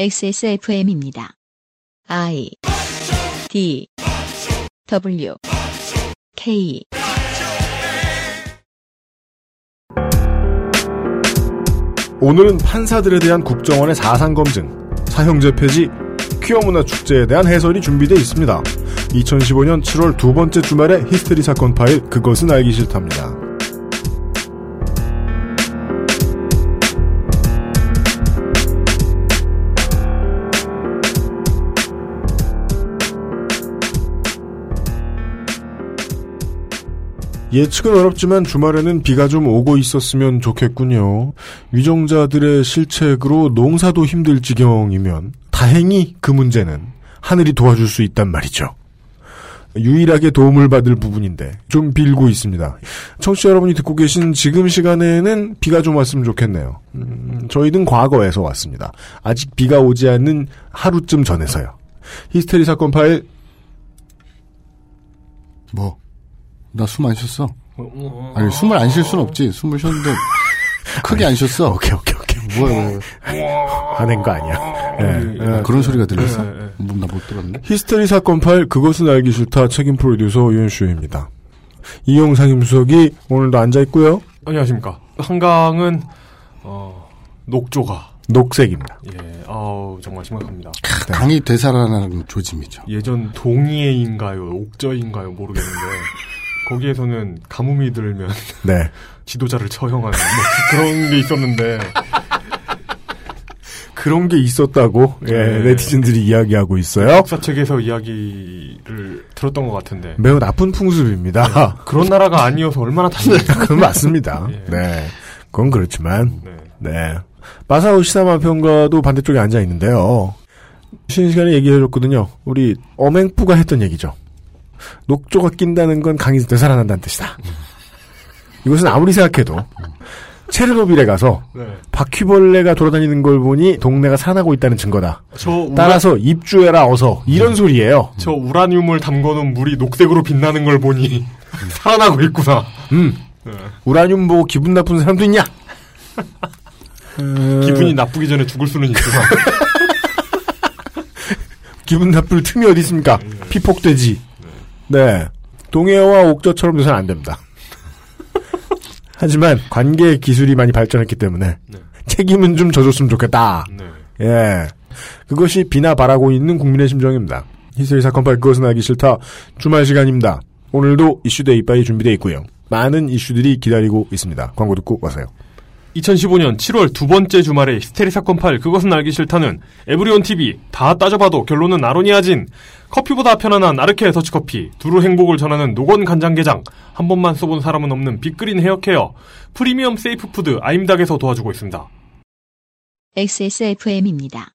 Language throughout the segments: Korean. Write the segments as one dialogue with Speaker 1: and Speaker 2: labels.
Speaker 1: XSFM입니다. I D W K
Speaker 2: 오늘은 판사들에 대한 국정원의 사상 검증, 사형제 폐지, 퀴어 문화 축제에 대한 해설이 준비되어 있습니다. 2015년 7월 두 번째 주말에 히스테리 사건 파일 그것은 알기 싫답니다. 예측은 어렵지만 주말에는 비가 좀 오고 있었으면 좋겠군요. 위정자들의 실책으로 농사도 힘들 지경이면 다행히 그 문제는 하늘이 도와줄 수 있단 말이죠. 유일하게 도움을 받을 부분인데 좀 빌고 있습니다. 청취자 여러분이 듣고 계신 지금 시간에는 비가 좀 왔으면 좋겠네요. 음, 저희는 과거에서 왔습니다. 아직 비가 오지 않는 하루쯤 전에서요. 히스테리 사건 파일
Speaker 3: 뭐? 나 숨 안 쉬었어. 아니 숨을 안 쉴 순 없지. 숨을 쉬었는데 크게 안 쉬었어.
Speaker 2: 오케이 오케이 오케이
Speaker 3: 뭐야? 뭐야.
Speaker 2: 화낸 거 아니야. 예, 예.
Speaker 3: 그런 소리가 들렸어? 뭐, 나못 들었네.
Speaker 2: 히스테리 사건 파일 그것은 알기 싫다 책임 프로듀서 유현수입니다. 이용 상임수석이 오늘도 앉아 있고요.
Speaker 4: 안녕하십니까. 한강은 어, 녹조가
Speaker 2: 녹색입니다.
Speaker 4: 예, 아우 정말 심각합니다.
Speaker 3: 강이 되살아나는 네. 조짐이죠.
Speaker 4: 예전 동해인가요, 옥저인가요 모르겠는데 거기에서는 가뭄이 들면
Speaker 2: 네.
Speaker 4: 지도자를 처형하는 뭐 그런 게 있었는데
Speaker 2: 그런 게 있었다고 예,
Speaker 4: 네.
Speaker 2: 네티즌들이 이야기하고 있어요.
Speaker 4: 역사책에서 이야기를 들었던 것 같은데
Speaker 2: 매우 나쁜 풍습입니다.
Speaker 4: 그런 나라가 아니어서 얼마나 다행이에요.
Speaker 2: 그건 맞습니다.
Speaker 4: 네. 예.
Speaker 2: 네. 그건 그렇지만
Speaker 4: 네.
Speaker 2: 네. 마사오 시사마 평가도 반대쪽에 앉아 있는데요. 쉬는 시간에 얘기해줬거든요. 우리 어맹뿌가 했던 얘기죠. 녹조가 낀다는 건 강이 되살아난다는 뜻이다. 이것은 아무리 생각해도 체르노빌에 가서
Speaker 4: 네.
Speaker 2: 바퀴벌레가 돌아다니는 걸 보니 동네가 살아나고 있다는 증거다.
Speaker 4: 저 우라,
Speaker 2: 따라서 입주해라 어서 이런 소리예요.
Speaker 4: 저 우라늄을 담궈놓은 물이 녹색으로 빛나는 걸 보니 살아나고 있구나.
Speaker 2: 음,
Speaker 4: 네.
Speaker 2: 우라늄 보고 기분 나쁜 사람도 있냐?
Speaker 4: 기분이 나쁘기 전에 죽을 수는 있지만
Speaker 2: 기분 나쁠 틈이 어디 있습니까?
Speaker 4: 예,
Speaker 2: 피폭되지. 네. 동해와 옥저처럼 돼서는 안 됩니다. 하지만 관계 기술이 많이 발전했기 때문에
Speaker 4: 네.
Speaker 2: 책임은 좀 져줬으면 좋겠다.
Speaker 4: 네.
Speaker 2: 예. 그것이 비나 바라고 있는 국민의 심정입니다. 히스테리 사건 파일 그것은 알기 싫다. 주말 시간입니다. 오늘도 이슈대 이빠이 준비되어 있고요. 많은 이슈들이 기다리고 있습니다. 광고 듣고 와세요.
Speaker 4: 2015년 7월 두 번째 주말에 히스테리 사건 파일 그것은 알기 싫다는 에브리온 TV 다 따져봐도 결론은 아로니아진 커피보다 편안한 아르케 더치커피 두루 행복을 전하는 노건 간장게장 한 번만 써본 사람은 없는 빅그린 헤어케어 프리미엄 세이프푸드 아임닭에서 도와주고 있습니다
Speaker 1: XSFM입니다.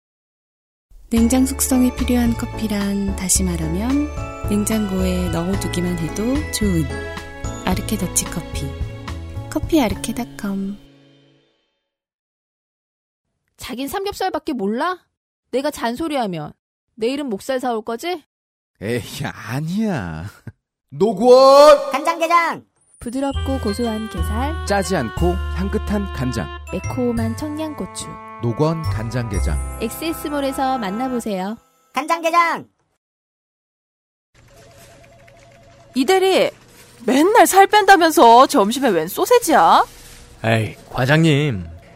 Speaker 5: 냉장 숙성이 필요한 커피란 다시 말하면 냉장고에 넣어두기만 해도 좋은 아르케 더치 커피 커피 아르케닷컴
Speaker 6: 자긴 삼겹살밖에 몰라? 내가 잔소리하면 내일은 목살 사올 거지?
Speaker 7: 에이 아니야 노건
Speaker 8: 간장게장
Speaker 6: 부드럽고 고소한 게살,
Speaker 7: 짜지 않고 향긋한 간장
Speaker 6: 매콤한 청양고추.
Speaker 7: 노건 간장게장
Speaker 6: 엑세스몰에서 만나보세요.
Speaker 8: 간장게장
Speaker 9: 이 대리 맨날 살 뺀다면서 점심에 웬 소세지야?
Speaker 10: 에이, 과장님.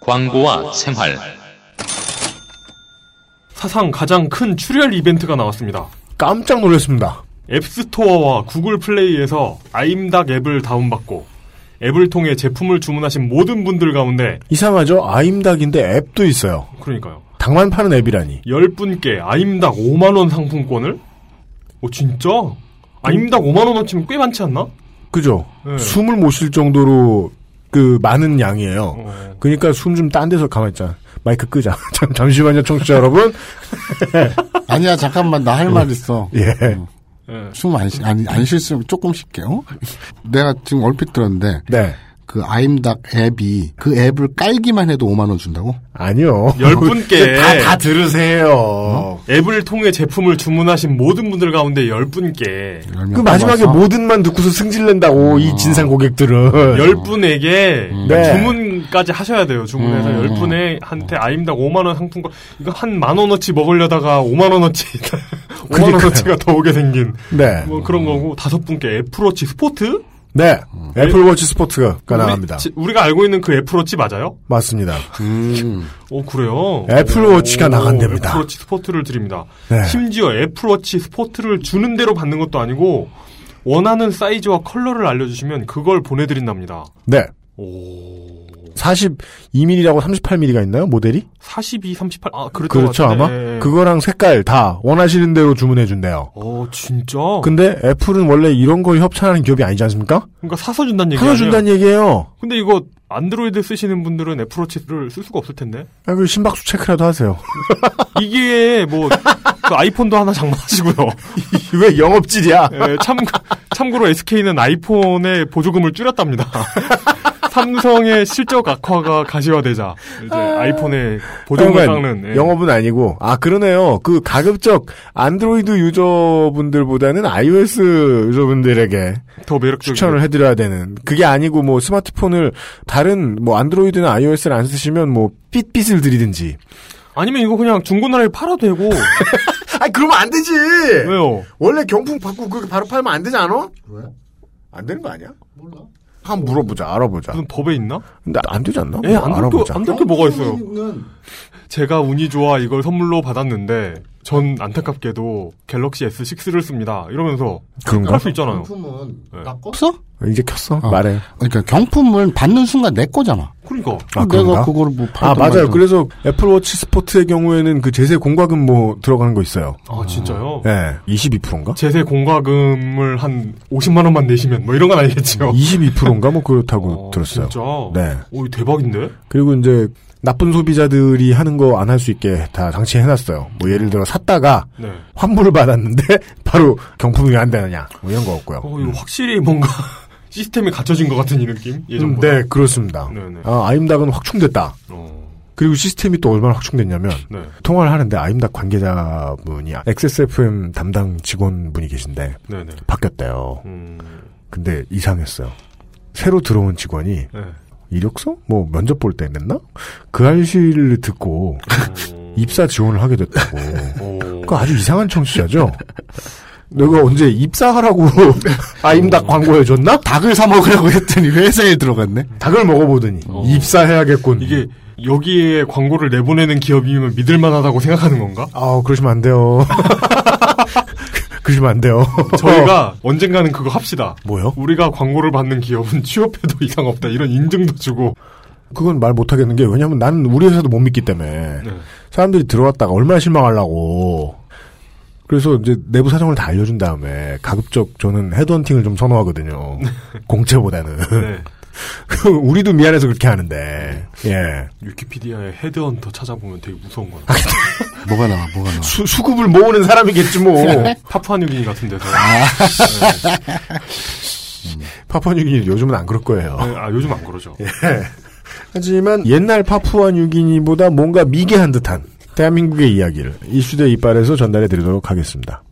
Speaker 11: 광고와 생활
Speaker 4: 사상 가장 큰 출혈 이벤트가 나왔습니다
Speaker 2: 깜짝 놀랐습니다.
Speaker 4: 앱스토어와 구글 플레이에서 아임닭 앱을 다운받고 앱을 통해 제품을 주문하신 모든 분들 가운데
Speaker 2: 이상하죠? 아임닭인데 앱도 있어요.
Speaker 4: 그러니까요
Speaker 2: 당만 파는 앱이라니.
Speaker 4: 10분께 아임닭 5만원 상품권을? 오, 진짜? 아임닭 5만원어치면 꽤 많지 않나?
Speaker 2: 그죠?
Speaker 4: 네.
Speaker 2: 숨을 못 쉴 정도로 그 많은 양이에요.
Speaker 4: 어.
Speaker 2: 그러니까 숨 좀 딴 데서 가만 있자. 마이크 끄자. 잠- 잠시만요, 청취자 여러분.
Speaker 3: 아니야 잠깐만 나 할 말 있어.
Speaker 2: 예.
Speaker 3: 숨안 안, 안 쉬었으면 조금 쉴게요. 내가 지금 얼핏 들었는데.
Speaker 2: 네.
Speaker 3: 그 아임닭 앱이 그 앱을 깔기만 해도 5만 원 준다고?
Speaker 2: 아니요. 네,
Speaker 4: 열 분께 어?
Speaker 2: 다, 다 들으세요.
Speaker 4: 앱을 통해 제품을 주문하신 모든 분들 가운데 열 분께
Speaker 2: 그 마지막에 모든만 듣고서 승질낸다고 이 진상 고객들은
Speaker 4: 음. 열 분에게
Speaker 2: 네.
Speaker 4: 주문까지 하셔야 돼요. 주문해서
Speaker 2: 음.
Speaker 4: 열 분에 한테 아임당 5만 원 상품권 이거 한 만 원어치 먹으려다가 5만 원어치 5만 원어치가 더 오게 생긴
Speaker 2: 네.
Speaker 4: 뭐 그런 거고 다섯 분께 애플워치 스포트
Speaker 2: 네. 애플워치 스포츠가 나갑니다.
Speaker 4: 음. 우리, 지- 우리가 알고 있는 그 애플워치 맞아요?
Speaker 2: 맞습니다.
Speaker 4: 어 그래요.
Speaker 2: 애플워치가 나간답니다.
Speaker 4: 애플워치 스포트를 드립니다.
Speaker 2: 네.
Speaker 4: 심지어 애플워치 스포트를 주는 대로 받는 것도 아니고 원하는 사이즈와 컬러를 알려주시면 그걸 보내드린답니다.
Speaker 2: 네. 42mm라고 38mm가 있나요? 모델이?
Speaker 4: 42, 38, 아, 그럴 것
Speaker 2: 그렇죠,
Speaker 4: 같은데.
Speaker 2: 아마?
Speaker 4: 예.
Speaker 2: 그거랑 색깔 다 원하시는 대로 주문해준대요.
Speaker 4: 어, 진짜?
Speaker 2: 근데 애플은 원래 이런 걸 협찬하는 기업이 아니지 않습니까?
Speaker 4: 그러니까 사서 준다는 얘기
Speaker 2: 하나 준다는 얘기예요.
Speaker 4: 근데 이거 안드로이드 쓰시는 분들은 애플워치를 쓸 수가 없을 텐데.
Speaker 2: 아, 그 심박수 체크라도 하세요.
Speaker 4: 이게 뭐, 그 아이폰도 하나 장만하시고요.
Speaker 2: 왜 영업질이야?
Speaker 4: 예, 참, 참고로 SK는 아이폰의 보조금을 줄였답니다. 삼성의 실적 악화가 가시화되자 이제 아이폰의 보조금을
Speaker 2: 하여간
Speaker 4: 깎는 예.
Speaker 2: 영업은 아니고 아 그러네요. 그 가급적 안드로이드 유저분들보다는 iOS 유저분들에게
Speaker 4: 더 매력적인
Speaker 2: 추천을 해드려야 되는 그게 아니고 뭐 스마트폰을 다른 뭐 안드로이드나 iOS를 안 쓰시면 뭐 삐삐을 드리든지
Speaker 4: 아니면 이거 그냥 중고나라에 팔아도 되고
Speaker 2: 아 그러면 안 되지
Speaker 4: 왜요?
Speaker 2: 원래 경품 받고 그렇게 바로 팔면 안 되지 않아? 왜? 안 되는 거 아니야? 몰라. 한번 물어보자 알아보자. 무슨
Speaker 4: 법에 있나?
Speaker 2: 근데 안 되지 않나?
Speaker 4: 예, 안 될
Speaker 2: 알아보자.
Speaker 4: 게, 안될 게 뭐가 있어요? 제가 운이 좋아 이걸 선물로 받았는데, 전 안타깝게도 갤럭시 S6를 씁니다. 이러면서.
Speaker 2: 그런가?
Speaker 4: 할수 있잖아요.
Speaker 3: 음.
Speaker 2: 예.
Speaker 3: 없어?
Speaker 2: 이제 켰어
Speaker 4: 아.
Speaker 2: 말해.
Speaker 3: 그러니까 경품을 받는 순간 내 거잖아.
Speaker 4: 그러니까.
Speaker 2: 아,
Speaker 3: 내가
Speaker 2: 그런가?
Speaker 3: 그걸 뭐
Speaker 2: 아 맞아요.
Speaker 3: 팔든 말든.
Speaker 2: 그래서 애플워치 스포츠의 경우에는 그 제세 공과금 뭐 들어가는 거 있어요.
Speaker 4: 아, 진짜요?
Speaker 2: 예, 22%인가?
Speaker 4: 제세 공과금을 한 50만원만 내시면, 뭐 이런 건 아니겠죠.
Speaker 2: 22%인가 뭐 그렇다고 들었어요.
Speaker 4: 진짜?
Speaker 2: 네.
Speaker 4: 오, 이거 대박인데?
Speaker 2: 그리고 이제 나쁜 소비자들이 하는 거 안 할 수 있게 다 장치해놨어요. 뭐 예를 들어 샀다가
Speaker 4: 네.
Speaker 2: 환불을 받았는데 바로 경품이 왜 안 되느냐 뭐 이런 거였고요.
Speaker 4: 어, 이거 확실히 뭔가 시스템이 갖춰진 것 같은 이 느낌?
Speaker 2: 음,
Speaker 4: 예전보다.
Speaker 2: 네, 그렇습니다.
Speaker 4: 네네. 어,
Speaker 2: 아, 아임닭은 확충됐다. 그리고 시스템이 또 얼마나 확충됐냐면
Speaker 4: 네.
Speaker 2: 통화를 하는데 아임닭 관계자분이 XSFM 담당 직원분이 계신데
Speaker 4: 네네. 음.
Speaker 2: 바뀌었대요. 근데 이상했어요. 새로 들어온 직원이
Speaker 4: 네.
Speaker 2: 이력서? 뭐 면접 볼 때 냈나? 그 알씨를 듣고 입사 지원을 하게 됐다고. 그 아주 이상한 청취자죠. 내가 언제 입사하라고 아임닭 광고해줬나?
Speaker 3: 닭을 사 먹으라고 했더니 회사에 들어갔네.
Speaker 2: 닭을 먹어보더니 입사해야겠군.
Speaker 4: 이게 여기에 광고를 내보내는 기업이면 믿을만하다고 생각하는 건가?
Speaker 2: 아 그러시면 안 돼요. 그러시면 안 돼요.
Speaker 4: 저희가 언젠가는 그거 합시다.
Speaker 2: 어. 뭐요?
Speaker 4: 우리가 광고를 받는 기업은 취업해도 이상 없다. 이런 인증도 주고.
Speaker 2: 그건 말 못하겠는 게 왜냐하면 나는 우리 회사도 못 믿기 때문에 사람들이 들어왔다가 얼마나 실망하려고 그래서 이제 내부 사정을 다 알려준 다음에 가급적 저는 헤드헌팅을 좀 선호하거든요 공채보다는
Speaker 4: 네.
Speaker 2: 우리도 미안해서 그렇게 하는데 예
Speaker 4: 위키피디아에 헤드헌터 찾아보면 되게 무서운 거나.
Speaker 3: 뭐가 나와, 뭐가 나와.
Speaker 2: 수, 수급을 모으는 사람이겠지 뭐
Speaker 4: 어, 파푸아뉴기니 같은 데서.
Speaker 2: 파파뉴기니 요즘은 안 그럴 거예요
Speaker 4: 네, 아, 요즘 안 그러죠.
Speaker 2: 예. 하지만 옛날 파푸아 뉴기니보다 뭔가 미개한 듯한 대한민국의 이야기를 이슈대 이빨에서 전달해 드리도록 하겠습니다.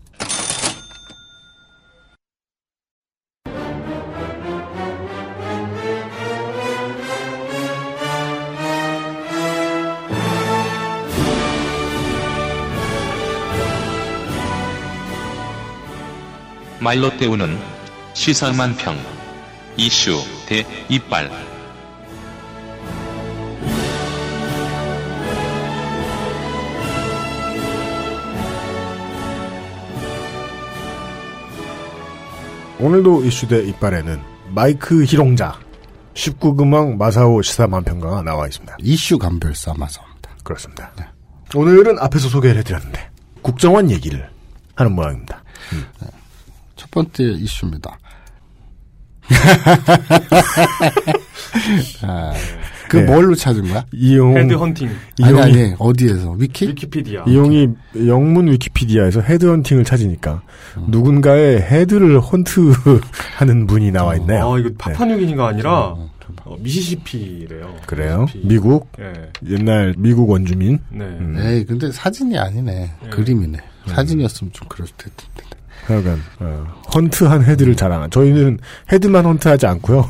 Speaker 11: 말로 때우는 시사만 평 이슈 대 이빨
Speaker 2: 오늘도 이슈대 이빨에는 마이크 희롱자 19금왕 마사오 시사만평가가 나와 있습니다.
Speaker 3: 이슈 감별사 마사오입니다.
Speaker 2: 그렇습니다. 오늘은 앞에서 소개를 해드렸는데 국정원 얘기를 하는 모양입니다.
Speaker 3: 첫 번째 이슈입니다. 아, 그 뭘로 찾은 거야?
Speaker 2: 이용
Speaker 4: 헤드헌팅.
Speaker 3: 아니
Speaker 2: 이용이-
Speaker 3: 아니 어디에서 위키?
Speaker 4: 위키피디아.
Speaker 2: 이용이 영문 위키피디아에서 헤드헌팅을 찾으니까 누군가의 헤드를 헌트하는 분이 나와 있네요.
Speaker 4: 아, 이거 파파뉴기니가 아니라 어, 미시시피래요.
Speaker 2: 그래요? 미국
Speaker 4: 예.
Speaker 2: 옛날 미국 원주민.
Speaker 4: 네.
Speaker 3: 음. 에이 근데 사진이 아니네. 그림이네. 사진이었으면 좀 그럴 텐데.
Speaker 2: 하여간 어, 헌트한 헤드를 자랑한. 저희는 헤드만 헌트하지 않고요.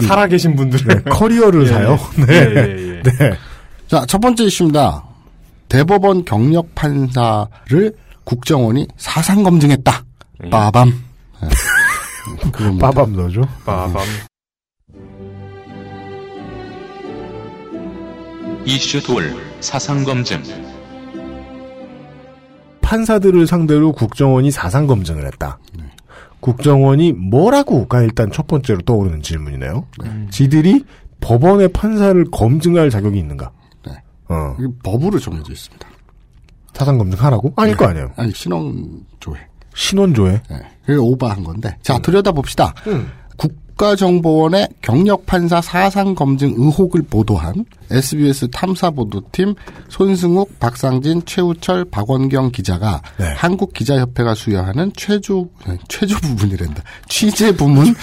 Speaker 4: 살아계신 분들은
Speaker 2: 네,
Speaker 4: 예,
Speaker 2: 커리어를 사요. 네. 네.
Speaker 3: 자, 첫 번째 이슈입니다. 대법원 경력 판사를 국정원이 사상 검증했다.
Speaker 4: 예.
Speaker 3: 빠밤. 네. 그겁니다.
Speaker 2: 빠밤 넣어줘.
Speaker 4: 빠밤.
Speaker 11: 이슈 돌 사상 검증
Speaker 2: 판사들을 상대로 국정원이 사상 검증을 했다.
Speaker 4: 네.
Speaker 2: 국정원이 뭐라고가 일단 첫 번째로 떠오르는 질문이네요. 지들이 법원의 판사를 검증할 자격이 있는가?
Speaker 4: 네.
Speaker 2: 어.
Speaker 3: 법으로 정해져 있습니다.
Speaker 2: 사상 검증하라고? 아닐
Speaker 4: 네.
Speaker 2: 거 아니에요.
Speaker 3: 아니, 신원 조회.
Speaker 2: 신원조회.
Speaker 3: 그 오버한 건데. 자, 들여다봅시다. 국가정보원의 경력판사 사상 검증 의혹을 보도한 SBS 탐사보도팀 손승욱, 박상진, 최우철, 박원경 기자가 한국기자협회가 수여하는 최조, 최조 부분이란다. 취재 부문.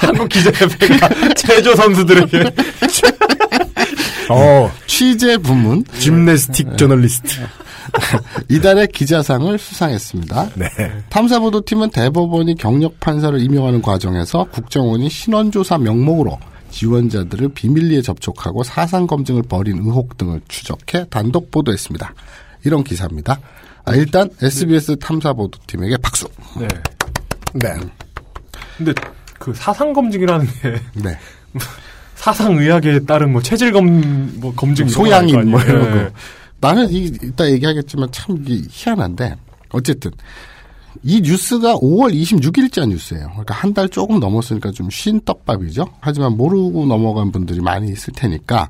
Speaker 4: 한국기자협회가 최조 선수들에게.
Speaker 2: 어.
Speaker 3: 취재 부문.
Speaker 2: 짐네스틱 저널리스트.
Speaker 3: 이달의 기자상을 수상했습니다.
Speaker 2: 네.
Speaker 3: 탐사보도팀은 대법원이 경력 판사를 임명하는 과정에서 국정원이 신원조사 명목으로 지원자들을 비밀리에 접촉하고 사상 검증을 벌인 의혹 등을 추적해 단독 보도했습니다. 이런 기사입니다. 아, 일단 SBS 탐사보도팀에게 박수.
Speaker 4: 네.
Speaker 2: 네.
Speaker 4: 근데 그 사상 검증이라는 게
Speaker 3: 네.
Speaker 4: 사상 의학에 따른 뭐 체질 검뭐 검증 이런 거
Speaker 3: 소양인
Speaker 4: 아닐
Speaker 3: 뭐
Speaker 4: 거 아니에요?
Speaker 3: 이런
Speaker 4: 예.
Speaker 3: 거. 나는 이, 이따 얘기하겠지만 참 이게 희한한데 어쨌든 이 뉴스가 5월 26일자 뉴스예요. 그러니까 한 달 조금 넘었으니까 좀 쉰 떡밥이죠. 하지만 모르고 넘어간 분들이 많이 있을 테니까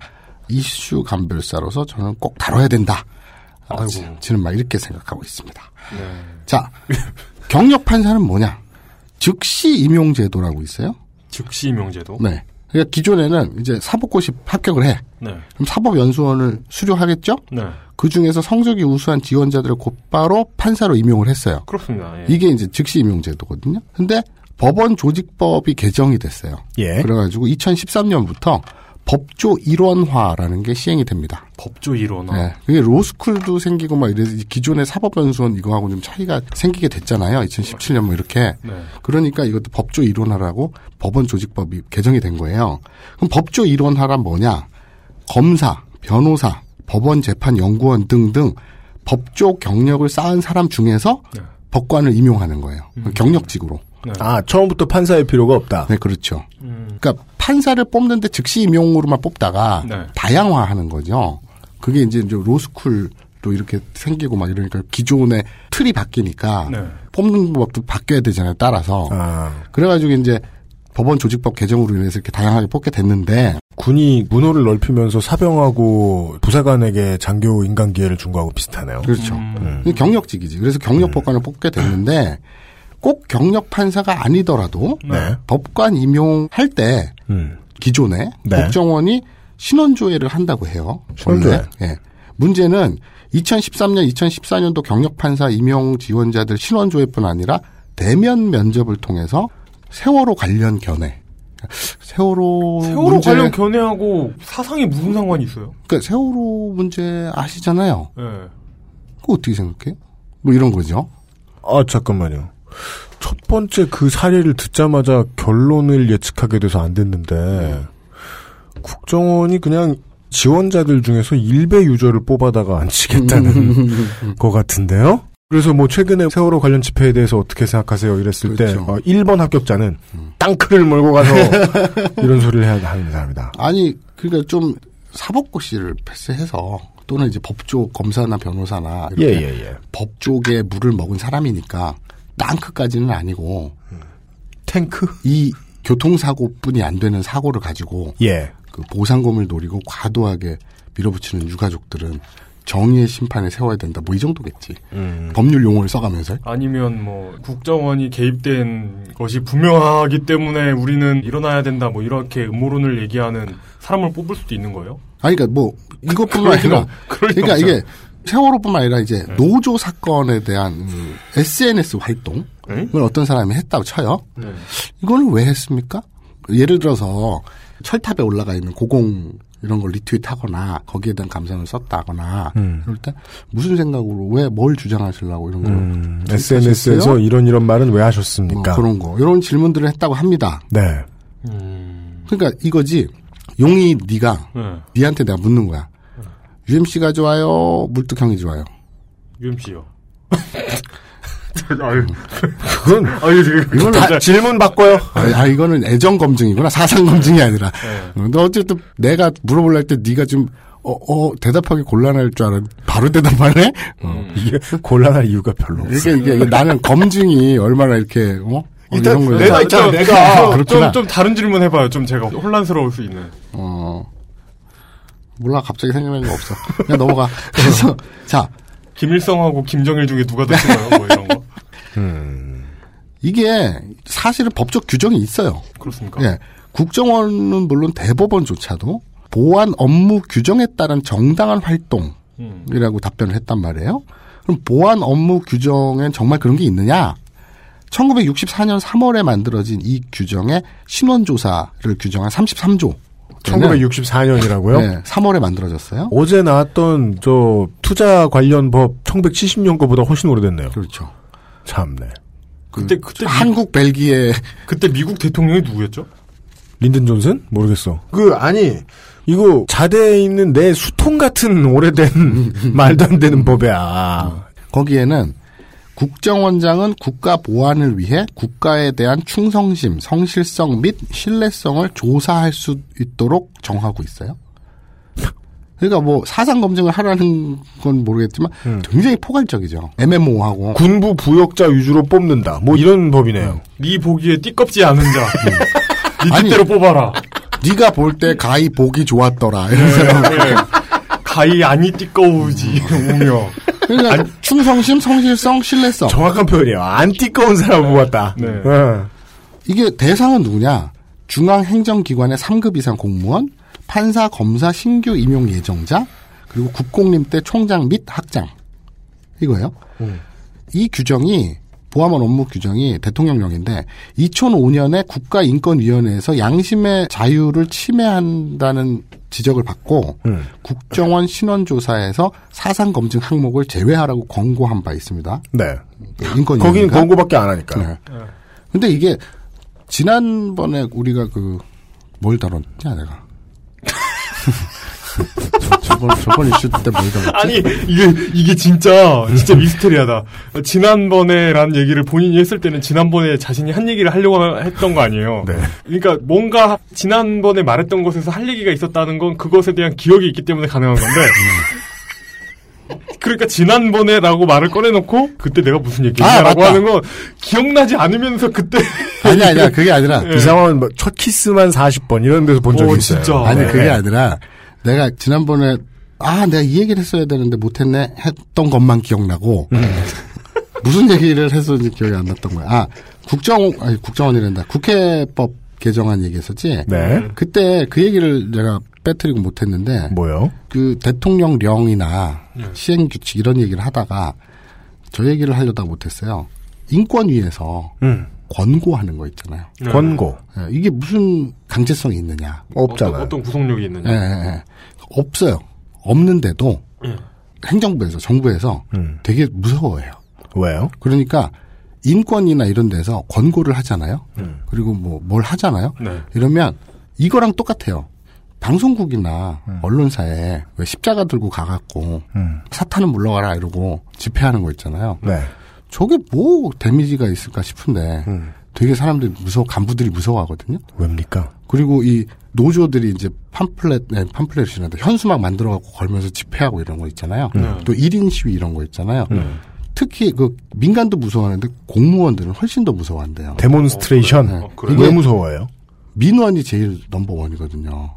Speaker 3: 이슈 감별사로서 저는 꼭 다뤄야 된다. 아, 저는 막 이렇게 생각하고 있습니다.
Speaker 4: 네.
Speaker 3: 자, 경력 판사는 뭐냐? 즉시 임용 제도라고 있어요.
Speaker 4: 즉시 임용제도.
Speaker 3: 네. 그러니까 기존에는 이제 사법고시 합격을 해.
Speaker 4: 네.
Speaker 3: 그럼 사법연수원을 수료하겠죠?
Speaker 4: 네.
Speaker 3: 그 중에서 성적이 우수한 지원자들을 곧바로 판사로 임용을 했어요.
Speaker 4: 그렇습니다. 예.
Speaker 3: 이게 이제 즉시 임용 제도거든요. 근데 법원 조직법이 개정이 됐어요.
Speaker 2: 예.
Speaker 3: 그래가지고 2013년부터 법조 일원화라는 게 시행이 됩니다.
Speaker 4: 법조 이론화.
Speaker 3: 네. 그게 로스쿨도 생기고 막 이래서 이 기존의 사법연수원 이거하고 좀 차이가 생기게 됐잖아요. 2017년 뭐 이렇게.
Speaker 4: 네.
Speaker 3: 그러니까 이것도 법조 일원화라고 법원 조직법이 개정이 된 거예요. 그럼 법조 일원화란 뭐냐? 검사, 변호사, 법원 재판 연구원 등등 법조 경력을 쌓은 사람 중에서
Speaker 4: 네.
Speaker 3: 법관을 임용하는 거예요. 경력직으로.
Speaker 2: 아, 처음부터 판사의 필요가 없다.
Speaker 3: 네, 그렇죠.
Speaker 4: 음.
Speaker 3: 그러니까 판사를 뽑는데 즉시 임용으로만 뽑다가
Speaker 2: 네.
Speaker 3: 다양화하는 거죠. 그게 이제 이제 로스쿨도 이렇게 생기고 막 이러니까 기존의 틀이 바뀌니까
Speaker 2: 네.
Speaker 3: 뽑는 법도 바뀌어야 되잖아요. 따라서 그래가지고 이제 법원 조직법 개정으로 인해서 이렇게 다양하게 뽑게 됐는데
Speaker 2: 군이 문호를 넓히면서 사병하고 부사관에게 장교 인간 기회를 준 거하고 비슷하네요. 네.
Speaker 3: 그렇죠.
Speaker 2: 음.
Speaker 3: 경력직이지. 그래서 경력법관을 뽑게 됐는데 꼭 경력 판사가 아니더라도
Speaker 2: 네.
Speaker 3: 법관 임용할 때
Speaker 2: 음.
Speaker 3: 기존에
Speaker 2: 네.
Speaker 3: 국정원이 신원조회를 한다고 해요.
Speaker 2: 신원조회.
Speaker 3: 원래. 예. 문제는 2013년, 2014년도 경력판사 임용 지원자들 신원조회뿐 아니라 대면 면접을 통해서 세월호 관련 견해. 세월호,
Speaker 4: 세월호
Speaker 3: 어, 문제,
Speaker 4: 관련 견해하고 사상이 무슨 상관이 있어요?
Speaker 3: 그러니까 세월호 문제 아시잖아요.
Speaker 4: 예.
Speaker 3: 그거 어떻게 생각해요? 뭐 이런 거죠.
Speaker 2: 아, 잠깐만요. 첫 번째 그 사례를 듣자마자 결론을 예측하게 돼서 안 됐는데, 국정원이 그냥 지원자들 중에서 일배 유저를 뽑아다가 앉히겠다는 것 같은데요? 그래서 뭐 최근에 세월호 관련 집회에 대해서 어떻게 생각하세요? 이랬을
Speaker 3: 그렇죠.
Speaker 2: 때, 어, 1번 합격자는
Speaker 3: 음.
Speaker 2: 땅크를 몰고 가서 이런 소리를 해야 하는 사람이다.
Speaker 3: 아니, 그러니까 좀 사법고시를 패스해서 또는 이제 법조 검사나 변호사나 이렇게
Speaker 2: 예, 예, 예.
Speaker 3: 법조계 물을 먹은 사람이니까 땅크까지는 아니고
Speaker 2: 탱크
Speaker 3: 이 교통사고뿐이 안 되는 사고를 가지고
Speaker 2: 예.
Speaker 3: 그 보상금을 노리고 과도하게 밀어붙이는 유가족들은 정의의 심판에 세워야 된다. 뭐 이 정도겠지.
Speaker 2: 음.
Speaker 3: 법률 용어를 써가면서.
Speaker 4: 아니면 뭐 국정원이 개입된 것이 분명하기 때문에 우리는 일어나야 된다 뭐 이렇게 음모론을 얘기하는 사람을 뽑을 수도 있는 거예요?
Speaker 3: 아니 그러니까 뭐 이것뿐만 아니라 그러니까 네. 이게 세월호뿐만 아니라 이제 노조 사건에 대한 음, SNS 활동을 어떤 사람이 했다고 쳐요. 이거는 왜 했습니까? 예를 들어서 철탑에 올라가 있는 고공 이런 걸 리트윗하거나 거기에 대한 감상을 썼다거나
Speaker 2: 음.
Speaker 3: 그럴 때 무슨 생각으로 왜 뭘 주장하시려고 이런 걸
Speaker 2: 음,
Speaker 3: 좀
Speaker 2: SNS에서
Speaker 3: 하셨어요?
Speaker 2: 이런 이런 말은 왜 하셨습니까?
Speaker 3: 어, 그런 거 이런 질문들을 했다고 합니다.
Speaker 2: 네.
Speaker 3: 그러니까 이거지 용이 네가 네한테 내가 묻는 거야. UMC가 좋아요, 물뚝형이 좋아요.
Speaker 4: UMC요. 아유.
Speaker 3: 그건
Speaker 4: 아유, 이거- 이거는 진짜-
Speaker 2: 질문 바꿔요.
Speaker 3: 아, 아, 이거는 애정 검증이구나 사상 검증이 아니라.
Speaker 4: 네.
Speaker 3: 근데 어쨌든 내가 물어볼라 할 때 네가 좀 어, 어, 대답하기 곤란할 줄 알았는데 바로 대답하네. 어,
Speaker 4: 음.
Speaker 2: 이게 곤란할 아, 이유가 별로
Speaker 3: 이게 이게 이게 나는 검증이 얼마나 이렇게 어? 어, 이런 걸
Speaker 4: 내가 있잖아, 내가. 좀,
Speaker 3: 그렇구나.
Speaker 4: 좀, 좀 다른 질문 해봐요. 좀 제가 혼란스러울 수 있는.
Speaker 3: 어. 몰라 갑자기 생각나는 거 없어. 그냥 넘어가. 그래서 자
Speaker 4: 김일성하고 김정일 중에 누가 더 싫어요? 뭐 이런 거.
Speaker 3: 이게 사실은 법적 규정이 있어요.
Speaker 4: 그렇습니까?
Speaker 3: 예. 국정원은 물론 대법원조차도 보안 업무 규정에 따른 정당한
Speaker 4: 음.
Speaker 3: 활동이라고 답변을 했단 말이에요. 그럼 보안 업무 규정엔 정말 그런 게 있느냐? 1964년 3월에 만들어진 이 규정에 신원조사를 규정한 33조.
Speaker 2: 1964년이라고요?
Speaker 3: 네, 3월에 만들어졌어요.
Speaker 2: 어제 나왔던 저 투자 관련 법 1970년 거보다 훨씬 오래됐네요.
Speaker 3: 그렇죠.
Speaker 2: 참네.
Speaker 4: 그때 그때
Speaker 3: 한국 벨기에
Speaker 4: 그때 미국 대통령이 누구였죠?
Speaker 2: 린든 존슨? 모르겠어. 그 아니 이거 자대에 있는 내 수통 같은 오래된 말도 안 되는 법이야.
Speaker 3: 음. 거기에는 국정원장은 국가 보안을 위해 국가에 대한 충성심, 성실성 및 신뢰성을 조사할 수 있도록 정하고 있어요. 그러니까 뭐 사상 검증을 하라는 건 모르겠지만 굉장히 포괄적이죠. MMO하고
Speaker 2: 군부 부역자 위주로 뽑는다. 뭐 이런
Speaker 3: 음.
Speaker 2: 법이네요.
Speaker 4: 네 보기에 띠껍지 않은 자. 네
Speaker 3: 아니,
Speaker 4: 뜻대로 뽑아라.
Speaker 3: 네가 볼 때 가히 보기 좋았더라. 이런 사람.
Speaker 4: 예. 가히 아니 띠꺼우지. 오며.
Speaker 3: 그러니까 충성심, 성실성, 신뢰성.
Speaker 2: 정확한 표현이에요. 안 띠꺼운 사람 뽑았다.
Speaker 4: 네.
Speaker 2: 예.
Speaker 3: 이게 대상은 누구냐? 중앙행정기관의 3급 이상 공무원, 판사, 검사, 신규 임용 예정자, 그리고 국공립 대 총장 및 학장. 이거예요.
Speaker 2: 음.
Speaker 3: 이 규정이 보안원 업무 규정이 대통령령인데 2005년에 국가인권위원회에서 양심의 자유를 침해한다는 지적을 받고
Speaker 2: 음.
Speaker 3: 국정원 신원조사에서 사상검증 항목을 제외하라고 권고한 바 있습니다. 그
Speaker 2: 네.
Speaker 3: 인권위원회가.
Speaker 2: 거기는 권고밖에 안 하니까.
Speaker 3: 네. 근데 이게 지난번에 우리가 그 뭘 다뤘냐 내가 저번 저번 이슈 때 뭘 다뤘지?
Speaker 4: 아니 이게 이게 진짜 진짜 미스테리하다. 지난번에라는 얘기를 본인이 했을 때는 지난번에 자신이 한 얘기를 하려고 하- 했던 거 아니에요. 그러니까 뭔가 지난번에 말했던 것에서 할 얘기가 있었다는 건 그것에 대한 기억이 있기 때문에 가능한 건데. 그러니까 지난번에라고 말을 꺼내놓고 그때 내가 무슨 얘기했냐라고
Speaker 2: 맞다.
Speaker 4: 하는 건 기억나지 않으면서 그때
Speaker 3: 아니 아니야 그게 아니라
Speaker 2: 이 상황은 뭐첫 키스만 40번 이런 데서 본 적이
Speaker 3: 예. 오,
Speaker 2: 있어요.
Speaker 3: 진짜. 아니
Speaker 2: 네.
Speaker 3: 그게 아니라 내가 지난번에 아 내가 이 얘기를 했어야 되는데 못했네 했던 것만 기억나고
Speaker 2: 음.
Speaker 3: 무슨 얘기를 했었는지 기억이 안 났던 거야. 아 국정 아니 국정원이란다 국회법 개정안 얘기했었지.
Speaker 2: 네.
Speaker 3: 그때 그 얘기를 내가 빼뜨리고 못했는데
Speaker 2: 뭐요?
Speaker 3: 그 대통령령이나
Speaker 2: 네.
Speaker 3: 시행 규칙 이런 얘기를 하다가 저 얘기를 하려다 못했어요. 인권위에서
Speaker 2: 음.
Speaker 3: 권고하는 거 있잖아요.
Speaker 4: 네.
Speaker 2: 권고.
Speaker 3: 예, 이게 무슨 강제성이 있느냐?
Speaker 4: 어떤, 어떤 구속력이
Speaker 3: 예,
Speaker 4: 있느냐.
Speaker 3: 예, 예. 없어요. 없는데도
Speaker 4: 음.
Speaker 3: 행정부에서 정부에서
Speaker 2: 예. 음.
Speaker 3: 되게 무서워해요.
Speaker 2: 왜요?
Speaker 3: 그러니까 인권이나 이런 데서 권고를 하잖아요.
Speaker 2: 음.
Speaker 3: 그리고 뭐 뭘 하잖아요.
Speaker 4: 네.
Speaker 3: 이러면 이거랑 똑같아요. 방송국이나 언론사에 왜 십자가 들고 가갖고
Speaker 2: 음.
Speaker 3: 사탄은 물러가라 이러고 집회하는 거 있잖아요.
Speaker 2: 네.
Speaker 3: 저게 뭐 데미지가 있을까 싶은데
Speaker 2: 음.
Speaker 3: 되게 사람들이 무서워 간부들이 무서워하거든요.
Speaker 2: 왜입니까?
Speaker 3: 그리고 이 노조들이 이제 팜플렛, 네, 팜플렛이란다. 현수막 만들어갖고 걸면서 집회하고 이런 거 있잖아요.
Speaker 2: 네.
Speaker 3: 또 1인 시위 이런 거 있잖아요.
Speaker 2: 네.
Speaker 3: 특히 그 민간도 무서워하는데 공무원들은 훨씬 더 무서워한대요.
Speaker 2: 데몬스트레이션.
Speaker 3: 어, 그래요?
Speaker 2: 왜 무서워요?
Speaker 3: 민원이 제일 넘버원이거든요.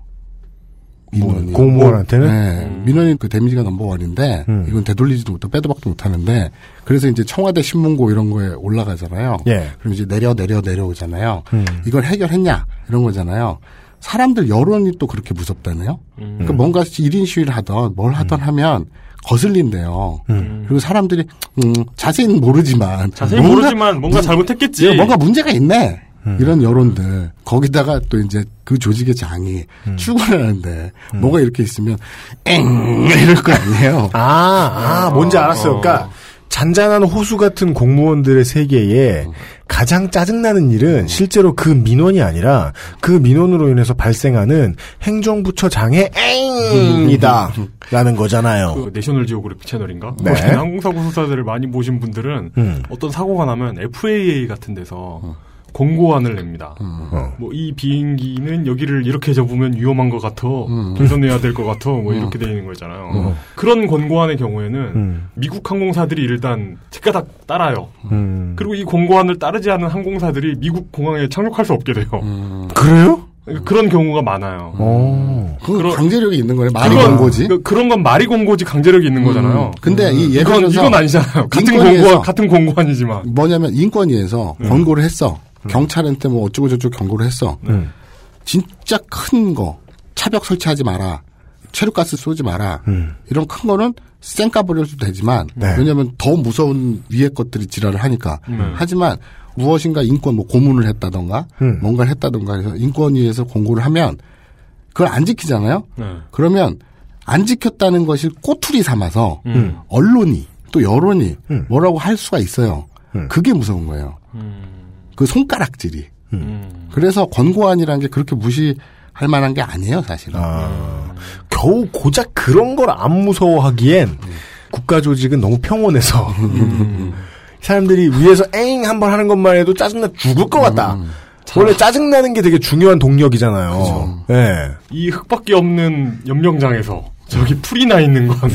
Speaker 3: 민원이
Speaker 2: 뭐, 공무원한테는? 음.
Speaker 3: 네, 민원인 그 데미지가 넘버원인데 이건 되돌리지도 못하고 빼도 박도 못하는데 그래서 이제 청와대 신문고 이런 거에 올라가잖아요.
Speaker 2: 예.
Speaker 3: 그럼 이제 내려 내려 내려오잖아요.
Speaker 2: 음.
Speaker 3: 이걸 해결했냐 이런 거잖아요. 사람들 여론이 또 그렇게 무섭다네요. 그러니까
Speaker 2: 음.
Speaker 3: 뭔가 1인 시위를 하던 뭘 하던 하면 거슬린대요. 그리고 사람들이 음, 자세히는 모르지만
Speaker 4: 자세히 모르지만 뭔가 잘못했겠지.
Speaker 3: 예, 뭔가 문제가 있네. 이런 여론들 거기다가 또 이제 그 조직의 장이 출근하는데 뭐가 이렇게 있으면 엥 이럴 거 아니에요.
Speaker 2: 아, 아, 뭔지 알았어요. 그러니까 잔잔한 호수 같은 공무원들의 세계에 가장 짜증나는 일은 실제로 그 민원이 아니라 그 민원으로 인해서 발생하는 행정부처 장애 엥이다. 라는 거잖아요.
Speaker 4: 그 내셔널 지오그래피 채널인가?
Speaker 2: 어. 네.
Speaker 4: 거기 항공사 고소사들을 많이 보신 분들은
Speaker 2: 음.
Speaker 4: 어떤 사고가 나면 FAA 같은 데서 공고안을 냅니다.
Speaker 2: 어.
Speaker 4: 뭐 이 비행기는 여기를 이렇게 접으면 위험한 것 같아. 동선해야 될 것 같아. 뭐 이렇게 돼 있는 거 있잖아요.
Speaker 2: 음.
Speaker 4: 그런 권고안의 경우에는
Speaker 2: 음.
Speaker 4: 미국 항공사들이 일단 책가닥 따라요.
Speaker 2: 음.
Speaker 4: 그리고 이 공고안을 따르지 않은 항공사들이 미국 공항에 착륙할 수 없게 돼요. 그러니까
Speaker 2: 그래요?
Speaker 4: 그런 경우가 많아요.
Speaker 2: 음. 어.
Speaker 3: 그 강제력이 있는 거예요. 말이
Speaker 4: 그건-
Speaker 3: 온 거지. 음.
Speaker 4: 그, 런건 말이 공고지 강제력이 있는 거잖아요.
Speaker 3: 근데 이 예를
Speaker 4: 이건,
Speaker 3: 들어서
Speaker 4: 이건 아니잖아요. 같은
Speaker 3: 인권위에서-
Speaker 4: 공고 같은
Speaker 2: 아.
Speaker 4: 공고안이지만.
Speaker 3: 뭐냐면 인권위에서 권고를 했어. 경찰한테 뭐 어쩌고 저쩌고 경고를 했어.
Speaker 2: 음.
Speaker 3: 진짜 큰 거. 차벽 설치하지 마라. 체류가스 쏘지 마라.
Speaker 2: 음.
Speaker 3: 이런 큰 거는 쌩까버려도 되지만
Speaker 2: 네.
Speaker 3: 왜냐하면 더 무서운 위에 것들이 지랄을 하니까 하지만 무엇인가 인권 뭐 고문을 했다던가
Speaker 2: 음.
Speaker 3: 뭔가를 했다던가 해서 인권위에서 공고를 하면 그걸 안 지키잖아요 그러면 안 지켰다는 것을 꼬투리 삼아서
Speaker 2: 음.
Speaker 3: 언론이 또 여론이
Speaker 2: 음.
Speaker 3: 뭐라고 할 수가 있어요.
Speaker 2: 음.
Speaker 3: 그게 무서운 거예요. 그 손가락질이.
Speaker 4: 음.
Speaker 3: 그래서 권고안이라는 게 그렇게 무시할 만한 게 아니에요, 사실은.
Speaker 2: 아, 겨우 고작 그런 걸 안 무서워하기엔 국가 조직은 너무 평온해서 사람들이 위에서 엥 한 번 하는 것만 해도 짜증나 죽을 것 같다.
Speaker 3: 음,
Speaker 2: 원래 짜증나는 게 되게 중요한 동력이잖아요. 예.
Speaker 4: 이 흙밖에 없는 염령장에서 저기 풀이 나 있는 건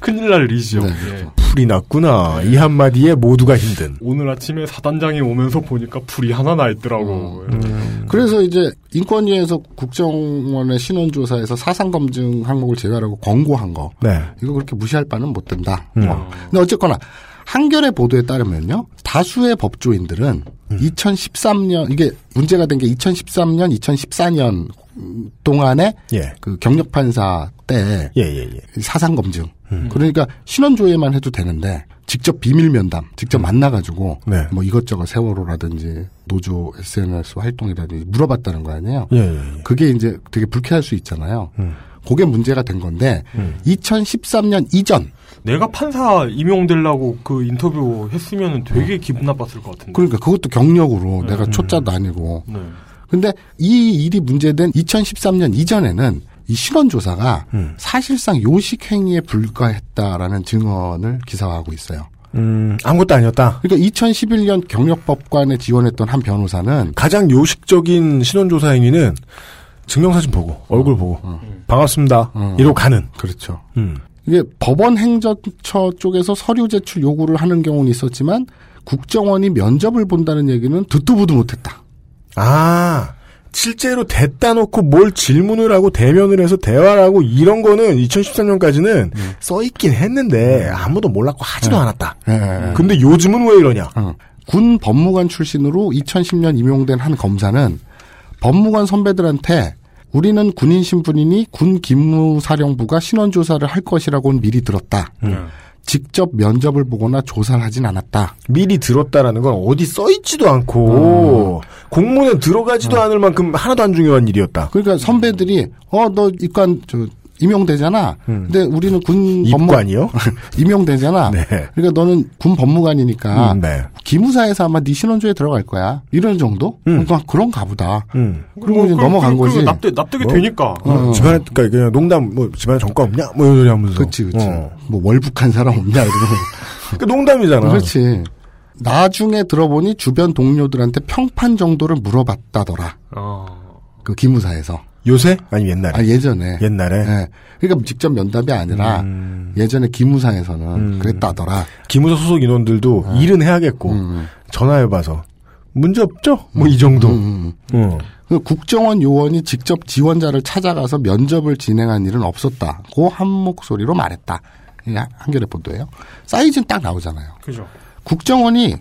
Speaker 4: 큰일 날 일이죠.
Speaker 3: 네,
Speaker 4: 예.
Speaker 2: 풀이 났구나. 이 한마디에 모두가 힘든.
Speaker 4: 오늘 아침에 사단장이 오면서 보니까 풀이 하나 나 있더라고.
Speaker 3: 음,
Speaker 4: 예.
Speaker 3: 그래서 이제 인권위에서 국정원의 신원조사에서 사상검증 항목을 제외하라고 권고한 거.
Speaker 2: 네.
Speaker 3: 이거 그렇게 무시할 바는 못 된다.
Speaker 2: 음.
Speaker 3: 어. 근데 어쨌거나 한겨레 보도에 따르면요. 다수의 법조인들은
Speaker 2: 음.
Speaker 3: 2013년 이게 문제가 된 게 2013년, 2014년 동안에
Speaker 2: 예.
Speaker 3: 그 경력 판사 때
Speaker 2: 예, 예, 예. 음.
Speaker 3: 사상 검증. 그러니까 신원 조회만 해도 되는데 직접 비밀 면담, 직접 만나 가지고
Speaker 2: 음. 네.
Speaker 3: 뭐 이것저것 세월호라든지 노조 SNS 활동이라든지 물어봤다는 거 아니에요.
Speaker 2: 예, 예, 예.
Speaker 3: 그게 이제 되게 불쾌할 수 있잖아요.
Speaker 2: 음.
Speaker 3: 그게 문제가 된 건데 2013년 이전
Speaker 4: 내가 판사 임용되려고 그 인터뷰 했으면 되게 기분 나빴을 것 같은데.
Speaker 3: 그러니까 그것도 경력으로
Speaker 2: 음.
Speaker 3: 내가 초짜도 아니고
Speaker 4: 네.
Speaker 3: 근데 이 일이 문제된 2013년 이전에는 이 신원조사가
Speaker 2: 음.
Speaker 3: 사실상 요식행위에 불과했다라는 증언을 기사화하고 있어요.
Speaker 2: 음, 아무것도 아니었다.
Speaker 3: 그러니까 2011년 경력법관에 지원했던 한 변호사는
Speaker 2: 가장 요식적인 신원조사 행위는 증명사진 보고, 얼굴 보고, 반갑습니다.
Speaker 3: 음.
Speaker 2: 이러고 가는.
Speaker 3: 그렇죠.
Speaker 2: 음.
Speaker 3: 이게 법원 행정처 쪽에서 서류 제출 요구를 하는 경우는 있었지만 국정원이 면접을 본다는 얘기는 듣도 보도 못했다.
Speaker 2: 아, 실제로 대다 놓고 뭘 질문을 하고 대면을 해서 대화를 하고 이런 거는 2013년까지는
Speaker 3: 네.
Speaker 2: 써 있긴 했는데 아무도 몰랐고 하지도 않았다.
Speaker 3: 예.
Speaker 2: 근데 요즘은 왜 이러냐?
Speaker 3: 어. 군 법무관 출신으로 2010년 임용된 한 검사는 법무관 선배들한테 우리는 군인 신분이니 군 기무사령부가 신원 조사를 할 것이라고는 미리 들었다.
Speaker 2: 음.
Speaker 3: 직접 면접을 보거나 조사를 하진 않았다.
Speaker 2: 미리 들었다라는 건 어디 써 있지도
Speaker 3: 음.
Speaker 2: 않고 공문에 들어가지도 않을 만큼 하나도 안 중요한 일이었다.
Speaker 3: 그러니까 선배들이 어 너 입관 저 임용되잖아. 근데 우리는 군 법무
Speaker 2: 음. 입관이요?
Speaker 3: 임용되잖아.
Speaker 2: 네.
Speaker 3: 그러니까 너는 군 법무관이니까
Speaker 2: 음, 네.
Speaker 3: 기무사에서 아마 네 신원조에 들어갈 거야. 이런 정도?
Speaker 2: 음.
Speaker 3: 그러니까 그런가 보다.
Speaker 2: 음.
Speaker 3: 그리고 이제 넘어간 거지.
Speaker 4: 납득, 납득이
Speaker 2: 뭐?
Speaker 4: 되니까.
Speaker 3: 어.
Speaker 2: 집안에 그러니까 그냥 농담 뭐 집안에 정과 없냐 뭐 이런 소리 하면서.
Speaker 3: 그치, 그치.
Speaker 2: 어.
Speaker 3: 뭐, 월북한 사람 없냐, 이러고.
Speaker 2: 그 농담이잖아.
Speaker 3: 그렇지. 나중에 들어보니 주변 동료들한테 평판 정도를 물어봤다더라.
Speaker 4: 어.
Speaker 3: 그 기무사에서.
Speaker 2: 요새 아니 옛날에
Speaker 3: 아, 예전에.
Speaker 2: 옛날에
Speaker 3: 예. 그러니까 직접 면담이 아니라
Speaker 2: 음.
Speaker 3: 예전에 기무사에서는
Speaker 2: 음.
Speaker 3: 그랬다더라.
Speaker 2: 기무사 소속 인원들도 일은 해야겠고
Speaker 3: 음.
Speaker 2: 전화해봐서 문제 없죠? 뭐 이 정도. 어.
Speaker 3: 그 국정원 요원이 직접 지원자를 찾아가서 면접을 진행한 일은 없었다고 한 목소리로 말했다. 이게 한- 한겨레 보도예요. 사이즈는 딱 나오잖아요.
Speaker 4: 그죠.
Speaker 3: 국정원이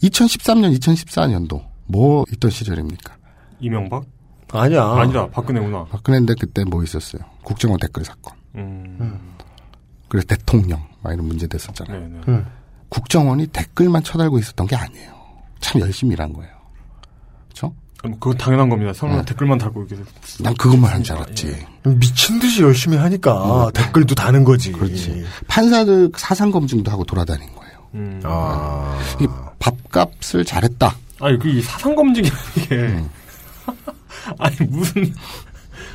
Speaker 3: 2013년, 2014년도 뭐 있던 시절입니까?
Speaker 4: 이명박?
Speaker 2: 아니야.
Speaker 4: 아니다. 박근혜구나.
Speaker 3: 박근혜인데 그때 뭐 있었어요? 국정원 댓글 사건.
Speaker 4: 음.
Speaker 3: 음. 그래서 대통령 막 이런 문제
Speaker 4: 네,
Speaker 3: 됐었잖아요.
Speaker 2: 음.
Speaker 3: 국정원이 댓글만 쳐달고 있었던 게 아니에요. 참 열심히 일한 거예요.
Speaker 4: 뭐 그럼 그건 당연한 겁니다. 설마
Speaker 3: 음.
Speaker 4: 댓글만 달고 이렇게.
Speaker 3: 난 그것만 한 줄 알았지.
Speaker 2: 미친 듯이 열심히 하니까 댓글도 다는 거지.
Speaker 3: 그렇지. 판사들 사상 검증도 하고 돌아다닌 거예요.
Speaker 4: 음.
Speaker 3: 이 밥값을 잘했다.
Speaker 4: 아니 그이 사상 검증이라는 게
Speaker 3: 음.
Speaker 4: 아니 무슨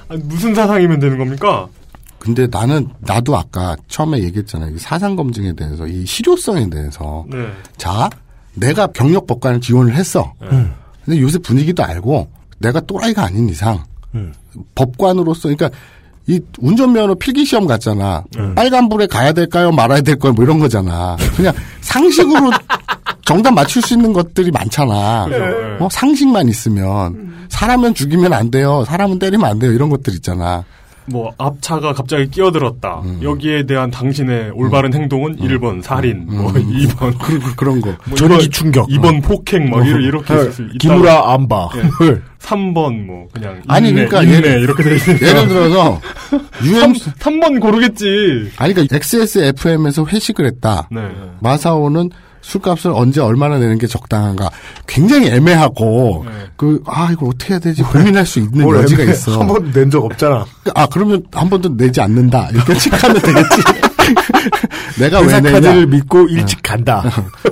Speaker 4: 아니 무슨 사상이면 되는 겁니까?
Speaker 3: 근데 나는 나도 아까 처음에 얘기했잖아요. 이 사상 검증에 대해서 이 실효성에 대해서
Speaker 4: 네.
Speaker 3: 자 내가 경력 법관을 지원을 했어.
Speaker 8: 네.
Speaker 4: 음.
Speaker 3: 근데 요새 분위기도 알고 내가 또라이가 아닌 이상 법관으로서 그러니까 이 운전면허 필기 시험 같잖아. 빨간불에 가야 될까요? 말아야 될까요? 뭐 이런 거잖아. 그냥 상식으로 정답 맞출 수 있는 것들이 많잖아.
Speaker 8: 그죠, 네.
Speaker 3: 어, 상식만 있으면 사람은 죽이면 안 돼요. 사람은 때리면 안 돼요. 이런 것들 있잖아.
Speaker 4: 뭐 앞차가 갑자기 끼어들었다.
Speaker 3: 음.
Speaker 4: 여기에 대한 당신의 올바른 행동은 1번 살인, 뭐 2번
Speaker 3: 그, 런 거.
Speaker 2: 전기 충격.
Speaker 4: 2번 폭행 막
Speaker 2: 어.
Speaker 4: 이런- 이렇게
Speaker 3: 아,
Speaker 2: 어.
Speaker 4: 있을 수 있다.
Speaker 2: 기무라 안바. 헐.
Speaker 4: 3번 뭐 그냥
Speaker 3: 아니,
Speaker 4: 인내,
Speaker 3: 그러니까
Speaker 4: 인내
Speaker 3: 예를-
Speaker 4: 이렇게 돼 있으니까.
Speaker 3: 예를 들어서 UM
Speaker 4: 3, 번 고르겠지.
Speaker 3: 아니 그러니까 XSFM에서 회식을 했다.
Speaker 4: 네.
Speaker 3: 마사오는 술값을 언제 얼마나 내는 게 적당한가 굉장히 애매하고 그 아 이걸 어떻게 해야 되지 고민할 수 있는
Speaker 2: 뭘
Speaker 3: 여지가
Speaker 2: 애매해.
Speaker 3: 있어.
Speaker 2: 한 번도 낸 적 없잖아.
Speaker 3: 아 그러면 한 번도 내지 않는다 이렇게 체크하면 되겠지. 내가 왜 내냐?
Speaker 2: 그 회사카드를 믿고 일찍 간다.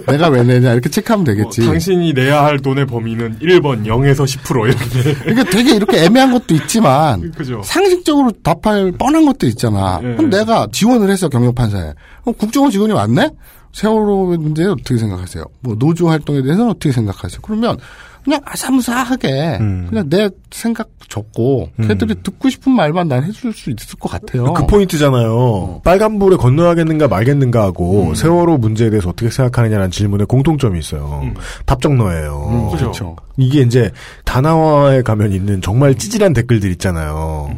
Speaker 3: 내가 왜 내냐 이렇게 체크하면 되겠지.
Speaker 4: 뭐 당신이 내야 할 돈의 범위는 1번 0에서 10% 이렇게.
Speaker 3: 그러니까 되게 이렇게 애매한 것도 있지만
Speaker 4: 그죠.
Speaker 3: 상식적으로 답할 뻔한 것도 있잖아. 그럼 내가 지원을 했어 경력판사에. 그럼 국정원 직원이 왔네? 세월호 문제 어떻게 생각하세요? 뭐 노조 활동에 대해서는 어떻게 생각하세요? 그러면 그냥 아사무사하게 그냥 내 생각 적고 걔들이 듣고 싶은 말만 난 해줄 수 있을 것 같아요.
Speaker 2: 그 포인트잖아요. 빨간불에 건너야겠는가 말겠는가 하고 세월호 문제에 대해서 어떻게 생각하느냐는 질문에 공통점이 있어요. 답정너예요.
Speaker 3: 음, 그죠. 그렇죠.
Speaker 2: 이게 이제 다나와에 가면 있는 정말 찌질한 댓글들 있잖아요.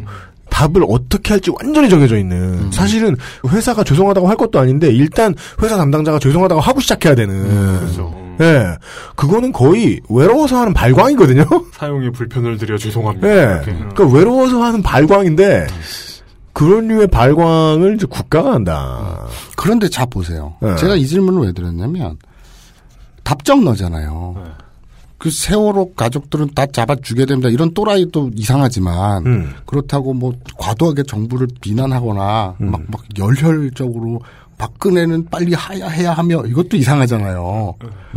Speaker 2: 답을 어떻게 할지 완전히 정해져 있는 사실은 회사가 죄송하다고 할 것도 아닌데 일단 회사 담당자가 죄송하다고 하고 시작해야 되는 예 그거는 거의 외로워서 하는 발광이거든요
Speaker 4: 사용에 불편을 드려 죄송합니다.
Speaker 2: 예.
Speaker 4: 이렇게.
Speaker 2: 그러니까 외로워서 하는 발광인데 그런 류의 발광을 이제 국가가 한다.
Speaker 3: 그런데 자 보세요.
Speaker 2: 예.
Speaker 3: 제가 이 질문을 왜 드렸냐면 답정너잖아요. 그 세월호 가족들은 다 잡아 죽여야 됩니다. 이런 또라이도 이상하지만 그렇다고 뭐 과도하게 정부를 비난하거나 막 막 열혈적으로 박근혜는 빨리 하야 해야 하며 이것도 이상하잖아요.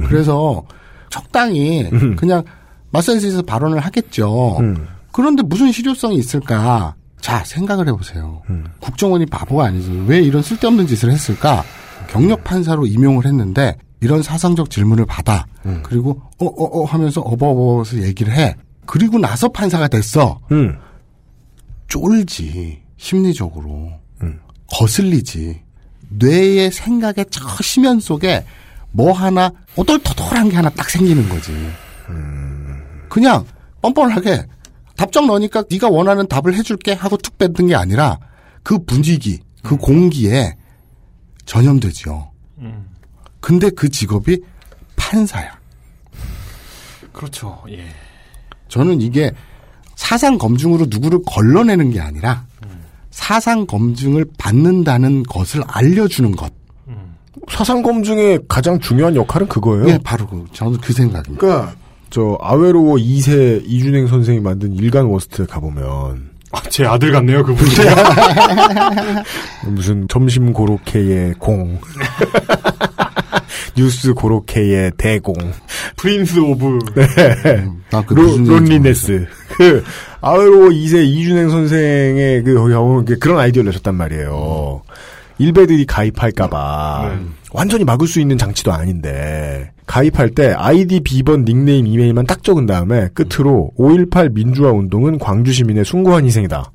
Speaker 3: 그래서 적당히 그냥 마사지에서 발언을 하겠죠. 그런데 무슨 실효성이 있을까? 자 생각을 해보세요. 국정원이 바보가 아니죠. 왜 이런 쓸데없는 짓을 했을까? 경력 판사로 임용을 했는데 이런 사상적 질문을 받아. 그리고 어어어 하면서 어버어버서 얘기를 해. 그리고 나서 판사가 됐어.
Speaker 2: 음.
Speaker 3: 쫄지 심리적으로 거슬리지 뇌의 생각의 저 심연 속에 뭐 하나 오돌토돌한 게 하나 딱 생기는 거지. 그냥 뻔뻔하게 답장 넣으니까 네가 원하는 답을 해줄게 하고 툭 뱉는 게 아니라 그 분위기, 그 공기에 전염되지요.
Speaker 4: 음.
Speaker 3: 근데 그 직업이 판사야.
Speaker 4: 그렇죠. 예.
Speaker 3: 저는 이게 사상 검증으로 누구를 걸러내는 게 아니라 사상 검증을 받는다는 것을 알려주는 것.
Speaker 2: 사상 검증의 가장 중요한 역할은 그거예요.
Speaker 3: 예, 바로 그, 저는 그 생각입니다.
Speaker 2: 그러니까 저 아웨로워 2세 이준행 선생이 만든 일간 워스트에 가보면
Speaker 4: 아, 제 아들 같네요 그분.
Speaker 2: 무슨 점심 고로케의 공 뉴스 고로케의 대공
Speaker 4: 프린스 오브
Speaker 2: 네.
Speaker 3: 아, 나그
Speaker 2: 로,
Speaker 3: 무슨 얘기인지
Speaker 2: 론리네스. 그, 아웨로 2세 이준행 선생의 그, 거기 가보면 이렇게 그런 아이디어를 내셨단 말이에요. 일베들이 가입할까봐.
Speaker 3: 네.
Speaker 2: 완전히 막을 수 있는 장치도 아닌데. 가입할 때 아이디, 비번, 닉네임, 이메일만 딱 적은 다음에 끝으로 5.18 민주화 운동은 광주 시민의 숭고한 희생이다.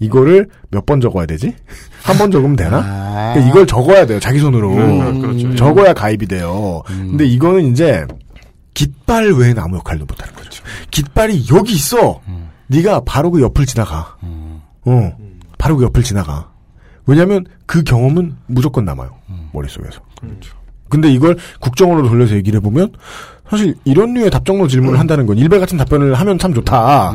Speaker 2: 이거를 몇 번 적어야 되지? 한 번 적으면 되나? 그러니까 이걸 적어야 돼요, 자기 손으로.
Speaker 4: 음, 그렇죠.
Speaker 2: 적어야 가입이 돼요. 근데 이거는 이제 깃발 외에는 아무 역할도 못하는 거죠. 깃발이 여기 있어. 네가 바로 그 옆을 지나가. 어, 바로 그 옆을 지나가. 왜냐하면 그 경험은 무조건 남아요 머릿속에서.
Speaker 3: 그렇죠.
Speaker 2: 근데 이걸 국정원으로 돌려서 얘기를 해보면 사실 이런 류의 답정로 질문을 한다는 건 일배 같은 답변을 하면 참 좋다.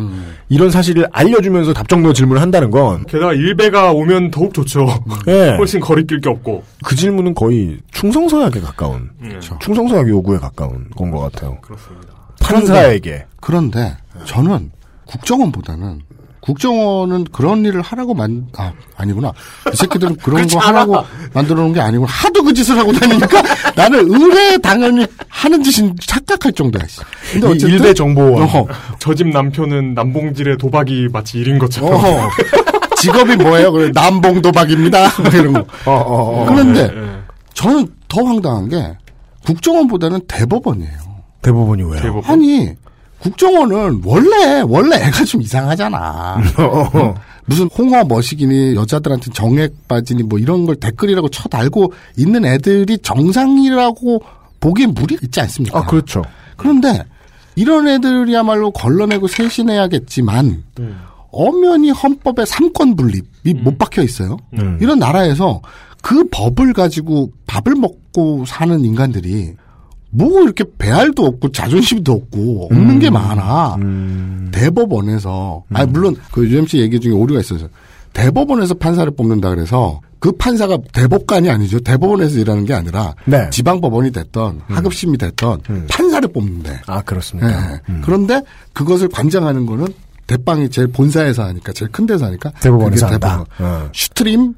Speaker 2: 이런 사실을 알려주면서 답정로 질문을 한다는 건
Speaker 4: 게다가 일배가 오면 더욱 좋죠.
Speaker 2: 예.
Speaker 4: 훨씬 거리낄 게 없고.
Speaker 2: 그 질문은 거의 충성서약에 가까운 충성서약 요구에 가까운 건 것 같아요.
Speaker 4: 그렇습니다.
Speaker 2: 판사에게.
Speaker 3: 그런데
Speaker 2: 네.
Speaker 3: 저는 국정원보다는 국정원은 그런 일을 하라고 만, 아, 아니구나. 이 새끼들은 그런 거
Speaker 2: 그렇잖아.
Speaker 3: 하라고 만들어 놓은 게 아니고 하도 그 짓을 하고 다니니까 나는 의뢰 당연히 하는 짓인 착각할 정도야. 씨. 근데 어쨌든. 어허.
Speaker 4: 저 집 남편은 남봉질의 도박이 마치 일인 것처럼.
Speaker 3: 어허. 직업이 뭐예요? 그래, 남봉도박입니다. 막 이런 거. 그런데
Speaker 4: 예, 예.
Speaker 3: 저는 더 황당한 게 국정원보다는 대법원이에요.
Speaker 2: 대법원이 왜요?
Speaker 3: 아니 국정원은 원래 원래 애가 좀 이상하잖아. 응? 무슨 홍어 머시기니 여자들한테 정액 빠지니 뭐 이런 걸 댓글이라고 쳐달고 있는 애들이 정상이라고 보기엔 무리 있지 않습니까? 아
Speaker 2: 그렇죠.
Speaker 3: 그런데 이런 애들이야말로 걸러내고 쇄신해야겠지만 엄연히 헌법에 삼권 분립이 못 박혀 있어요. 이런 나라에서 그 법을 가지고 밥을 먹고 사는 인간들이 뭐 이렇게 배알도 없고 자존심도 없고 없는 게 많아. 대법원에서
Speaker 2: 음.
Speaker 3: 아 물론 그 UMC 얘기 중에 오류가 있어요. 대법원에서 판사를 뽑는다 그래서 그 판사가 대법관이 아니죠. 대법원에서 일하는 게 아니라
Speaker 2: 네. 음.
Speaker 3: 지방법원이 됐던 하급심이 됐던 판사를 뽑는데. 예,
Speaker 2: 아 그렇습니다.
Speaker 3: 그런데 그것을 관장하는 거는 대빵이 제일 본사에서 하니까 제일 큰 데서 하니까
Speaker 2: 대법원에서
Speaker 3: 그게
Speaker 2: 한다. 어.
Speaker 3: 슈트림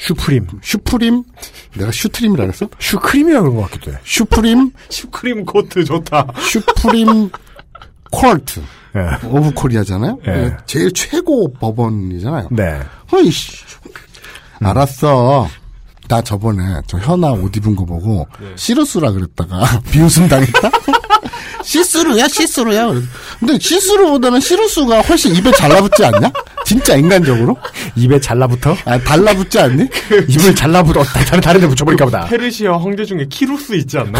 Speaker 2: 슈프림
Speaker 3: 슈프림 내가 슈트림이라 그랬어?
Speaker 2: 슈크림이라 그런 것 같기도 해.
Speaker 3: 슈프림
Speaker 4: 슈크림 코트 좋다.
Speaker 3: 슈프림 콜트
Speaker 2: 예.
Speaker 3: 오브 코리아잖아요.
Speaker 2: 예.
Speaker 3: 제일 최고 법원이잖아요.
Speaker 2: 네. 음.
Speaker 3: 어이, 씨. 알았어. 나 저번에 저 현아 옷 입은 거 보고
Speaker 2: 예.
Speaker 3: 시루스라 그랬다가 비웃음 당했다. 시스루야 시스루야. 그래서. 근데 시스루보다는 시루스가 훨씬 입에 잘라붙지 않냐? 진짜 인간적으로?
Speaker 2: 입에 잘라붙어?
Speaker 3: 아 달라붙지 않니?
Speaker 2: 입을 잘라붙어 다른 다른 데 붙여버릴까 보다.
Speaker 4: 페르시아 황제 중에 키루스 있지 않나?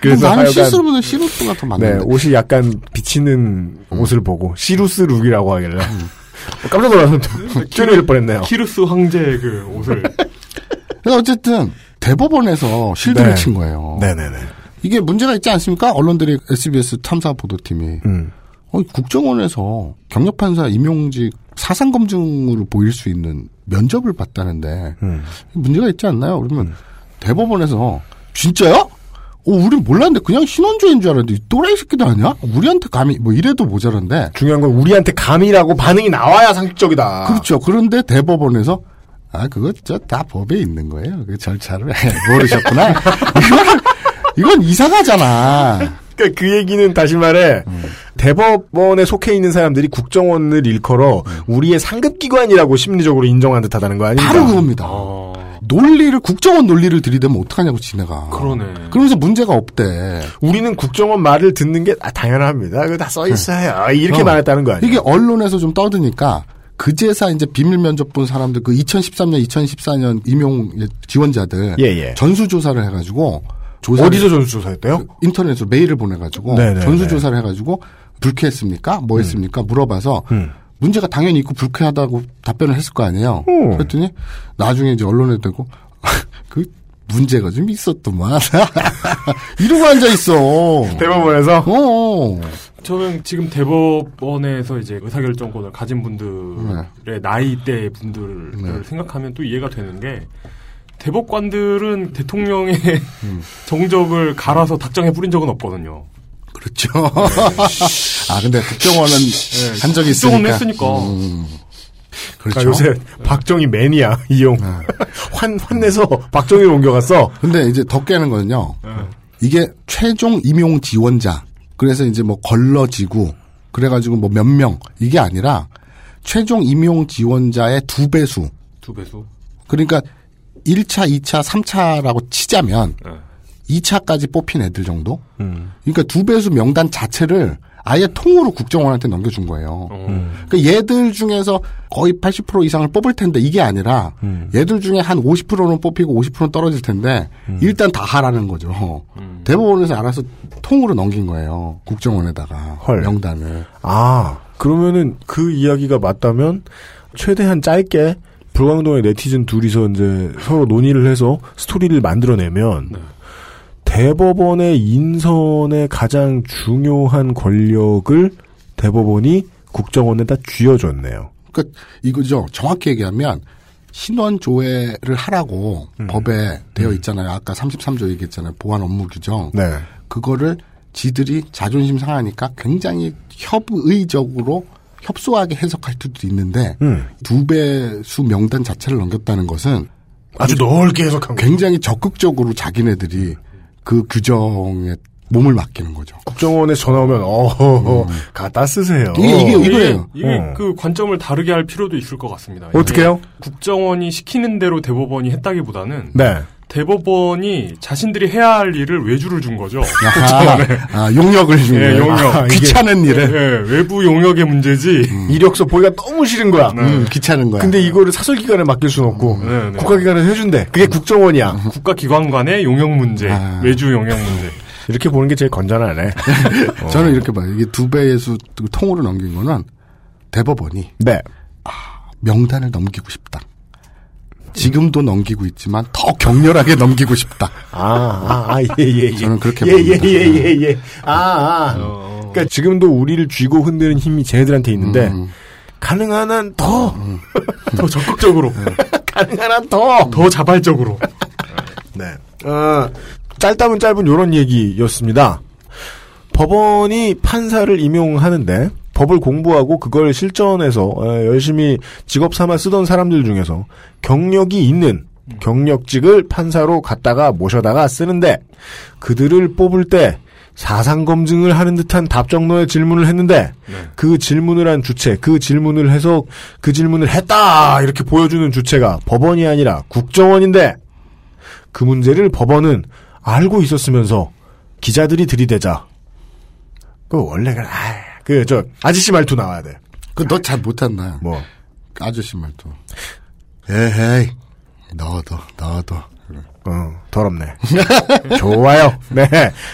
Speaker 2: 그래서
Speaker 3: 나는
Speaker 2: 하여간-
Speaker 3: 시스루보다 시루스가 더
Speaker 2: 네,
Speaker 3: 맞는데.
Speaker 2: 옷이 약간 비치는 옷을 보고 시루스 룩이라고 하길래 음. 음. 깜짝 놀라서 뛰어내릴 뻔했네요.
Speaker 4: 키루스 황제의 그 옷을.
Speaker 3: 그래서 어쨌든 대법원에서 실드를
Speaker 2: 네.
Speaker 3: 친 거예요.
Speaker 2: 네네네.
Speaker 3: 이게 문제가 있지 않습니까? 언론들이 SBS 탐사 보도팀이 어, 국정원에서 경력판사 임용직 사상검증으로 보일 수 있는 면접을 봤다는데 문제가 있지 않나요? 그러면 대법원에서 진짜요? 어, 우린 몰랐는데 그냥 신원조인 줄 알았는데 이 또라이 새끼도 아니야? 우리한테 감히 뭐 이래도 모자란데
Speaker 2: 중요한 건 우리한테 감이라고 반응이 나와야 상식적이다.
Speaker 3: 그렇죠. 그런데 대법원에서 아 그거 저 다 법에 있는 거예요. 그 절차를 모르셨구나. 이건 이건 이상하잖아.
Speaker 2: 그러니까 그 얘기는 다시 말해 대법원에 속해 있는 사람들이 국정원을 일컬어 우리의 상급 기관이라고 심리적으로 인정한 듯하다는 거 아닙니까?
Speaker 3: 바로 그겁니다.
Speaker 4: 아,
Speaker 3: 논리를 국정원 논리를 들이대면 어떡하냐고 지네가.
Speaker 4: 그러네.
Speaker 3: 그러면서 문제가 없대.
Speaker 2: 우리는 국정원 말을 듣는 게 아, 당연합니다. 그거 다 써 있어요. 이렇게
Speaker 3: 어.
Speaker 2: 말했다는 거 아니에요?
Speaker 3: 이게 언론에서 좀 떠드니까 그제사 이제 비밀 면접 본 사람들 그 2013년 2014년 임용 지원자들
Speaker 2: 예, 예.
Speaker 3: 전수 조사를 해가지고 조사를-
Speaker 2: 어디서
Speaker 3: 그
Speaker 2: 전수조사했대요?
Speaker 3: 인터넷으로 메일을 보내가지고
Speaker 2: 네, 네,
Speaker 3: 전수
Speaker 2: 네.
Speaker 3: 조사를 해가지고 불쾌했습니까? 뭐했습니까? 물어봐서 문제가 당연히 있고 불쾌하다고 답변을 했을 거 아니에요.
Speaker 2: 음.
Speaker 3: 그랬더니 나중에 이제 언론에 대고 그 문제가 좀 있었더만 이러고 앉아 있어.
Speaker 2: 대법원에서
Speaker 3: 어.
Speaker 4: 저는 지금 대법원에서 이제 의사결정권을 가진 분들의 나이대 분들을
Speaker 3: 네.
Speaker 4: 생각하면 또 이해가 되는 게 대법관들은 대통령의 정적을 갈아서 닭장에 뿌린 적은 없거든요.
Speaker 3: 그렇죠. 아 근데 국정원은 한 적이 있으니까.
Speaker 4: 국정원은 했으니까.
Speaker 3: 그렇죠. 네.
Speaker 2: 아, 요새 박정희 매니아 이용 환 환내서 박정희 옮겨갔어.
Speaker 3: 근데 이제 더 깨는 거는요. 이게 최종 임용 지원자. 그래서 이제 뭐 걸러지고 그래가지고 뭐 몇 명 이게 아니라 최종 임용 지원자의 두 배수.
Speaker 4: 두 배수.
Speaker 3: 그러니까 1차, 2차, 3차라고 치자면
Speaker 4: 네.
Speaker 3: 2차까지 뽑힌 애들 정도.
Speaker 4: 음.
Speaker 3: 그러니까 두 배수 명단 자체를 아예 통으로 국정원한테 넘겨준 거예요.
Speaker 4: 어.
Speaker 3: 그러니까 얘들 중에서 거의 80% 이상을 뽑을 텐데 이게 아니라
Speaker 4: 음.
Speaker 3: 얘들 중에 한 50%는 뽑히고 50%는 떨어질 텐데
Speaker 4: 음.
Speaker 3: 일단 다 하라는 거죠. 대법원에서 알아서 통으로 넘긴 거예요. 국정원에다가 명단을.
Speaker 2: 아, 그러면은 그 이야기가 맞다면 최대한 짧게 불광동의 네티즌 둘이서 이제 서로 논의를 해서 스토리를 만들어내면 대법원의 인선의 가장 중요한 권력을 대법원이 국정원에다 쥐어줬네요.
Speaker 3: 그러니까 이거죠. 정확히 얘기하면 신원 조회를 하라고 법에 되어 있잖아요. 아까 33조 얘기했잖아요. 보안 업무 규정.
Speaker 2: 네.
Speaker 3: 그거를 지들이 자존심 상하니까 굉장히 협의적으로 협소하게 해석할 수도 있는데 두 배수 명단 자체를 넘겼다는 것은
Speaker 2: 아주 넓게 해석한
Speaker 3: 굉장히 적극적으로 자기네들이 그 규정에 몸을 맡기는 거죠.
Speaker 2: 국정원에 전화 오면 어허허 갖다 쓰세요.
Speaker 4: 이게
Speaker 2: 어.
Speaker 4: 그 관점을 다르게 할 필요도 있을 것 같습니다.
Speaker 2: 어떻게요?
Speaker 4: 이게 국정원이 시키는 대로 대법원이 했다기보다는
Speaker 2: 네.
Speaker 4: 대법원이 자신들이 해야 할 일을 외주를 준 거죠.
Speaker 3: 아하. 아, 용역을 준
Speaker 4: 예,
Speaker 3: 거예요.
Speaker 4: 용역.
Speaker 3: 아, 이게- 귀찮은 일을.
Speaker 4: 예, 예, 외부 용역의 문제지.
Speaker 2: 음. 이력서 보기가 너무 싫은 거야.
Speaker 3: 음, 귀찮은 거야.
Speaker 2: 예. 근데 이거를 사설기관에 맡길 순 없고
Speaker 4: 네, 네.
Speaker 2: 국가기관에서 해준대.
Speaker 3: 음.
Speaker 2: 그게 국정원이야.
Speaker 4: 국가기관 간의 용역 문제,
Speaker 3: 아.
Speaker 4: 외주 용역 문제.
Speaker 2: 이렇게 보는 게 제일 건전하네.
Speaker 3: 저는 이렇게 봐요. 이게 두 배의 수 통으로 넘긴 거는 대법원이
Speaker 2: 네.
Speaker 3: 명단을 넘기고 싶다. 지금도 넘기고 있지만 더 격렬하게 넘기고 싶다.
Speaker 2: 아, 아, 예, 예, 예.
Speaker 3: 저는 그렇게
Speaker 2: 예, 예,
Speaker 3: 봅니다. 어.
Speaker 2: 예, 예, 예. 아, 아. 그러니까 지금도 우리를 쥐고 흔드는 힘이 쟤네들한테 있는데
Speaker 3: 음.
Speaker 2: 가능한 한 더,
Speaker 4: 더 적극적으로,
Speaker 3: 네.
Speaker 2: 가능한 한 더.
Speaker 4: 더 자발적으로.
Speaker 2: 네. 어, 짧다면 짧은 요런 얘기였습니다. 법원이 판사를 임용하는데 법을 공부하고 그걸 실전에서 어, 열심히 직업 삼아 쓰던 사람들 중에서 경력이 있는 경력직을 판사로 갖다가 모셔다가 쓰는데 그들을 뽑을 때 사상 검증을 하는 듯한 답정너의 질문을 했는데 그 질문을 한 주체, 그 질문을 해서 그 질문을 했다 이렇게 보여주는 주체가 법원이 아니라 국정원인데 그 문제를 법원은 알고 있었으면서 기자들이 들이대자. 그 원래 그 아, 그 저 아저씨 말투 나와야 돼.
Speaker 3: 그너 잘 못한다.
Speaker 2: 뭐
Speaker 3: 아저씨 말도. 에헤이. 넣어둬, 넣어둬.
Speaker 2: 어, 더럽네. 좋아요. 네.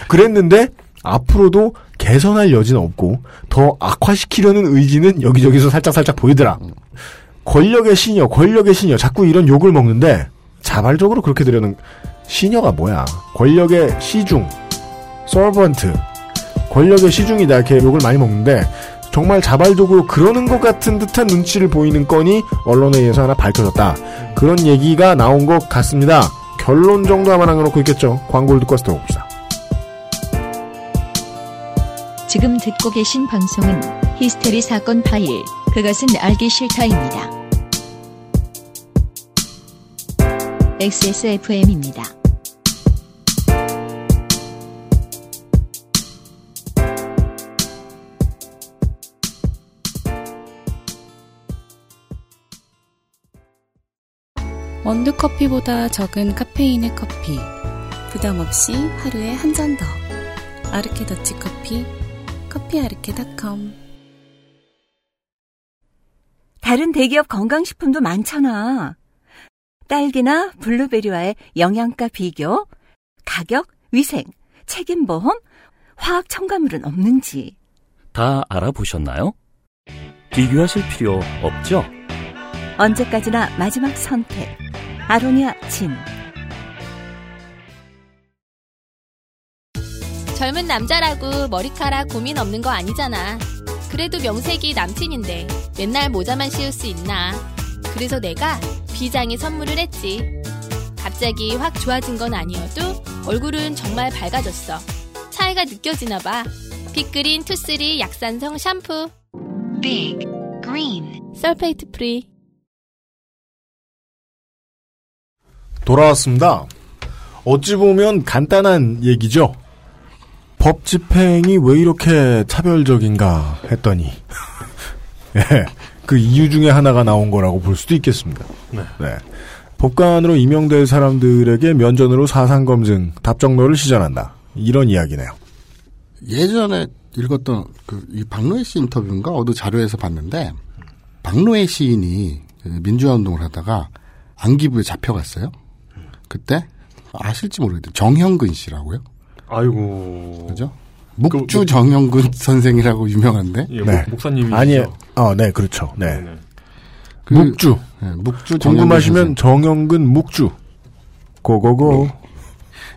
Speaker 2: 그랬는데 앞으로도 개선할 여지는 없고 더 악화시키려는 의지는 여기저기서 살짝살짝 보이더라. 권력의 시녀, 권력의 시녀. 자꾸 이런 욕을 먹는데 자발적으로 그렇게 되려는 시녀가 뭐야? 권력의 시중, 서번트, 권력의 시중이다 이렇게 욕을 많이 먹는데 정말 자발적으로 그러는 것 같은 듯한 눈치를 보이는 건이 언론에 의해서 하나 밝혀졌다. 그런 얘기가 나온 것 같습니다. 결론 정도 하나 남겨놓고 있겠죠. 광고를 듣고 와서 들어봅시다.
Speaker 1: 지금 듣고 계신 방송은 히스테리 사건 파일, 그것은 알기 싫다입니다. XSFM입니다.
Speaker 5: 원두커피보다 적은 카페인의 커피. 부담 없이 하루에 한 잔 더. 아르케 더치 커피. 커피아르케닷컴.
Speaker 8: 다른 대기업 건강식품도 많잖아. 딸기나 블루베리와의 영양가 비교, 가격, 위생, 책임보험, 화학 첨가물은 없는지.
Speaker 12: 다 알아보셨나요? 비교하실 필요 없죠?
Speaker 8: 언제까지나 마지막 선택. 아로니아 진.
Speaker 13: 젊은 남자라고 머리카락 고민 없는 거 아니잖아. 그래도 명색이 남친인데 맨날 모자만 씌울 수 있나. 그래서 내가 비장의 선물을 했지. 갑자기 확 좋아진 건 아니어도 얼굴은 정말 밝아졌어. 차이가 느껴지나 봐. 빅그린 투쓰리 약산성 샴푸. 빅 그린 설페이트 프리.
Speaker 2: 돌아왔습니다. 어찌 보면 간단한 얘기죠. 법 집행이 왜 이렇게 차별적인가 했더니 예, 그 이유 중에 하나가 나온 거라고 볼 수도 있겠습니다.
Speaker 4: 네.
Speaker 2: 법관으로 임명될 사람들에게 면전으로 사상 검증 답정너를 시전한다. 이런 이야기네요.
Speaker 3: 예전에 읽었던 그 이 박노해 씨 인터뷰인가 어느 자료에서 봤는데 박노해 시인이 그 민주화 운동을 하다가 안기부에 잡혀갔어요. 그때 아실지 모르겠는데 정형근 씨라고요.
Speaker 4: 아이고.
Speaker 3: 그죠? 묵주 정형근 선생이라고 유명한데.
Speaker 4: 예, 목- 목사님이시죠?
Speaker 2: 네. 아니요. 어, 네, 그렇죠. 네.
Speaker 3: 그-
Speaker 2: 묵주.
Speaker 3: 네, 묵주 정형근
Speaker 2: 궁금하시면 정영근 묵주. 고고고.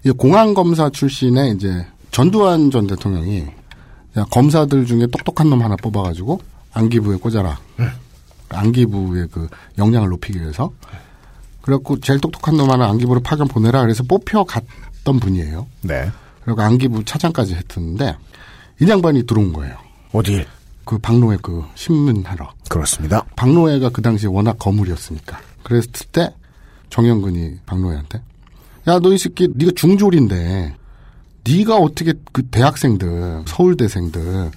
Speaker 3: 이 공안 검사 출신의 이제 전두환 전 대통령이 야, 검사들 중에 똑똑한 놈 하나 뽑아가지고 안기부에 꽂아라.
Speaker 2: 예.
Speaker 3: 안기부의 그 역량을 높이기 위해서. 그래갖고 제일 똑똑한 놈 하나 안기부로 파견 보내라. 그래서 뽑혀갔던 분이에요.
Speaker 2: 네.
Speaker 3: 그리고 안기부 차장까지 했었는데 이 양반이 들어온 거예요.
Speaker 2: 어디?
Speaker 3: 그 박노해 그 신문하러.
Speaker 2: 그렇습니다.
Speaker 3: 박노해가 그 당시 워낙 거물이었으니까. 그랬을 때 정영근이 박노해한테 야 너 이 새끼 네가 중졸인데 네가 어떻게 그 대학생들 서울대생들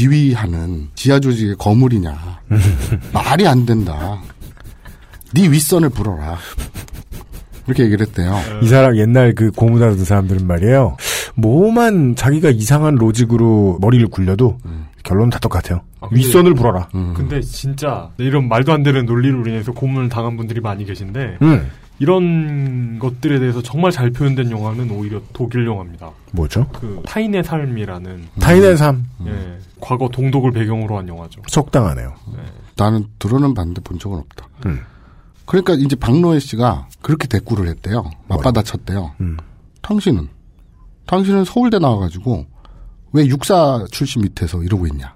Speaker 3: 지휘하는 지하 조직의 거물이냐 말이 안 된다. 네 윗선을 불어라. 이렇게 얘기를 했대요.
Speaker 2: 이 사람 옛날 그 고문하던 사람들은 말이에요. 뭐만 자기가 이상한 로직으로 머리를 굴려도 결론은 다 똑같아요. 음.
Speaker 4: 근데-
Speaker 2: 윗선을 불어라.
Speaker 3: 음.
Speaker 4: 근데 진짜 네, 이런 말도 안 되는 논리로 인해서 고문을 당한 분들이 많이 계신데
Speaker 2: 음.
Speaker 4: 이런 것들에 대해서 정말 잘 표현된 영화는 오히려 독일 영화입니다.
Speaker 2: 뭐죠?
Speaker 4: 그 타인의 삶이라는
Speaker 2: 타인의 삶.
Speaker 3: 음.
Speaker 4: 예, 과거 동독을 배경으로 한 영화죠.
Speaker 2: 적당하네요.
Speaker 3: 나는 들어는 봤는데 본 적은 없다.
Speaker 2: 음.
Speaker 3: 그러니까 이제 박노해 씨가 그렇게 대꾸를 했대요. 맞받아 쳤대요. 당신은 당신은 서울대 나와가지고 왜 육사 출신 밑에서 이러고 있냐?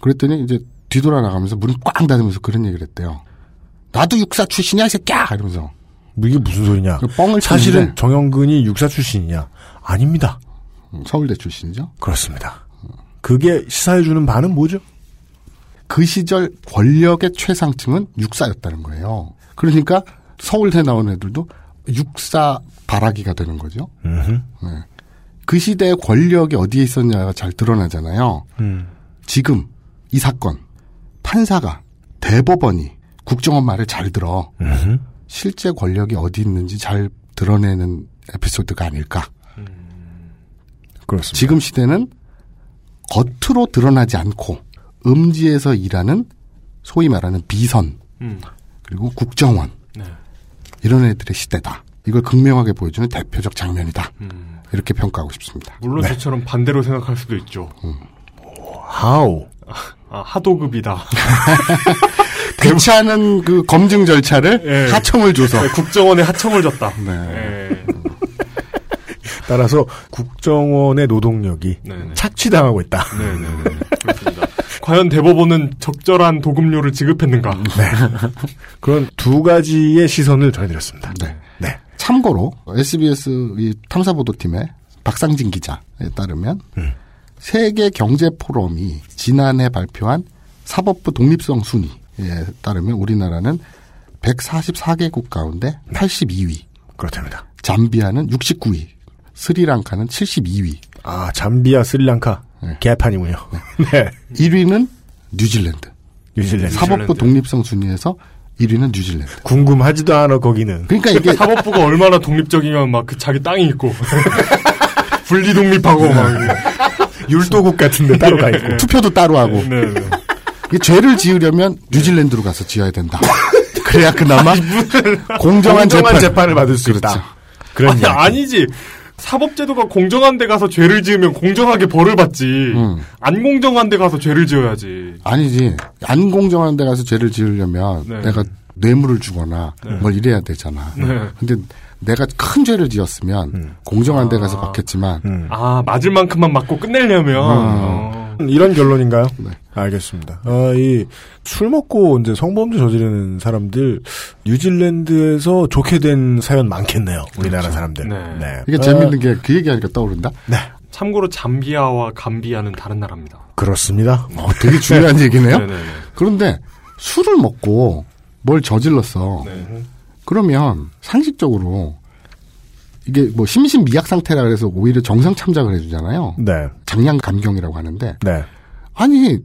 Speaker 3: 그랬더니 이제 뒤돌아 나가면서 문을 꽝 닫으면서 그런 얘기를 했대요. 나도 육사 출신이야, 이 새끼야! 이러면서.
Speaker 2: 이게 무슨 소리냐?
Speaker 3: 뻥을
Speaker 2: 사실은
Speaker 3: 치는데.
Speaker 2: 정영근이 육사 출신이냐? 아닙니다.
Speaker 3: 음, 서울대 출신이죠?
Speaker 2: 그렇습니다. 그게 시사해주는 바는 뭐죠?
Speaker 3: 그 시절 권력의 최상층은 육사였다는 거예요. 그러니까 서울대 나온 애들도 육사 바라기가 되는 거죠. 네. 그 시대의 권력이 어디에 있었냐가 잘 드러나잖아요. 지금 이 사건 판사가 대법원이 국정원 말을 잘 들어 실제 권력이 어디 있는지 잘 드러내는 에피소드가 아닐까.
Speaker 2: 그렇습니다.
Speaker 3: 지금 시대는 겉으로 드러나지 않고 음지에서 일하는 소위 말하는 비선
Speaker 4: 음.
Speaker 3: 그리고 국정원
Speaker 4: 네.
Speaker 3: 이런 애들의 시대다. 이걸 극명하게 보여주는 대표적 장면이다. 이렇게 평가하고 싶습니다.
Speaker 4: 음.
Speaker 3: 네.
Speaker 4: 물론 저처럼 반대로 생각할 수도 있죠.
Speaker 3: 음.
Speaker 2: 하오.
Speaker 4: 아, 하도급이다.
Speaker 3: 괜찮은 그 검증 절차를
Speaker 4: 예.
Speaker 3: 하청을 줘서
Speaker 4: 네, 국정원에 하청을 줬다.
Speaker 3: 네.
Speaker 4: 예.
Speaker 2: 따라서 국정원의 노동력이
Speaker 4: 네네.
Speaker 2: 착취당하고 있다.
Speaker 4: 네네네. 그렇습니다. 과연 대법원은 적절한 도급료를 지급했는가?
Speaker 3: 네.
Speaker 2: 그런 두 가지의 시선을 전해드렸습니다.
Speaker 3: 네. 참고로 SBS 이 탐사보도팀의 박상진 기자에 따르면 세계 경제 포럼이 지난해 발표한 사법부 독립성 순위에 따르면 우리나라는 144개국 가운데 82위.
Speaker 2: 그렇답니다.
Speaker 3: 잠비아는 69위. 스리랑카는 72위.
Speaker 2: 아, 잠비아, 스리랑카. 개판이군요. 네.
Speaker 3: 1위는 뉴질랜드.
Speaker 2: 뉴질랜드.
Speaker 3: 사법부
Speaker 2: 뉴질랜드.
Speaker 3: 독립성 순위에서 1위는 뉴질랜드.
Speaker 2: 궁금하지도 않아, 거기는.
Speaker 3: 그러니까 이게
Speaker 4: 사법부가 얼마나 독립적이면 막 그 자기 땅이 있고 분리 독립하고
Speaker 3: 네.
Speaker 4: 막
Speaker 2: 율도국 같은데 따로 가 있고.
Speaker 3: 투표도 따로 하고.
Speaker 4: 네,
Speaker 3: 네. 이게 죄를 지으려면 뉴질랜드로 가서 지어야 된다. 그래야 그나마 공정한, 재판.
Speaker 2: 을 받을 수
Speaker 3: 그렇죠.
Speaker 2: 있다. 그런
Speaker 4: 아니,
Speaker 2: 이야기.
Speaker 4: 아니지. 사법제도가 공정한 데 가서 죄를 지으면 공정하게 벌을 받지.
Speaker 3: 음.
Speaker 4: 안 공정한 데 가서 죄를 지어야지.
Speaker 3: 아니지. 안 공정한 데 가서 죄를 지으려면
Speaker 4: 네.
Speaker 3: 내가 뇌물을 주거나 뭘 이래야 되잖아.
Speaker 4: 네.
Speaker 3: 근데 내가 큰 죄를 지었으면 공정한 데 가서 받겠지만
Speaker 4: 아, 맞을 만큼만 맞고
Speaker 3: 음.
Speaker 4: 끝내려면. 어.
Speaker 2: 이런 결론인가요? 알겠습니다. 아, 이 술 먹고 이제 성범죄 저지르는 사람들 뉴질랜드에서 좋게 된 사연 그렇죠. 많겠네요. 우리나라 사람들.
Speaker 4: 네.
Speaker 3: 이게
Speaker 2: 아,
Speaker 3: 재밌는 게 그 얘기하니까 떠오른다.
Speaker 4: 참고로 잠비아와 감비아는 다른 나라입니다.
Speaker 2: 그렇습니다.
Speaker 3: 어, 되게 중요한 얘기네요.
Speaker 4: 네네네.
Speaker 3: 그런데 술을 먹고 뭘 저질렀어.
Speaker 2: 네.
Speaker 3: 그러면 상식적으로 이게 뭐 심신미약 상태라 그래서 오히려 정상 참작을 해주잖아요.
Speaker 2: 네.
Speaker 3: 장량 감경이라고 하는데
Speaker 2: 네.
Speaker 3: 아니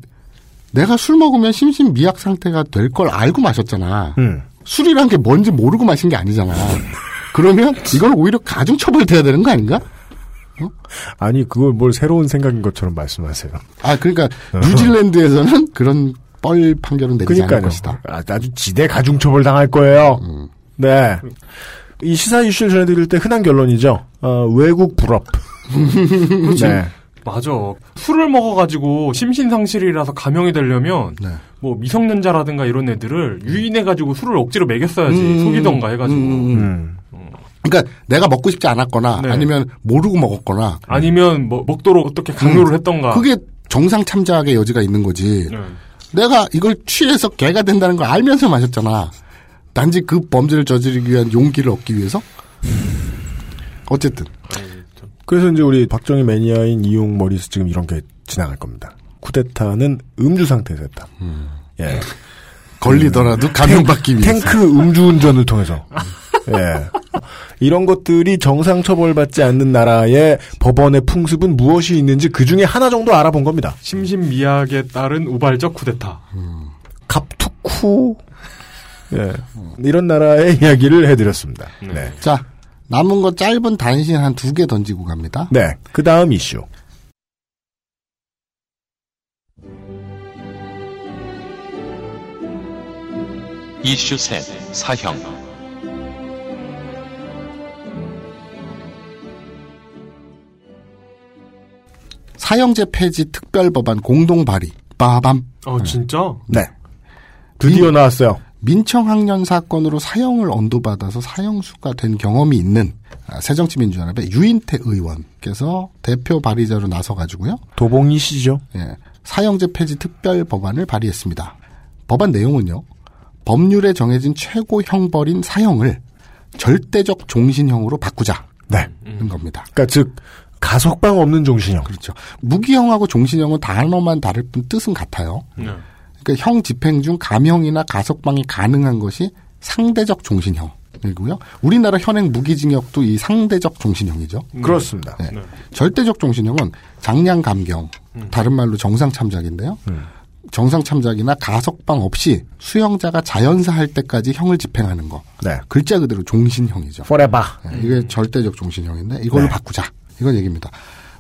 Speaker 3: 내가 술 먹으면 심신미약 상태가 될 걸 알고 마셨잖아.
Speaker 2: 음.
Speaker 3: 술이란 게 뭔지 모르고 마신 게 아니잖아. 그러면 이건 오히려 가중처벌돼야 되는 거 아닌가?
Speaker 2: 아니 그걸 뭘 새로운 생각인 것처럼 말씀하세요.
Speaker 3: 아 그러니까 뉴질랜드에서는 그런 뻘 판결은 내리지 않을
Speaker 2: 음. 그러니까요.
Speaker 3: 것이다. 음.
Speaker 2: 아, 아주 지대 가중처벌 당할 거예요. 네. 이 시사 이슈를 전해드릴 때 흔한 결론이죠. 어, 외국 불업.
Speaker 3: 그렇죠.
Speaker 2: 네.
Speaker 4: 맞아. 술을 먹어가지고 심신상실이라서 감형이 되려면
Speaker 3: 네.
Speaker 4: 뭐 미성년자라든가 이런 애들을 유인해가지고 술을 억지로 먹였어야지
Speaker 3: 음,
Speaker 4: 속이던가 해가지고 음.
Speaker 3: 그러니까 내가 먹고 싶지 않았거나
Speaker 2: 네.
Speaker 3: 아니면 모르고 먹었거나
Speaker 4: 아니면 뭐 먹도록 어떻게 강요를
Speaker 3: 음.
Speaker 2: 아.
Speaker 4: 했던가.
Speaker 3: 그게 정상 참작의 여지가 있는 거지.
Speaker 2: 네.
Speaker 3: 내가 이걸 취해서 개가 된다는 걸 알면서 마셨잖아. 단지 그 범죄를 저지르기 위한 용기를 얻기 위해서. 어쨌든
Speaker 2: 그래서 이제 우리 박정희 매니아인 이용 머리에서 지금 이런 게 지나갈 겁니다. 쿠데타는 음주 상태에서 했다. 예.
Speaker 3: 걸리더라도 감형받기 위해서.
Speaker 2: 음. 탱크 음주운전을 통해서. 예. 이런 것들이 정상 처벌받지 않는 나라의 법원의 풍습은 무엇이 있는지 그 중에 하나 정도 알아본 겁니다.
Speaker 4: 심신미약에 따른 우발적 쿠데타.
Speaker 2: 갑투쿠. 예. 이런 나라의 이야기를 해드렸습니다. 네.
Speaker 3: 자 남은 거 짧은 단신 한 두 개 던지고 갑니다.
Speaker 2: 네. 그 다음 이슈.
Speaker 11: 이슈 셋 사형
Speaker 3: 사형제 폐지 특별법안 공동 발의. 빠밤.
Speaker 4: 어 진짜?
Speaker 2: 네. 드디어 나왔어요.
Speaker 3: 민청 학년 사건으로 사형을 언도받아서 사형수가 된 경험이 있는 아, 새정치민주연합의 유인태 의원께서 대표 발의자로 나서가지고요.
Speaker 2: 도봉이시죠?
Speaker 3: 예. 사형제 폐지 특별 법안을 발의했습니다. 법안 내용은요. 법률에 정해진 최고 형벌인 사형을 절대적 종신형으로 바꾸자.
Speaker 2: 네.
Speaker 3: 는 겁니다.
Speaker 2: 그러니까 즉 가석방 없는 종신형.
Speaker 3: 그렇죠. 무기형하고 종신형은 단어만 다를 뿐 뜻은 같아요. 그러니까 형 집행 중 감형이나 가석방이 가능한 것이 상대적 종신형이고요. 우리나라 현행 무기징역도 이 상대적 종신형이죠.
Speaker 2: 그렇습니다.
Speaker 3: 네. 절대적 종신형은 장량 감경, 다른 말로 정상 참작인데요. 정상 참작이나 가석방 없이 수형자가 자연사할 때까지 형을 집행하는 거.
Speaker 2: 네.
Speaker 3: 글자 그대로 종신형이죠.
Speaker 2: forever.
Speaker 3: 네, 이게 절대적 종신형인데 이걸로 바꾸자. 이건 얘기입니다.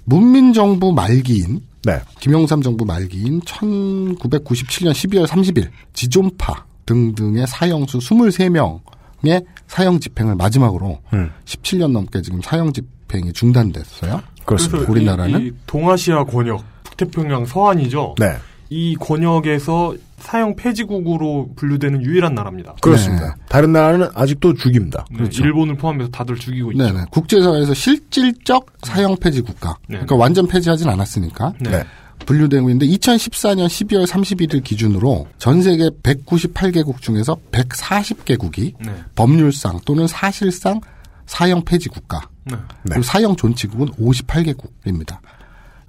Speaker 3: 문민정부 말기인
Speaker 2: 네.
Speaker 3: 김영삼 정부 말기인 1997년 12월 30일 지존파 등등의 사형수 23명의 사형 집행을 마지막으로 17년 넘게 지금 사형 집행이 중단됐어요.
Speaker 4: 그래서
Speaker 3: 우리나라는
Speaker 4: 이, 이 동아시아 권역, 북태평양 서안이죠.
Speaker 2: 네.
Speaker 4: 이 권역에서 사형 폐지국으로 분류되는 유일한 나라입니다.
Speaker 2: 그렇습니다. 다른 나라는 아직도 죽입니다.
Speaker 4: 네, 일본을 포함해서 다들 죽이고 있죠.
Speaker 3: 그렇죠.
Speaker 4: 음.
Speaker 3: 네네. 국제사회에서 실질적 사형 폐지 국가.
Speaker 4: 네.
Speaker 3: 그러니까 완전 폐지하진 않았으니까. 네. 분류되고 있는데 2014년 12월 31일 기준으로 전 세계 198개국 중에서 140개국이
Speaker 4: 네.
Speaker 3: 법률상 또는 사실상 사형 폐지 국가.
Speaker 4: 네.
Speaker 2: 네.
Speaker 3: 그리고 사형 존치국은 58개국입니다.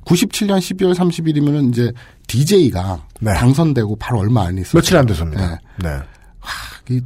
Speaker 3: 97년 12월 30일이면은 이제 DJ가 당선되고 바로 얼마 안 있어요.
Speaker 2: 네. 며칠 안 돼서입니다. 네.
Speaker 3: 이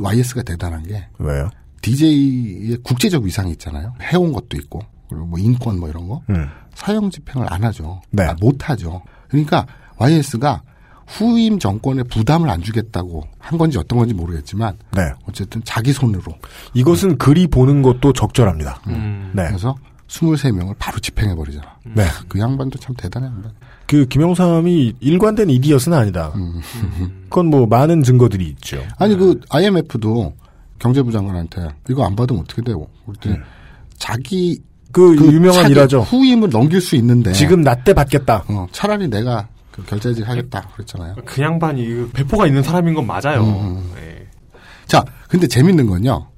Speaker 3: YS가 대단한 게
Speaker 2: 왜요?
Speaker 3: DJ의 국제적 위상이 있잖아요. 해온 것도 있고 그리고 뭐 인권 뭐 이런 거
Speaker 2: 네.
Speaker 3: 사형 집행을 안 하죠. 아, 못 하죠. 그러니까 YS가 후임 정권에 부담을 안 주겠다고 한 건지 어떤 건지 모르겠지만
Speaker 2: 네.
Speaker 3: 어쨌든 자기 손으로
Speaker 2: 이것은 그리 보는 것도 적절합니다.
Speaker 4: 음.
Speaker 2: 네.
Speaker 3: 그래서 23명을 바로 집행해 버리잖아.
Speaker 2: 네.
Speaker 3: 그 양반도 참 대단해 양반.
Speaker 2: 그 김영삼이 일관된 이디엇은 아니다.
Speaker 4: 음.
Speaker 2: 그건 뭐 많은 증거들이 있죠.
Speaker 3: 아니
Speaker 2: 네.
Speaker 3: 그 IMF도 경제부 장관한테 이거 안 받으면 어떻게 돼요? 그랬더니 자기
Speaker 2: 네. 그, 유명한
Speaker 3: 차기
Speaker 2: 일화죠.
Speaker 3: 후임을 넘길 수
Speaker 4: 네.
Speaker 3: 있는데
Speaker 2: 지금 나 때 받겠다.
Speaker 3: 어, 차라리 내가 그 결제직 하겠다 그랬잖아요.
Speaker 4: 그 양반이 그 배포가 있는 사람인 건 맞아요.
Speaker 3: 음. 자, 근데 재밌는 건요.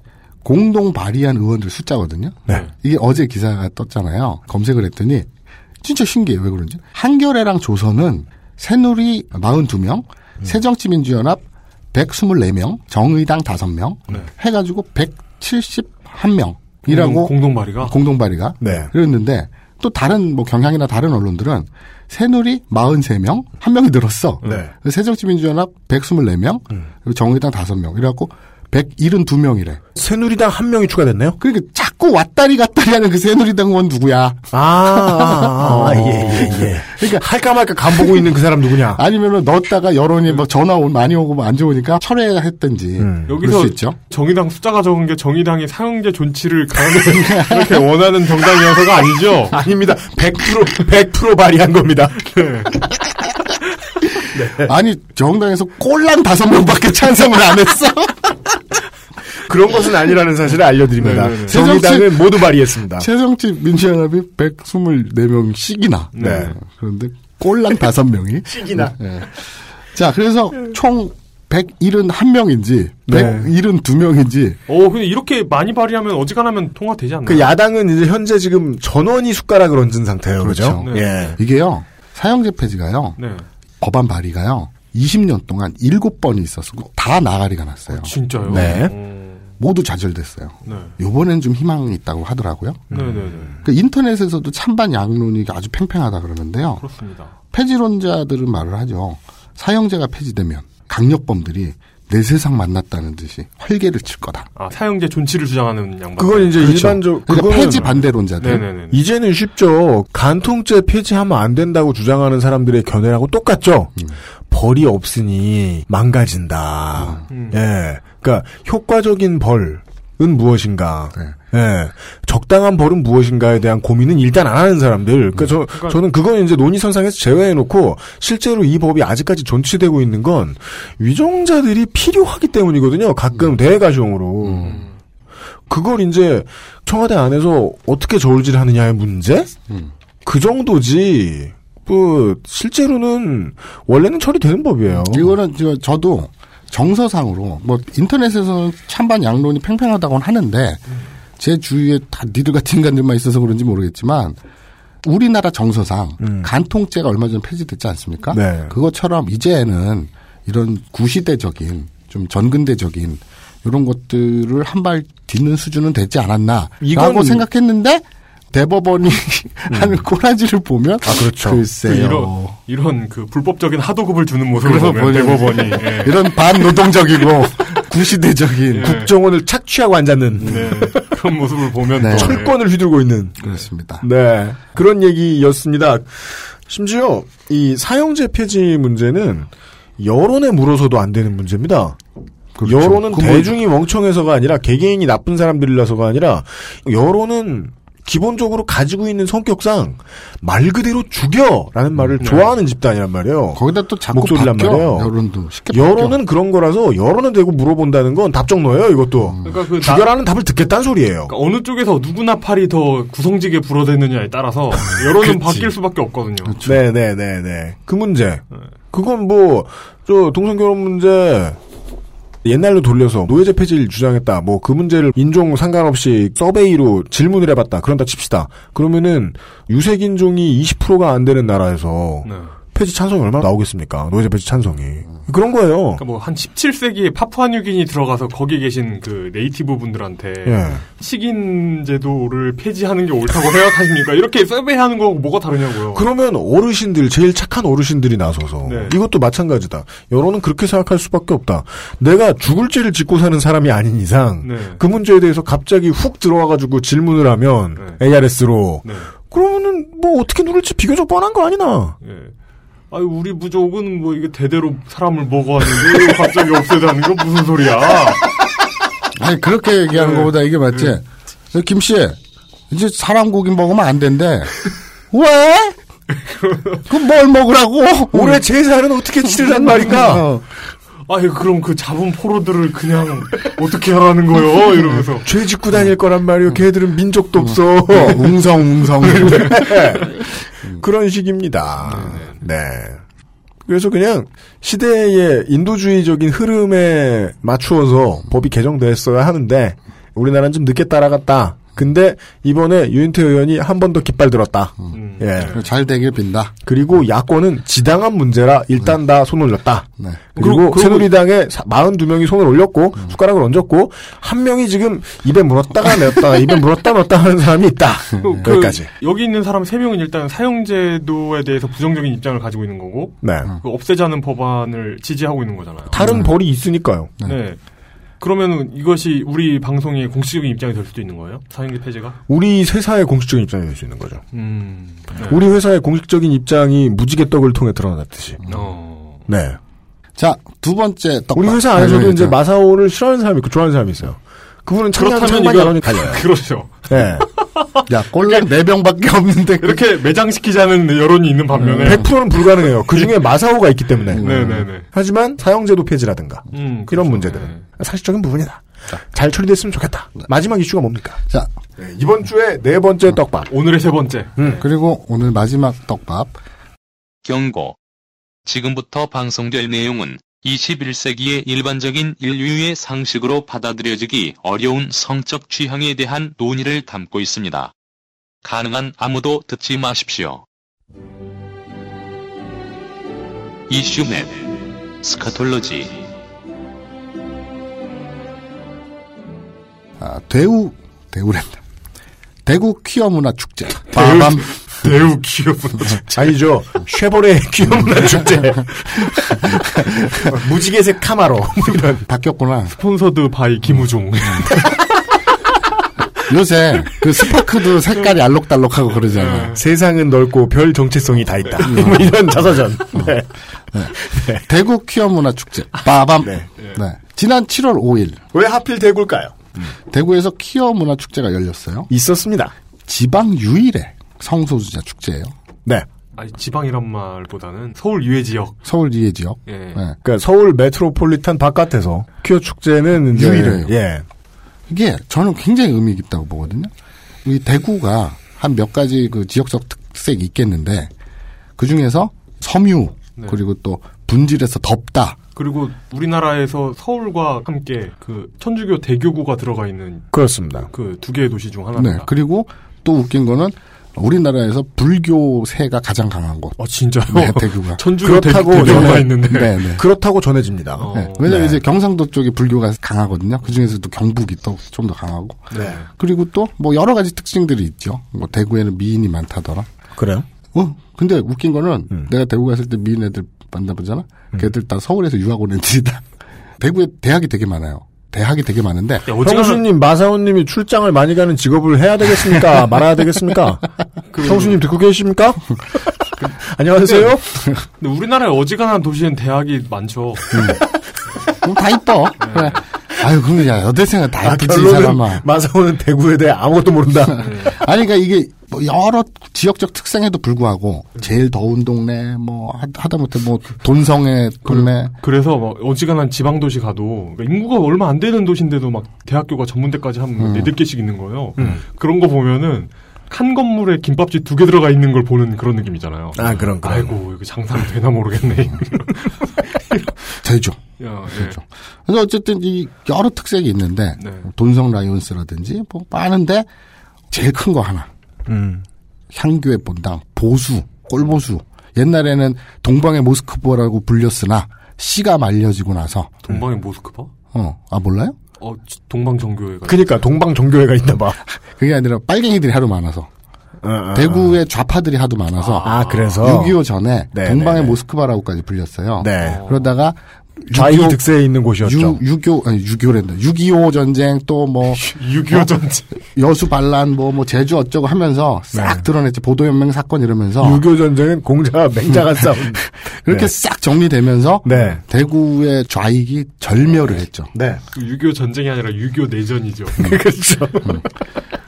Speaker 3: 공동 발의한 의원들 숫자거든요.
Speaker 4: 네.
Speaker 3: 이게 어제 기사가 떴잖아요. 검색을 했더니 진짜 신기해요. 왜 그런지. 한겨레랑 조선은 새누리 42명,
Speaker 4: 음.
Speaker 3: 새정치민주연합 124명, 정의당 5명 해가지고 171명이라고
Speaker 4: 네. 공동- 공동 발의가?
Speaker 3: 아, 공동 발의가
Speaker 2: 네.
Speaker 3: 그랬는데 또 다른 뭐 경향이나 다른 언론들은 새누리 43명, 한 명이 늘었어.
Speaker 2: 네. 음.
Speaker 3: 새정치민주연합 124명, 그리고 정의당 5명. 이래갖고 172명이래.
Speaker 2: 새누리당 한 명이 추가됐나요?
Speaker 3: 그러니까 자꾸 왔다리 갔다리 하는 그 새누리당 원 누구야?
Speaker 2: 아, 아, 예, 예, 예.
Speaker 3: 그러니까
Speaker 2: 할까 말까 간 보고 있는 그 사람 누구냐?
Speaker 3: 아니면은 넣었다가 여론이 막 전화 온 많이 오고 뭐안 좋으니까 철회했든지
Speaker 2: 음.
Speaker 3: 그럴
Speaker 4: 여기서
Speaker 3: 수 있죠.
Speaker 4: 정의당 숫자가 적은 게 정의당이 상영제 존치를 강하게 이렇게 아, 원하는 정당이어서가 아니죠?
Speaker 2: 아닙니다. 100% 100% 발의한 겁니다.
Speaker 4: 네.
Speaker 2: 네.
Speaker 3: 아니 정당에서 꼴랑 다섯 명밖에 찬성을 안 했어.
Speaker 2: 그런 것은 아니라는 사실을 알려드립니다.
Speaker 3: 네네네.
Speaker 2: 정의당은 모두 발의했습니다.
Speaker 3: 최정치 민주연합이 124명씩이나.
Speaker 2: 네.
Speaker 3: 그런데 꼴랑 다섯 명이.
Speaker 2: 씩이나.
Speaker 3: 네. 자 그래서 총 171명인지
Speaker 4: 네.
Speaker 3: 172명인지
Speaker 4: 어, 근데 이렇게 많이 발의하면 어지간하면 통과되지 않나요?
Speaker 3: 음.
Speaker 2: 그 야당은 이제 현재 지금 전원이 숟가락을 얹은 상태예요. 그렇죠?
Speaker 4: 그렇죠. 네.
Speaker 2: 예.
Speaker 3: 이게요 사형제 폐지가요
Speaker 4: 네.
Speaker 3: 법안 발의가요 20년 동안 7번이 있었고 다 나가리가 났어요.
Speaker 4: 진짜요?
Speaker 3: 네. 음.
Speaker 4: 음.
Speaker 3: 모두 좌절됐어요.
Speaker 4: 네.
Speaker 3: 요번엔 좀 희망이 있다고 하더라고요.
Speaker 4: 네네네.
Speaker 3: 그 인터넷에서도 찬반 양론이 아주 팽팽하다 그러는데요.
Speaker 4: 그렇습니다.
Speaker 3: 폐지론자들은 말을 하죠. 사형제가 폐지되면 강력범들이 내 세상 만났다는 듯이 활개를 칠 거다.
Speaker 4: 아, 사형제 존치를 주장하는 양반.
Speaker 2: 그건 이제
Speaker 3: 그렇죠.
Speaker 2: 일반적
Speaker 3: 그러니까
Speaker 2: 그거는-
Speaker 3: 폐지 반대론자들.
Speaker 4: 네네네.
Speaker 2: 이제는 쉽죠. 간통죄 폐지하면 안 된다고 주장하는 사람들의 견해하고 똑같죠.
Speaker 3: 음.
Speaker 2: 벌이 없으니
Speaker 3: 음.
Speaker 2: 망가진다.
Speaker 4: 음.
Speaker 2: 예. 그러니까 효과적인 벌은 무엇인가?
Speaker 4: 네.
Speaker 2: 예. 적당한 벌은 무엇인가에 대한 고민은 일단 안 하는 사람들. 그러니까 저
Speaker 4: 그러니까-
Speaker 2: 저는 그건 이제 논의선상에서 제외해 놓고 실제로 이 법이 아직까지 존치되고 있는 건 위정자들이 필요하기 때문이거든요.
Speaker 4: 음.
Speaker 2: 가끔 대가중으로. 그걸 이제 청와대 안에서 어떻게 저울질 하느냐의 문제?
Speaker 4: 음.
Speaker 2: 그 정도지. 뭐 실제로는 원래는 처리되는 법이에요.
Speaker 3: 이거는 저, 저도 정서상으로 뭐 인터넷에서는 찬반 양론이 팽팽하다고는 하는데 제 주위에 다 니들 같은 인간들만 있어서 그런지 모르겠지만 우리나라 정서상 간통죄가 얼마 전에 폐지됐지 않습니까?
Speaker 2: 음. 네.
Speaker 3: 그것처럼 이제는 이런 구시대적인 좀 전근대적인 이런 것들을 한 발 딛는 수준은 되지 않았나라고
Speaker 2: 이건- 음.
Speaker 3: 생각했는데 대법원이 하는 꼬라지를 보면
Speaker 2: 그렇죠.
Speaker 4: 그
Speaker 3: 글쎄요.
Speaker 4: 이런, 이런 그 불법적인 하도급을 주는 모습을
Speaker 3: 네, 어. 그래서 네.
Speaker 4: 보면
Speaker 3: 보면
Speaker 4: 대법원이. 예.
Speaker 3: 이런 반노동적이고 구시대적인
Speaker 4: 예.
Speaker 2: 국정원을 착취하고 앉았는
Speaker 4: 네. 그런 모습을 보면 예.
Speaker 3: 네.
Speaker 4: 또,
Speaker 2: 철권을 휘두르고 있는
Speaker 3: 그렇습니다.
Speaker 2: 네 그런 얘기였습니다. 심지어 이 사형제 폐지 문제는 여론에 물어서도 안 되는 문제입니다.
Speaker 3: 그렇죠.
Speaker 2: 여론은
Speaker 3: 그 뭐-
Speaker 2: 대중이 멍청해서가 아니라 개개인이 나쁜 사람들이라서가 아니라 여론은 기본적으로 가지고 있는 성격상 말 그대로 죽여라는 말을 좋아하는 집단이란 말이에요.
Speaker 3: 음, 네. 거기다 또 자꾸
Speaker 2: 목소리란
Speaker 3: 바뀌어.
Speaker 2: 말이에요.
Speaker 3: 여론도 쉽게
Speaker 2: 여론은 그런 거라서 여론은 되고 물어본다는 건 답정너예요. 이것도
Speaker 3: 음.
Speaker 4: 그러니까 그, 나-
Speaker 2: 죽여라는 답을 듣겠다는 소리예요.
Speaker 4: 그러니까 어느 쪽에서 누구나 팔이 더 구성지게 불어댔느냐에 따라서 여론은 바뀔 수밖에 없거든요.
Speaker 2: 네네네네. 그 문제. 그건 뭐, 저, 동성결혼 문제, 옛날로 돌려서 노예제 폐지를 주장했다. 뭐, 그 문제를 인종 상관없이 서베이로 질문을 해봤다. 그런다 칩시다. 그러면은, 유색인종이 20%가 안 되는 나라에서,
Speaker 4: 네.
Speaker 2: 폐지 찬성이 얼마나 나오겠습니까? 노예제 폐지 찬성이. 그런 거예요.
Speaker 4: 그러니까 뭐 한 17세기에 파푸아뉴기니 들어가서 거기 계신 그 네이티브 분들한테
Speaker 2: 예.
Speaker 4: 식인 제도를 폐지하는 게 옳다고 생각하십니까? 이렇게 서베이하는 거하고 뭐가 다르냐고요.
Speaker 2: 그러면 어르신들 제일 착한 어르신들이 나서서
Speaker 4: 네.
Speaker 2: 이것도 마찬가지다. 여론은 그렇게 생각할 수밖에 없다. 내가 죽을 죄를 짓고 사는 사람이 아닌 이상
Speaker 4: 네.
Speaker 2: 그 문제에 대해서 갑자기 훅 들어와가지고 질문을 하면 ARS로
Speaker 4: 네.
Speaker 2: 그러면은 뭐 어떻게 누를지 비교적 뻔한 거 아니나?
Speaker 4: 예. 아유, 우리 부족은 뭐 이게 대대로 사람을 먹어왔는데 이거 갑자기 없애자는 건 무슨 소리야? 아,
Speaker 3: 아니 그렇게
Speaker 2: 예.
Speaker 3: 얘기하는 것보다 이게 맞지. 그래서 김 씨, 이제 사람 고기 먹으면 안 된대. 왜? 그 뭘 먹으라고?
Speaker 4: 음.
Speaker 2: 올해 제사는 어떻게 치르란 말인가?
Speaker 3: 어.
Speaker 4: 아유, 그럼 그 잡은 포로들을 그냥 어떻게 하라는 거요? 이러면서.
Speaker 2: 죄 짓고 다닐 거란 말이요. 걔들은 민족도 없어.
Speaker 3: 어, 웅성웅성.
Speaker 2: 네. 그런 식입니다. 네. 그래서 그냥 시대의 인도주의적인 흐름에 맞추어서 법이 개정됐어야 하는데 우리나라는 좀 늦게 따라갔다. 근데 이번에 유인태 의원이 한 번 더 깃발 들었다. 예.
Speaker 3: 잘 되길 빈다.
Speaker 2: 그리고 야권은 지당한 문제라 일단 다 손 올렸다.
Speaker 3: 네.
Speaker 2: 그리고 음. 새누리당에 42명이 손을 올렸고 숟가락을 얹었고 한 명이 지금 입에 물었다가 냈다 입에 물었다 놨다 하는 사람이 있다.
Speaker 4: 그- 그
Speaker 2: 여기까지.
Speaker 4: 여기 있는 사람 세명은 일단 사형제도에 대해서 부정적인 입장을 가지고 있는 거고,
Speaker 2: 네. 음.
Speaker 4: 그 없애자는 법안을 지지하고 있는 거잖아요.
Speaker 2: 다른 벌이 있으니까요.
Speaker 4: 네. 그러면 이것이 우리 방송의 공식적인 입장이 될 수도 있는 거예요? 사행기 폐지가?
Speaker 2: 우리 회사의 공식적인 입장이 될 수 있는 거죠.
Speaker 4: 음.
Speaker 2: 우리 회사의 공식적인 입장이 무지개 떡을 통해 드러났듯이.
Speaker 4: 어.
Speaker 2: 네.
Speaker 3: 자, 두 번째 떡밥.
Speaker 2: 우리 회사 안에서도
Speaker 3: 관련해서.
Speaker 2: 이제 마사오를 싫어하는 사람이 있고 좋아하는 사람이 있어요. 그분은 창량
Speaker 4: 그렇다면
Speaker 2: 창반이
Speaker 4: 이거
Speaker 2: 완전히 달려요.
Speaker 4: 그렇죠.
Speaker 2: 네.
Speaker 3: 야, 꼴랑 네 병밖에 없는데
Speaker 4: 이렇게 매장시키자는 여론이 있는
Speaker 2: 네.
Speaker 4: 반면에 음.
Speaker 2: 100%는 불가능해요. 그 중에 마사오가 있기 때문에.
Speaker 4: 네네네.
Speaker 2: 하지만 사형제도 폐지라든가
Speaker 4: 음,
Speaker 2: 이런 문제들은 사실적인 부분이다. 잘 처리됐으면 좋겠다. 마지막 이슈가 뭡니까?
Speaker 3: 자,
Speaker 2: 네. 이번 주에 네 번째 떡밥.
Speaker 4: 오늘의 세 번째.
Speaker 2: 음.
Speaker 3: 그리고 오늘 마지막 떡밥.
Speaker 11: 경고. 지금부터 방송될 내용은 21세기의 일반적인 인류의 상식으로 받아들여지기 어려운 성적 취향에 대한 논의를 담고 있습니다. 가능한 아무도 듣지 마십시오. 이슈넷 스카톨로지
Speaker 3: 아, 대우 대우랜다. 대구 퀴어 문화 축제.
Speaker 2: 대우-
Speaker 3: 빠밤.
Speaker 2: 대우 퀴어 문화 축제. 아니죠. 쉐보레 퀴어 문화 축제. 무지개색 카마로.
Speaker 3: 바뀌었구나.
Speaker 4: 스폰서드 바이 김우종.
Speaker 3: 요새 그 스파크도 색깔이 알록달록하고 그러잖아요.
Speaker 2: 세상은 넓고 별 정체성이 다 있다.
Speaker 3: 음.
Speaker 2: 뭐 이런 자서전. 네.
Speaker 4: 네.
Speaker 3: 대구 퀴어 문화 축제. 빠밤. 네. 지난 7월 5일
Speaker 2: 왜 하필 대구일까요?
Speaker 3: 대구에서 퀴어 문화 축제가 열렸어요.
Speaker 2: 있었습니다.
Speaker 3: 지방 유일의 성소수자 축제예요.
Speaker 2: 네.
Speaker 4: 아니, 지방이란 말보다는 서울 유해 지역.
Speaker 3: 서울 이해 지역. 네.
Speaker 4: 예.
Speaker 2: 그러니까 서울 메트로폴리탄 바깥에서 퀴어 축제는 이제-
Speaker 3: 유일해요.
Speaker 2: 예.
Speaker 3: 이게 저는 굉장히 의미 깊다고 보거든요. 이 대구가 한 몇 가지 그 지역적 특색이 있겠는데 그 중에서 섬유
Speaker 4: 네.
Speaker 3: 그리고 또 분질해서 덥다.
Speaker 4: 그리고 우리나라에서 서울과 함께 그 천주교 대교구가 들어가 있는
Speaker 2: 그렇습니다.
Speaker 4: 그 두 개의 도시 중
Speaker 3: 네.
Speaker 4: 하나입니다.
Speaker 3: 그리고 또 웃긴 거는 우리나라에서 불교세가 가장 강한 곳.
Speaker 4: 아 진짜요?
Speaker 3: 네, 대구가.
Speaker 4: 천주교 대교- 대교가 있는데.
Speaker 3: 네, 네.
Speaker 2: 그렇다고 전해집니다.
Speaker 3: 네. 왜냐면 이제 경상도 쪽에 불교가 강하거든요. 그 중에서도 경북이 좀 더 강하고.
Speaker 2: 네.
Speaker 3: 그리고 또 뭐 여러 가지 특징들이 있죠. 뭐 대구에는 미인이 많다더라.
Speaker 2: 그래요?
Speaker 3: 어, 근데 웃긴 거는 내가 대구 갔을 때 미인 애들 만나보잖아. 걔들 다 서울에서 유학 온 애들이다. 대구에 대학이 되게 많아요. 대학이 되게 많은데.
Speaker 2: 뭐 형수님, 마사오님이 출장을 많이 가는 직업을 해야 되겠습니까? 말아야 되겠습니까? 형수님 듣고 계십니까? 안녕하세요.
Speaker 3: 네.
Speaker 4: 근데, 근데 우리나라의 어지간한 도시엔 대학이 많죠.
Speaker 3: 그럼 어, 다 이뻐. 그래. 아유, 그럼 야, 여대생은 다 이쁘지, 이
Speaker 2: 결론은
Speaker 3: 사람아.
Speaker 2: 마사오는 대구에 대해 아무것도 모른다.
Speaker 3: 아니, 그러니까 이게 뭐 여러 지역적 특성에도 불구하고 제일 더운 동네, 뭐 하- 하다못해 뭐 돈성의 동네.
Speaker 4: 그래서 막 어지간한 지방 도시 가도 그러니까 인구가 얼마 안 되는 도시인데도 막 대학교가 전문대까지 한 네댓 개씩 있는 거예요. 그런 거 보면은 한 건물에 김밥집 두 개 들어가 있는 걸 보는 그런 느낌이잖아요.
Speaker 2: 아, 그런, 그런.
Speaker 4: 아이고 이거 음. 장사가 되나 모르겠네.
Speaker 3: 되죠.
Speaker 4: 야, 예.
Speaker 3: 그렇죠. 근데 어쨌든 이 여러 특색이 있는데 돈성 라이온스라든지 뭐 많은데 제일 큰 거 하나
Speaker 2: 음.
Speaker 3: 향교의 본당 보수 꼴보수 옛날에는 동방의 모스크바라고 불렸으나 씨가 말려지고 나서
Speaker 4: 동방의 모스크바?
Speaker 3: 어아 몰라요?
Speaker 4: 어 지- 동방 정교회가.
Speaker 2: 그러니까 동방 종교회가 있나 봐.
Speaker 3: 그게 아니라 빨갱이들이 하도 많아서 어, 대구의 좌파들이 하도 많아서
Speaker 2: 아, 그래서?
Speaker 3: 6.25 전에
Speaker 2: 네,
Speaker 3: 동방의
Speaker 2: 네, 네.
Speaker 3: 모스크바라고까지 불렸어요.
Speaker 2: 네.
Speaker 3: 그러다가
Speaker 2: 좌익이
Speaker 3: 유교-
Speaker 2: 득세에 있는 곳이었죠.
Speaker 3: 유, 유교 아니 유교랜다. 6.25 전쟁 또뭐 6.25
Speaker 2: 어?
Speaker 4: 전쟁
Speaker 3: 여수 반란 뭐 뭐 제주 어쩌고 하면서 싹
Speaker 2: 네.
Speaker 3: 드러냈죠. 보도연맹 사건 이러면서
Speaker 2: 유교 전쟁은 공자와 맹자가 싸운 네.
Speaker 3: 그렇게 싹 정리되면서 대구의 좌익이 절멸을 했죠.
Speaker 2: 네.
Speaker 4: 6.25 그 전쟁이 아니라 6.25 내전이죠.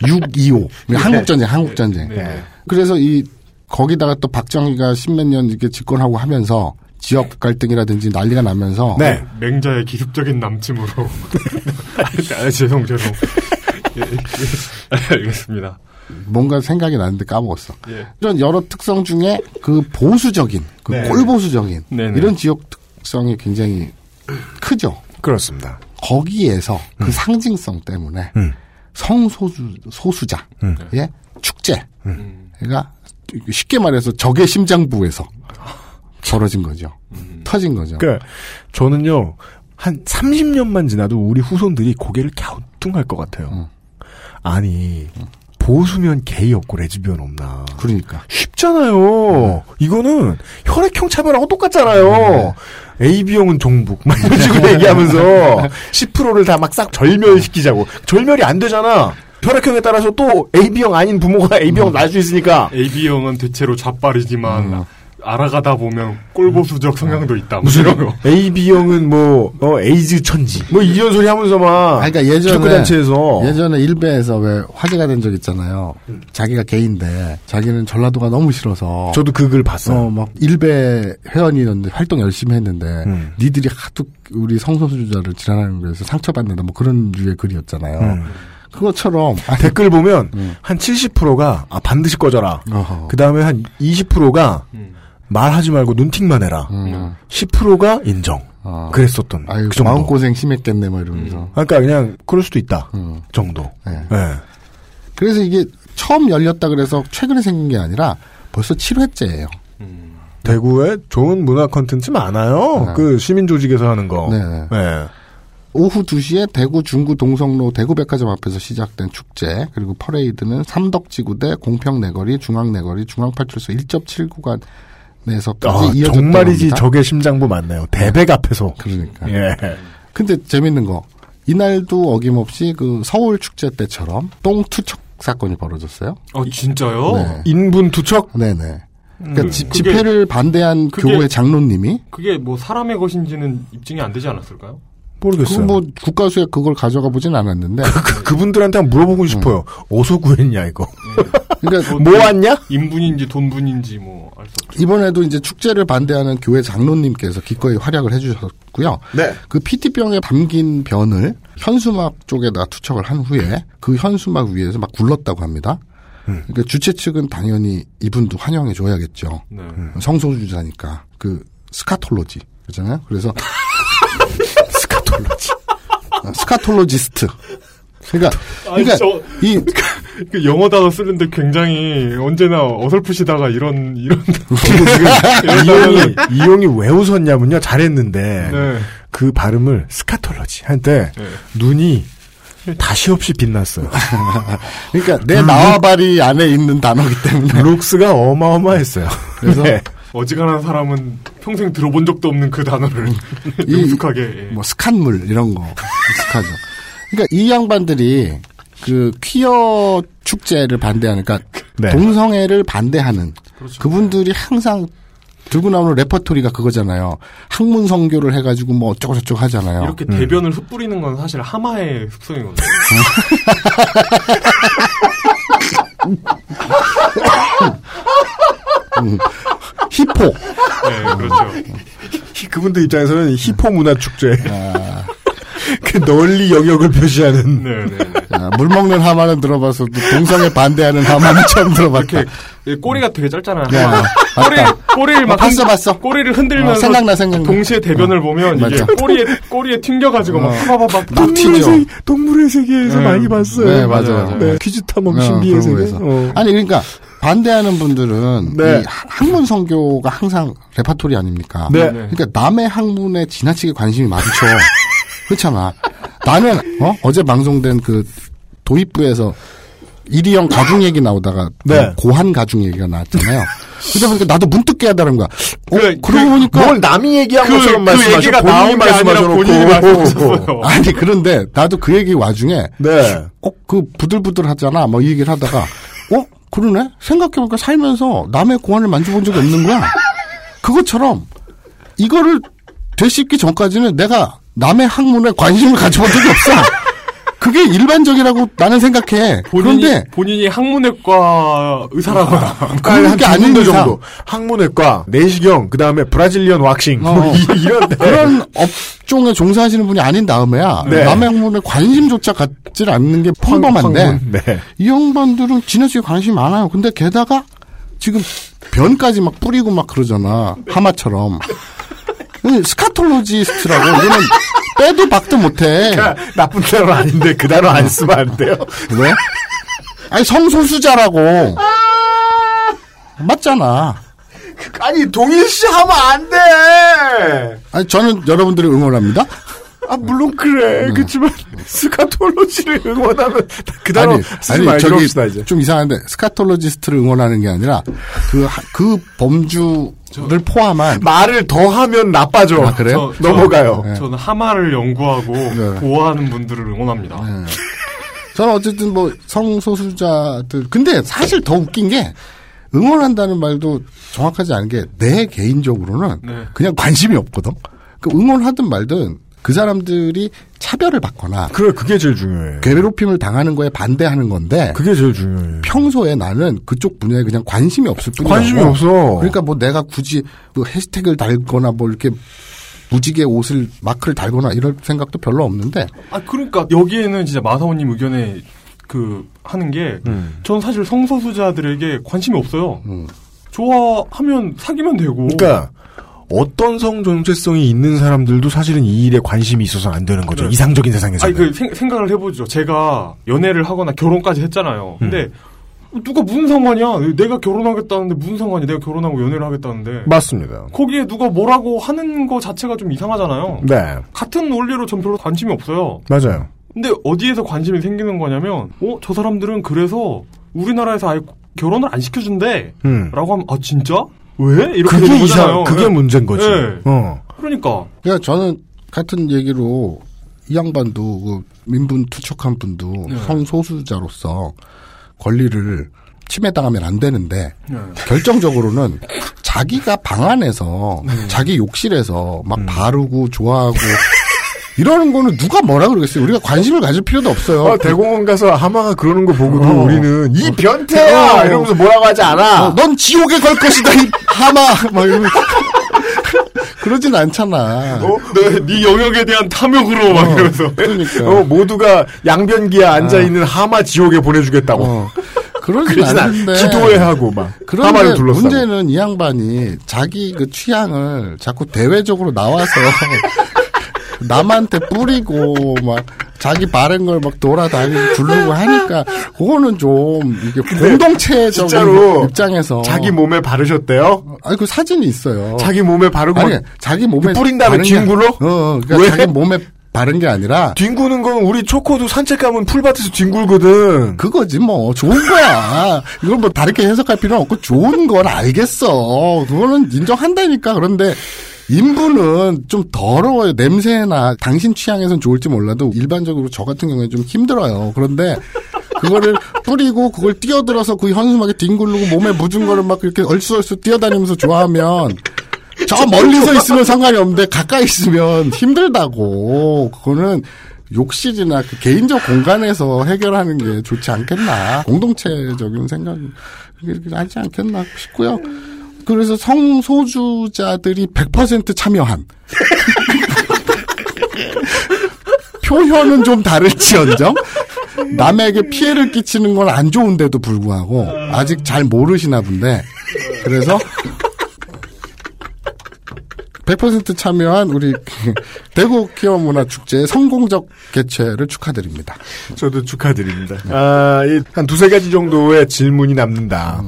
Speaker 3: 6.25
Speaker 4: 네.
Speaker 3: 한국 전쟁, 한국 전쟁.
Speaker 4: 네.
Speaker 3: 그래서 이 거기다가 또 박정희가 십몇 년 이렇게 집권하고 하면서 지역 갈등이라든지 난리가 나면서
Speaker 2: 네.
Speaker 4: 그 맹자의 기습적인 남침으로. 아, 죄송 죄송. 예, 예. 알겠습니다.
Speaker 3: 뭔가 생각이 나는데 까먹었어.
Speaker 4: 예.
Speaker 3: 이런 여러 특성 중에 그 보수적인, 그
Speaker 4: 네.
Speaker 3: 꼴보수적인
Speaker 4: 네네.
Speaker 3: 이런 지역 특성이 굉장히 크죠.
Speaker 2: 그렇습니다.
Speaker 3: 거기에서
Speaker 2: 음.
Speaker 3: 그 상징성 때문에 성소수 소수자의
Speaker 2: 음.
Speaker 3: 예? 축제. 그러니까 쉽게 말해서 적의 심장부에서 벌어진 거죠. 터진 거죠.
Speaker 2: 그러니까 저는요 한 음. 30년만 지나도 우리 후손들이 고개를 갸우뚱할 것 같아요. 아니 보수면 게이 없고 레즈비언 없나.
Speaker 3: 그러니까.
Speaker 2: 쉽잖아요.
Speaker 3: 네.
Speaker 2: 이거는 혈액형 차별하고 똑같잖아요.
Speaker 3: 네.
Speaker 2: AB형은 종북. 막 이런 식으로 얘기하면서 10%를 다 막 싹 절멸시키자고. 절멸이 안 되잖아. 혈액형에 따라서 또 AB형 아닌 부모가
Speaker 3: 음.
Speaker 2: AB형 낳을 수 있으니까.
Speaker 3: 예.
Speaker 4: AB형은 대체로 좌빨이지만 알아가다 보면 꼴보수적 성향도 있다. 뭐
Speaker 2: 무슨
Speaker 4: 이런 거.
Speaker 2: AB형은 뭐, 어, 에이즈 천지. 뭐 이런 소리 하면서 막.
Speaker 3: 그러니까 예전에
Speaker 2: 축구단체에서. 음.
Speaker 3: 예전에 일베에서 왜 화제가 된 적 있잖아요. 자기가 게인데 자기는 전라도가 너무 싫어서
Speaker 2: 저도 그 글 봤어요.
Speaker 3: 어, 막 일베 회원이었는데 활동 열심히 했는데
Speaker 2: 음.
Speaker 3: 니들이 하도 우리 성소수자를 지랄하는 거에서 상처받는다 뭐 그런 류의 글이었잖아요.
Speaker 2: 음.
Speaker 3: 그것처럼 아,
Speaker 2: 댓글 보면
Speaker 3: 음.
Speaker 2: 한 70%가 아 반드시 꺼져라.
Speaker 3: 어.
Speaker 2: 그 다음에 한 20%가 말하지 말고 눈팅만 해라. 10%가 인정. 그랬었던
Speaker 3: 음. 아유,
Speaker 2: 그 정도.
Speaker 3: 마음고생 심했겠네 뭐 이러면서.
Speaker 2: 그러니까 그냥 그럴 수도 있다
Speaker 3: 음.
Speaker 2: 정도.
Speaker 3: 네.
Speaker 2: 예.
Speaker 3: 그래서 이게 처음 열렸다 그래서 최근에 생긴 게 아니라 벌써 7회째예요.
Speaker 2: 대구에 좋은 문화 컨텐츠 많아요.
Speaker 3: 네.
Speaker 2: 그 시민 조직에서 하는 거. 예.
Speaker 3: 오후 2시에 대구 중구 동성로 대구백화점 앞에서 시작된 축제 그리고 퍼레이드는 삼덕지구대 공평내거리 중앙내거리 중앙파출소 1.7구간에서까지
Speaker 2: 아,
Speaker 3: 이어졌다
Speaker 2: 정말이지 적의 심장부 맞네요. 대백 앞에서.
Speaker 3: 그러니까.
Speaker 2: 예.
Speaker 3: 근데 재밌는 거 이날도 어김없이 그 서울 축제 때처럼 똥투척 사건이 벌어졌어요.
Speaker 4: 어 진짜요?
Speaker 2: 네. 인분 투척?
Speaker 3: 네네. 그러니까
Speaker 4: 음,
Speaker 3: 집-
Speaker 4: 그게-
Speaker 3: 집회를 반대한
Speaker 4: 그게-
Speaker 3: 교회 장로님이
Speaker 4: 그게 뭐 사람의 것인지는 입증이 안 되지 않았을까요?
Speaker 3: 그뭐 국가수에 그걸 가져가 보진 않았는데
Speaker 2: 그, 분들한테 한번 물어보고 싶어요.
Speaker 3: 음.
Speaker 2: 어디서 구했냐 이거. 뭐
Speaker 3: 그러니까
Speaker 2: 모았냐?
Speaker 4: 뭐 인분인지 돈분인지 뭐 알 수 없죠.
Speaker 3: 이번에도 이제 축제를 반대하는 교회 장로님께서 기꺼이 활약을 해주셨고요.
Speaker 4: 네.
Speaker 3: 그 PT병에 담긴 변을 현수막 쪽에다 투척을 한 후에 그 현수막 위에서 막 굴렀다고 합니다.
Speaker 4: 음.
Speaker 3: 그러니까 주최 측은 당연히 이분도 환영해 줘야겠죠.
Speaker 4: 네.
Speaker 3: 성소주자니까 그 스카톨로지 그잖아요. 그래서 스카톨로지 아, 스카톨로지스트. 그러니까
Speaker 4: 아니,
Speaker 3: 그러니까
Speaker 4: 저-
Speaker 3: 이
Speaker 4: 그 영어 단어 쓰는데 굉장히 언제나 어설프시다가 이런 이런
Speaker 2: 이용이 이용이 왜 웃었냐면요. 잘했는데
Speaker 4: 네.
Speaker 2: 그 발음을 스카톨러지 한때 눈이 다시 없이 빛났어요.
Speaker 3: 그러니까 내 나와바리 안에 있는 단어기
Speaker 2: 네.
Speaker 3: 때문에
Speaker 2: 룩스가 어마어마했어요.
Speaker 3: 그래서
Speaker 2: 네.
Speaker 4: 어지간한 사람은 평생 들어본 적도 없는 그 단어를 능숙하게 예.
Speaker 3: 뭐 스칸물 이런 거 익숙하죠. 그러니까 이 양반들이 그 퀴어 축제를 반대하는 그러니까 동성애를 반대하는
Speaker 4: 그렇죠.
Speaker 3: 그분들이 항상 들고 나오는 레퍼토리가 그거잖아요. 학문 성교를 해가지고 뭐 어쩌고 저쩌고 하잖아요.
Speaker 4: 이렇게 대변을 흩뿌리는 건 사실 하마의 습성이거든요.
Speaker 3: 음. 히포.
Speaker 4: 네, 그렇죠.
Speaker 2: 그분들 입장에서는 히포 문화 축제. 그 널리 영역을 표시하는.
Speaker 4: 네,
Speaker 3: 아, 물 먹는 하마는 들어봐서 동성애 반대하는 하마는 처음 들어봤다.
Speaker 4: 예, 꼬리가 되게 짧잖아요.
Speaker 3: 네,
Speaker 4: 하마.
Speaker 3: 맞다.
Speaker 4: 꼬리, 꼬리를 막
Speaker 3: 어, 봤어,
Speaker 4: 흔-
Speaker 3: 봤어.
Speaker 4: 꼬리를 흔들면서
Speaker 3: 어, 생각나, 생각나.
Speaker 4: 동시에 대변을
Speaker 3: 어,
Speaker 4: 보면 이게
Speaker 3: 맞아.
Speaker 4: 꼬리에 꼬리에 튕겨가지고 막
Speaker 3: 어.
Speaker 4: 파바바바
Speaker 3: 막 튀죠.
Speaker 2: 동물의 세계에서
Speaker 3: 네.
Speaker 2: 많이 봤어요.
Speaker 3: 네, 맞아요. 맞아요.
Speaker 2: 네, 퀴즈 탐험
Speaker 3: 어,
Speaker 2: 신비의
Speaker 3: 그런
Speaker 2: 세계.
Speaker 3: 거에서.
Speaker 2: 어.
Speaker 3: 아니 그러니까 반대하는 분들은
Speaker 2: 네.
Speaker 3: 이 하- 학문 성교가 항상 레파토리 아닙니까?
Speaker 2: 네.
Speaker 3: 그러니까 남의 학문에 지나치게 관심이 많죠. 그렇잖아. 나는 어? 어제 방송된 그 도입부에서 이리형 가중 얘기 나오다가 그
Speaker 2: 네.
Speaker 3: 고한 가중 얘기가 나왔잖아요. 그러다 보니까 나도 문득 깨달은 거야. 어, 그러고 보니까
Speaker 2: 뭘 남이 얘기한
Speaker 3: 그-
Speaker 2: 것처럼
Speaker 3: 그
Speaker 2: 말씀하셔.
Speaker 3: 얘기가
Speaker 2: 본인이
Speaker 3: 나온 게 아니라
Speaker 2: 말씀하셔놓고.
Speaker 3: 본인이 말씀하셨어요. 아니 그런데 나도 그 얘기 와중에
Speaker 2: 네.
Speaker 3: 어그 부들부들하잖아. 뭐 이 얘기를 하다가 어 그러네 생각해보니까 살면서 남의 고안을 만져본 적이 없는 거야. 그것처럼 이거를 되씹기 전까지는 내가 남의 학문에 관심을 가져본 적이 없어. 그게 일반적이라고 나는 생각해.
Speaker 4: 본인이,
Speaker 3: 그런데
Speaker 4: 본인이 학문외과 의사라거나
Speaker 2: 그러니까 한
Speaker 4: 그게
Speaker 2: 두
Speaker 4: 아닌
Speaker 2: 군데
Speaker 4: 이상.
Speaker 2: 정도. 항문외과, 내시경, 그 다음에 브라질리언 왁싱. 뭐
Speaker 3: 어.
Speaker 2: 이- 이런. 데.
Speaker 3: 그런 업종에 종사하시는 분이 아닌 다음에야
Speaker 2: 네.
Speaker 3: 남의 학문에 관심조차 갖질 않는 게 평범한데
Speaker 2: 학문. 네.
Speaker 3: 이 양반들은 지나치게 관심이 많아요. 근데 게다가 지금 변까지 막 뿌리고 막 그러잖아. 하마처럼. 이 스카톨로지스트라고 이거는 빼도 박도 못해.
Speaker 2: 나쁜 단어 아닌데 그 단어 안 쓰면 안 돼요.
Speaker 3: 왜? 아니 성소수자라고.
Speaker 2: 아!
Speaker 3: 맞잖아.
Speaker 2: 아니 동일 씨 하면 안 돼.
Speaker 3: 아니 저는 여러분들을 응원합니다.
Speaker 2: 아 물론 그래. 그렇지만 스카톨로지를 응원하면 그 단어 쓰지 말기로 합시다 이제.
Speaker 3: 좀 이상한데 스카톨로지스트를 응원하는 게 아니라 그 그 범주를 포함한
Speaker 2: 말을 더 하면 나빠져.
Speaker 3: 아, 그래요? 네.
Speaker 4: 저- 저- 저는 하마를 연구하고 보호하는 분들을 응원합니다.
Speaker 3: 네. 저는 어쨌든 뭐 성소수자들 근데 사실 더 웃긴 게 응원한다는 말도 정확하지 않은 게 내 개인적으로는
Speaker 4: 네.
Speaker 3: 그냥 관심이 없거든. 그 응원하든 말든 그 사람들이 차별을 받거나
Speaker 2: 그래 그게 제일 중요해.
Speaker 3: 괴롭힘을 당하는 거에 반대하는 건데
Speaker 2: 그게 제일 중요해.
Speaker 3: 평소에 나는 그쪽 분야에 그냥 관심이 없을 뿐이야.
Speaker 2: 관심이 없어.
Speaker 3: 그러니까 뭐 내가 굳이 뭐 해시태그를 달거나 뭐 이렇게 무지개 옷을 마크를 달거나 이럴 생각도 별로 없는데
Speaker 4: 아 그러니까 여기에는 진짜 마사오님 의견에 그 하는 게 전
Speaker 3: 음.
Speaker 4: 사실 성소수자들에게 관심이 없어요. 좋아하면 사귀면 되고.
Speaker 2: 그러니까 어떤 성 정체성이 있는 사람들도 사실은 이 일에 관심이 있어서 안 되는 거죠. 이상적인 세상에서.
Speaker 4: 아니 그 생, 각을 해보죠. 제가 연애를 하거나 결혼까지 했잖아요.
Speaker 2: 음.
Speaker 4: 근데 누가 무슨 상관이야? 내가 결혼하겠다는데 무슨 상관이야? 내가 결혼하고 연애를 하겠다는데.
Speaker 2: 맞습니다.
Speaker 4: 거기에 누가 뭐라고 하는 거 자체가 좀 이상하잖아요.
Speaker 2: 네.
Speaker 4: 같은 논리로 전 별로 관심이 없어요.
Speaker 2: 맞아요.
Speaker 4: 근데 어디에서 관심이 생기는 거냐면, 어, 저 사람들은 그래서 우리나라에서 아예 결혼을 안 시켜준대.
Speaker 2: 음.
Speaker 4: 라고 하면, 아, 진짜? 왜? 이렇게
Speaker 2: 그게 네.
Speaker 4: 되는 거잖아요.
Speaker 2: 이상 그게
Speaker 4: 예.
Speaker 2: 문제인 거지.
Speaker 4: 예.
Speaker 2: 어.
Speaker 4: 그러니까.
Speaker 3: 그러니까 저는 같은 얘기로 이 양반도 그 민분 투척한 분도
Speaker 4: 네.
Speaker 3: 성소수자로서 권리를 침해당하면 안 되는데
Speaker 4: 네.
Speaker 3: 결정적으로는 자기가 방 안에서
Speaker 2: 네.
Speaker 3: 자기 욕실에서
Speaker 2: 음.
Speaker 3: 막 바르고 좋아하고 이러는 거는 누가 뭐라 그러겠어요. 우리가 관심을 가질 필요도 없어요.
Speaker 2: 아, 대공원 가서 하마가 그러는 거 보고도 우리는 이 변태야
Speaker 3: 어.
Speaker 2: 이러면서 뭐라고 하지 않아.
Speaker 3: 어, 넌 지옥에 걸 것이다 이 하마 막 이러면 그러진 않잖아.
Speaker 4: 어? 네, 네 영역에 대한 탐욕으로 막 이러면서.
Speaker 3: 그러니까.
Speaker 2: 어, 모두가 양변기에 앉아 있는 하마 지옥에 보내주겠다고.
Speaker 3: 어. 그러진
Speaker 2: 그러진 않-
Speaker 3: 않는데
Speaker 2: 기도해 하고 막 하마를
Speaker 3: 그런데
Speaker 2: 둘러싸고.
Speaker 3: 문제는 이 양반이 자기 그 취향을 자꾸 대외적으로 나와서 남한테 뿌리고 막 자기 바른 걸 막 돌아다니고 굴르고 하니까 그거는 좀 이게 공동체적인
Speaker 2: 진짜로
Speaker 3: 입장에서
Speaker 2: 자기 몸에 바르셨대요.
Speaker 3: 아니 그 사진이 있어요.
Speaker 2: 자기 몸에 바르고
Speaker 3: 아니
Speaker 2: 막
Speaker 3: 자기
Speaker 2: 그
Speaker 3: 몸에
Speaker 2: 뿌린 다음에
Speaker 3: 바른 게-
Speaker 2: 뒹굴러?
Speaker 3: 어, 어, 그러니까
Speaker 2: 왜?
Speaker 3: 자기 몸에 바른 게 아니라
Speaker 2: 뒹구는 건 우리 초코도 산책 가면 풀밭에서 뒹굴거든.
Speaker 3: 그거지 뭐 좋은 거야. 이걸 뭐 다르게 해석할 필요는 없고 좋은 건 알겠어. 그거는 인정한다니까. 그런데 인부는 좀 더러워요. 냄새나 당신 취향에선 좋을지 몰라도 일반적으로 저 같은 경우에 좀 힘들어요. 그런데 그거를 뿌리고 그걸 뛰어들어서 그 현수막에 뒹굴르고 몸에 묻은 거를 막 이렇게 얼쑤얼쑤 뛰어다니면서 좋아하면 저 멀리서 있으면 상관이 없는데 가까이 있으면 힘들다고. 그거는 욕실이나 그 개인적 공간에서 해결하는 게 좋지 않겠나. 공동체적인 생각 이렇게 하지 않겠나 싶고요. 그래서 성소주자들이 100% 참여한 표현은 좀 다를지언정 남에게 피해를 끼치는 건 안 좋은데도 불구하고 아직 잘 모르시나 본데 그래서 100% 참여한 우리 대구 키움 문화 축제의 성공적 개최를 축하드립니다.
Speaker 2: 저도 축하드립니다. 아, 이한 두세 가지 정도의 질문이 남는다.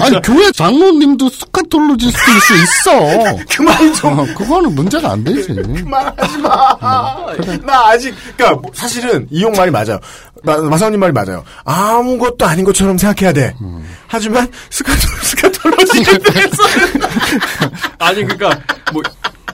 Speaker 3: 아니 교회 장로님도 스카톨로지스트일 수 있어.
Speaker 2: 그만 좀. 어.
Speaker 3: 그거는 문제가 안 되지.
Speaker 2: 말하지 마.
Speaker 4: 음.
Speaker 2: 나 아직 그러니까 뭐 사실은 이용 말이 맞아요. 마, 마사오님 말이 맞아요. 아무것도 아닌 것처럼 생각해야 돼.
Speaker 4: 음.
Speaker 2: 하지만 스카톨 스카톨로지에 대해서
Speaker 4: 아니, 그러니까, 뭐,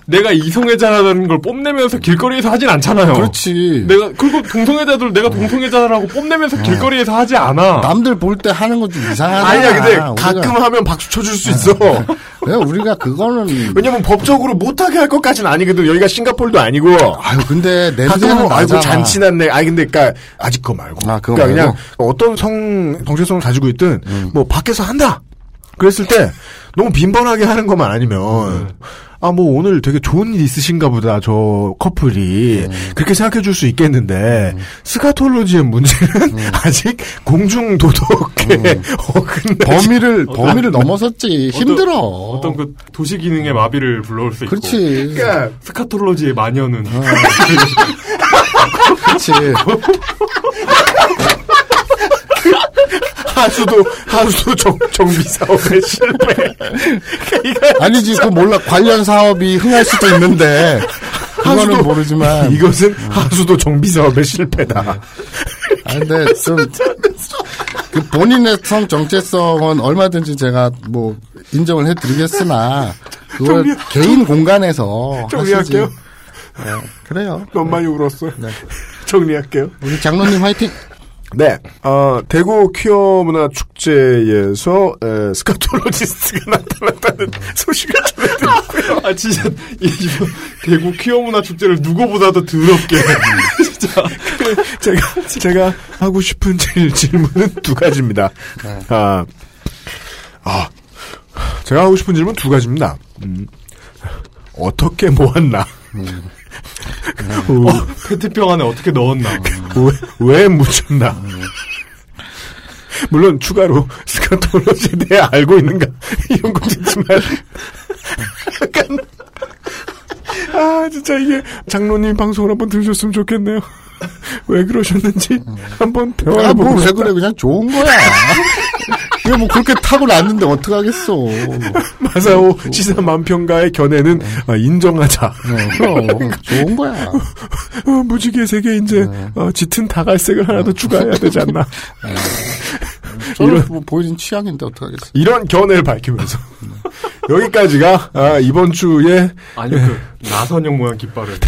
Speaker 4: 내가 이성애자라는 걸 뽐내면서 길거리에서 하진 않잖아요.
Speaker 3: 그렇지.
Speaker 2: 네.
Speaker 4: 내가, 그리고 동성애자들
Speaker 2: 음.
Speaker 4: 내가 동성애자라고 뽐내면서 길거리에서 하지 않아.
Speaker 3: 남들 볼 때 하는 건 좀 이상하잖아.
Speaker 2: 아니야 근데
Speaker 3: 우리가-
Speaker 2: 가끔 하면 박수 쳐줄 수 있어.
Speaker 4: 아.
Speaker 3: 왜 우리가 그거는
Speaker 2: 왜냐면 법적으로 못하게 할 것까지는 아니거든. 여기가 싱가폴도 아니고.
Speaker 3: 아유 근데 냄새는
Speaker 2: 가끔 아이고
Speaker 3: 나잖아.
Speaker 2: 잔치 났네. 아니 근데 그러니까 아직 그거 말고.
Speaker 3: 아, 그거
Speaker 2: 그러니까 그냥
Speaker 3: 말고? 음.
Speaker 2: 어떤 성 정체성을 가지고 있든 뭐 밖에서 한다. 그랬을 때 너무 빈번하게 하는 것만
Speaker 3: 음.
Speaker 2: 아니면 아 뭐 오늘 되게 좋은 일 있으신가 보다 저 커플이
Speaker 3: 음.
Speaker 2: 그렇게 생각해 줄 수 있겠는데 스카톨로지의 문제는
Speaker 3: 음.
Speaker 2: 아직 공중 도덕에 어긋나
Speaker 3: 범위를
Speaker 4: 어떤-
Speaker 3: 범위를 넘어섰지 힘들어.
Speaker 4: 어떤 그 도시 기능의 마비를 불러올 수 있고.
Speaker 3: 그렇지.
Speaker 2: 그러니까
Speaker 4: 스카톨로지의 마녀는.
Speaker 2: 아, 네.
Speaker 3: 그렇지.
Speaker 2: 하수도 하수도 정, 정비 사업에 실패.
Speaker 3: 아니지 그 몰라 관련 사업이 흥할 수도 있는데 그거는 모르지만
Speaker 2: 이것은 하수도 정비 사업의 실패다.
Speaker 3: 아, 근데 좀. 그 본인의 성 정체성은 얼마든지 제가 뭐 인정을 해드리겠으나 그걸
Speaker 2: 정리할-
Speaker 3: 개인 공간에서 하시지. 네,
Speaker 2: 정리할게요.
Speaker 3: 그래요.
Speaker 2: 너무 많이 울었어. 정리할게요.
Speaker 3: 우리 장로님 화이팅.
Speaker 2: 네, 어, 대구 퀴어 문화 축제에서 에, 스카톨로지스트가 나타났다는 소식을 전해드렸고요.
Speaker 4: 아 진짜 이 이거 대구 퀴어 문화 축제를 누구보다도 더럽게 진짜
Speaker 2: 제가 제가 하고 싶은 질- 질문은 두 가지입니다.
Speaker 4: 네.
Speaker 2: 아, 아, 제가 하고 싶은 질문 두 가지입니다.
Speaker 4: 음.
Speaker 2: 어떻게 모았나?
Speaker 4: 어, 페트병 안에 어떻게 넣었나?
Speaker 2: 왜, 왜 묻혔나? 물론 추가로 스카톨로지에 대해 알고 있는가 이런 건 있지만 약간 아 진짜 이게 장로님 방송을 한번 들으셨으면 좋겠네요. 왜 그러셨는지 한번 대화를
Speaker 3: 아, 뭐
Speaker 2: 해보고
Speaker 3: 왜
Speaker 2: 싶다.
Speaker 3: 그래 그냥 좋은 거야. 이거 뭐 그렇게 타고 났는데 어떡하겠어. 뭐.
Speaker 2: 마사오 시사 만평가의 견해는
Speaker 3: 네.
Speaker 2: 아, 인정하자.
Speaker 3: 그럼 좋은 거야.
Speaker 2: 어, 무지개 세계 이제
Speaker 3: 네.
Speaker 2: 어, 짙은 다갈색을 하나 더 추가해야 되지 않나.
Speaker 3: 저는
Speaker 2: 이런-
Speaker 3: 뭐 보여진 취향인데 어떡하겠어.
Speaker 2: 이런 견해를 밝히면서
Speaker 3: 네.
Speaker 2: 여기까지가 아, 이번 주에
Speaker 4: 아니요 그 나선형 모양 깃발을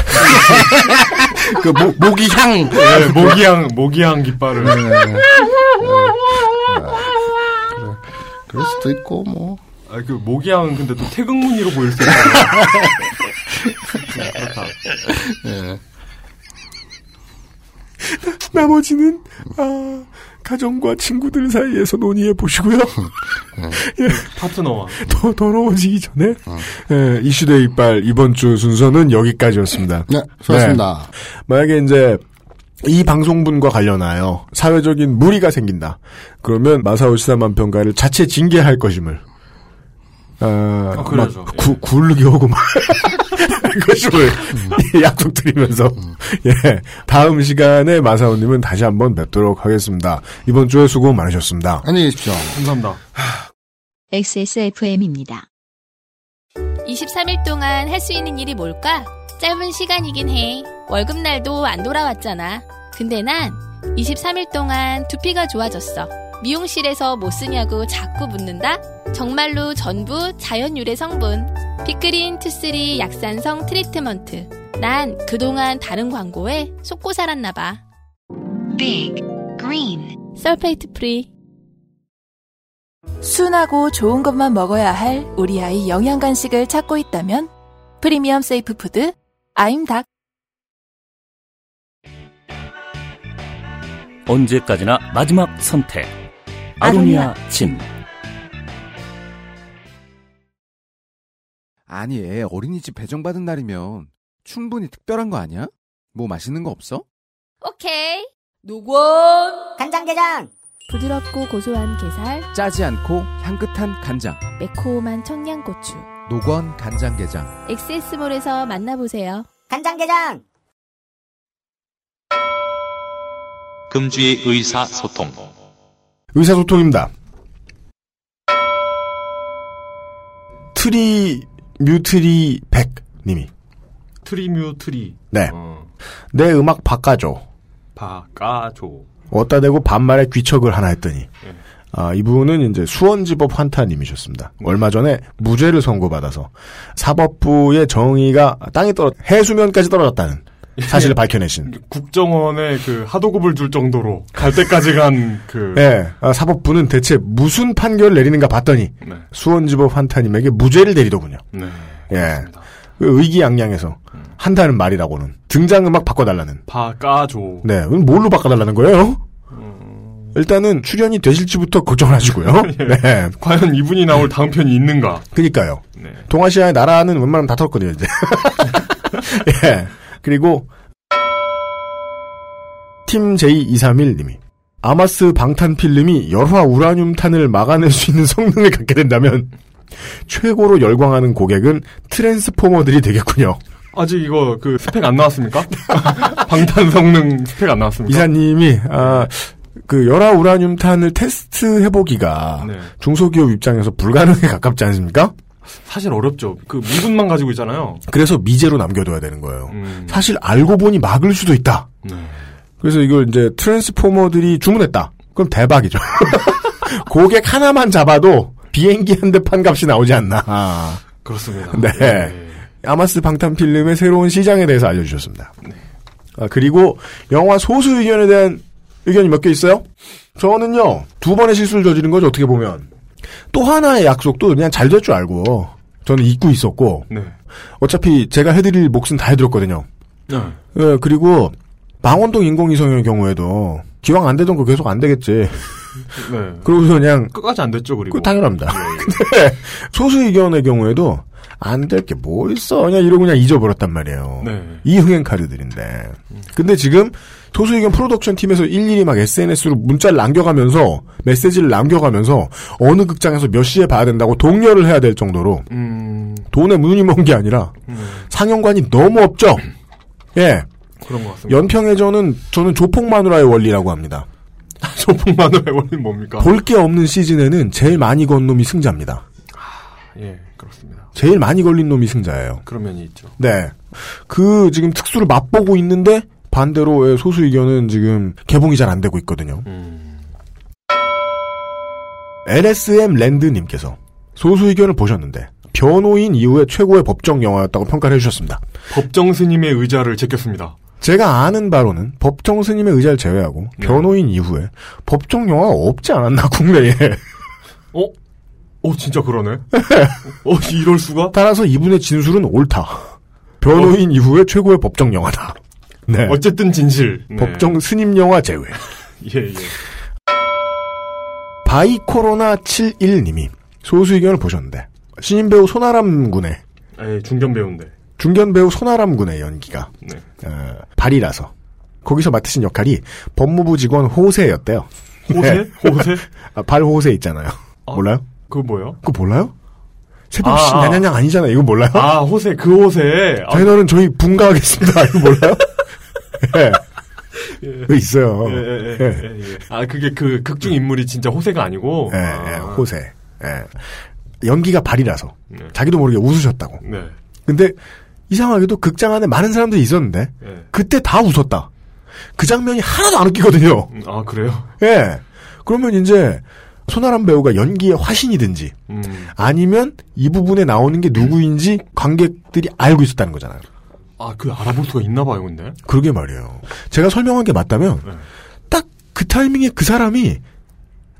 Speaker 3: 그러니까
Speaker 2: 그
Speaker 3: 뭐,
Speaker 2: 모, 모기향
Speaker 4: 네, 모기향 모기향 깃발을
Speaker 3: 그럴 수도 있고 뭐.
Speaker 4: 아 그 모기향은 근데 또 태극무늬로 보일 수 있어요.
Speaker 3: 예.
Speaker 2: 나머지는 아, 가정과 친구들 사이에서 논의해 보시고요. 예.
Speaker 4: 파트너와
Speaker 2: 더 더러워지기 전에 예, 이슈대 이빨 이번 주 순서는 여기까지였습니다.
Speaker 3: 네, 수고하셨습니다.
Speaker 2: 네. 만약에 이제 이 방송분과 관련하여 사회적인 무리가 생긴다. 그러면 마사오 시사만평가를 자체 징계할 것임을. 아,
Speaker 4: 아, 그러죠.
Speaker 2: 막 구, 굴르기 하고 막 것임을
Speaker 4: 음.
Speaker 2: 약속드리면서 예 다음 시간에 마사오님은 다시 한번 뵙도록 하겠습니다. 이번 주에 수고 많으셨습니다.
Speaker 3: 안녕히 계십시오.
Speaker 4: 감사합니다.
Speaker 1: XSFM입니다.
Speaker 13: 23일 동안 할 수 있는 일이 뭘까? 짧은 시간이긴 해. 월급날도 안 돌아왔잖아. 근데 난 23일 동안 두피가 좋아졌어. 미용실에서 뭐 쓰냐고 자꾸 묻는다? 정말로 전부 자연유래 성분. 피크린 투쓰리 약산성 트리트먼트. 난 그동안 다른 광고에 속고 살았나봐. Big Green 설페이트 프리
Speaker 9: 순하고 좋은 것만 먹어야 할 우리 아이 영양 간식을 찾고 있다면 프리미엄 세이프 푸드 아임닭
Speaker 12: 언제까지나 마지막 선택. 아로니아 진.
Speaker 7: 아니, 애 어린이집 배정받은 날이면 충분히 특별한 거 아니야? 뭐 맛있는 거 없어?
Speaker 13: 오케이.
Speaker 5: 노곤
Speaker 13: 간장게장. 부드럽고 고소한 게살,
Speaker 7: 짜지 않고 향긋한 간장.
Speaker 13: 매콤한 청양고추.
Speaker 7: 노건 간장게장.
Speaker 13: 엑세스몰에서 만나보세요. 간장게장.
Speaker 11: 금주의 의사소통.
Speaker 2: 의사소통입니다. 트리 뮤트리 백님이
Speaker 4: 트리뮤 어, 트리
Speaker 2: 네. 내 음악 바꿔줘.
Speaker 4: 바까조
Speaker 2: 어따 대고 반말에 귀척을 하나 했더니
Speaker 4: 예.
Speaker 2: 아, 이분은 이제 수원지법 환타님이셨습니다. 얼마 전에 무죄를 선고받아서 사법부의 정의가 땅에 떨어 해수면까지 떨어졌다는 사실을 밝혀내신
Speaker 4: 국정원에 그 하도급을 줄 정도로 갈 때까지 간그
Speaker 2: 예, 아, 사법부는 대체 무슨 판결을 내리는가 봤더니 수원지법 환타님에게 무죄를 내리더군요.
Speaker 4: 네.
Speaker 2: 예. 그 의기양양해서 한다는 말이라고는 등장음악 바꿔달라는
Speaker 4: 바까조
Speaker 2: 네, 그럼 뭘로 바꿔달라는 거예요? 일단은 출연이 되실지부터 걱정을 하시고요. 네.
Speaker 4: 과연 이분이 나올 다음 편이 있는가?
Speaker 2: 그니까요.
Speaker 4: 네.
Speaker 2: 동아시아의 나라는 웬만하면 다 털었거든요, 이제. 예. 그리고, 팀 J231님이, 아마스 방탄 필름이 열화 우라늄 탄을 막아낼 수 있는 성능을 갖게 된다면, 최고로 열광하는 고객은 트랜스포머들이 되겠군요.
Speaker 4: 아직 이거 그 스펙 안 나왔습니까? 방탄 성능 스펙 안 나왔습니까?
Speaker 2: 이사님이, 아, 그 열화 우라늄 탄을 테스트 해보기가
Speaker 4: 네.
Speaker 2: 중소기업 입장에서 불가능에 가깝지 않습니까?
Speaker 4: 사실 어렵죠. 그 미분만 가지고 있잖아요.
Speaker 2: 그래서 미제로 남겨둬야 되는 거예요.
Speaker 4: 음.
Speaker 2: 사실 알고 보니 막을 수도 있다.
Speaker 4: 네.
Speaker 2: 그래서 이걸 이제 트랜스포머들이 주문했다. 그럼 대박이죠. 고객 하나만 잡아도 비행기 한 대 판 값이 나오지 않나.
Speaker 4: 그렇습니다.
Speaker 2: 네. 아마스 방탄 필름의 새로운 시장에 대해서 알려주셨습니다. 아, 그리고 영화 소수 의견에 대한 의견이 몇 개 있어요? 저는요, 두 번의 실수를 저지른 거죠, 어떻게 보면. 또 하나의 약속도 그냥 잘 될 줄 알고, 저는 잊고 있었고,
Speaker 4: 네.
Speaker 2: 어차피 제가 해드릴 몫은 다 해드렸거든요.
Speaker 4: 네.
Speaker 2: 예, 그리고 망원동 인공위성의 경우에도 기왕 안 되던 거 계속 안 되겠지.
Speaker 4: 네.
Speaker 2: 그러고서 그냥
Speaker 4: 끝까지 안 됐죠, 그리고. 예,
Speaker 2: 그 당연합니다. 근데 소수 의견의 경우에도 안 될 게 뭐 있어 그냥 이러고 그냥 잊어버렸단 말이에요.
Speaker 4: 네.
Speaker 2: 이 흥행 카드들인데. 근데 지금 소수 의견 프로덕션 팀에서 일일이 막 SNS로 문자를 남겨가면서 메시지를 남겨가면서 어느 극장에서 몇 시에 봐야 된다고 독려를 해야 될 정도로
Speaker 4: 음,
Speaker 2: 돈에 눈이 먼 게 아니라 상영관이 너무 없죠. 예.
Speaker 4: 그런 것 같습니다.
Speaker 2: 연평해전은 저는 조폭 마누라의 원리라고 합니다.
Speaker 4: 조폭 마누라의 원리는 뭡니까?
Speaker 2: 볼 게 없는 시즌에는 제일 많이 건 놈이 승자입니다.
Speaker 4: 예, 그렇습니다.
Speaker 2: 제일 많이 걸린 놈이 승자예요.
Speaker 4: 그런 면이 있죠.
Speaker 2: 네. 그 지금 특수를 맛보고 있는데 반대로 의 소수 의견은 지금 개봉이 잘 안 되고 있거든요. LSM 랜드님께서 소수 의견을 보셨는데 변호인 이후에 최고의 법정 영화였다고 평가를 해주셨습니다.
Speaker 4: 법정 스님의 의자를 제꼈습니다.
Speaker 2: 제가 아는 바로는 법정 스님의 의자를 제외하고 변호인 이후에 법정 영화가 없지 않았나 국내에.
Speaker 4: 어? 어, 진짜 그러네. 어, 이럴 수가?
Speaker 2: 따라서 이분의 진술은 옳다. 변호인 이후에 최고의 법정 영화다. 네.
Speaker 4: 어쨌든 진실. 네.
Speaker 2: 법정 스님 영화 제외.
Speaker 4: 예, 예.
Speaker 2: 바이코로나71님이 소수 의견을 보셨는데 신인 배우 손아람 군의
Speaker 4: 예, 중견 배우인데.
Speaker 2: 중견 배우 손아람 군의 연기가
Speaker 4: 네.
Speaker 2: 어, 발이라서 거기서 맡으신 역할이 법무부 직원 호세였대요.
Speaker 4: 호세? 호세?
Speaker 2: 아, 발 호세 있잖아요. 몰라요?
Speaker 4: 그거 뭐예요?
Speaker 2: 그거 몰라요? 새벽
Speaker 4: 아,
Speaker 2: 시
Speaker 4: 아.
Speaker 2: 냐냐냥 아니잖아요. 이거 몰라요?
Speaker 4: 아, 호세, 그 호세. 아,
Speaker 2: 저희는 저희 분가하겠습니다. 이거 몰라요? 예.
Speaker 4: 예.
Speaker 2: 그거 있어요.
Speaker 4: 예, 예, 예, 예, 예. 아, 그게 그 극중 인물이 진짜 호세가 아니고.
Speaker 2: 예,
Speaker 4: 아.
Speaker 2: 예, 호세. 예. 연기가 발이라서 자기도 모르게 웃으셨다고.
Speaker 4: 네.
Speaker 2: 근데 이상하게도 극장 안에 많은 사람들이 있었는데
Speaker 4: 예.
Speaker 2: 그때 다 웃었다. 그 장면이 하나도 안 웃기거든요.
Speaker 4: 음, 아, 그래요?
Speaker 2: 예. 그러면 이제 손아람 배우가 연기의 화신이든지
Speaker 4: 음.
Speaker 2: 아니면 이 부분에 나오는 게 누구인지 관객들이 알고 있었다는 거잖아요.
Speaker 4: 아, 그 알아볼 수가 있나 봐요, 근데.
Speaker 2: 그러게 말이에요. 제가 설명한 게 맞다면
Speaker 4: 네.
Speaker 2: 딱 그 타이밍에 그 사람이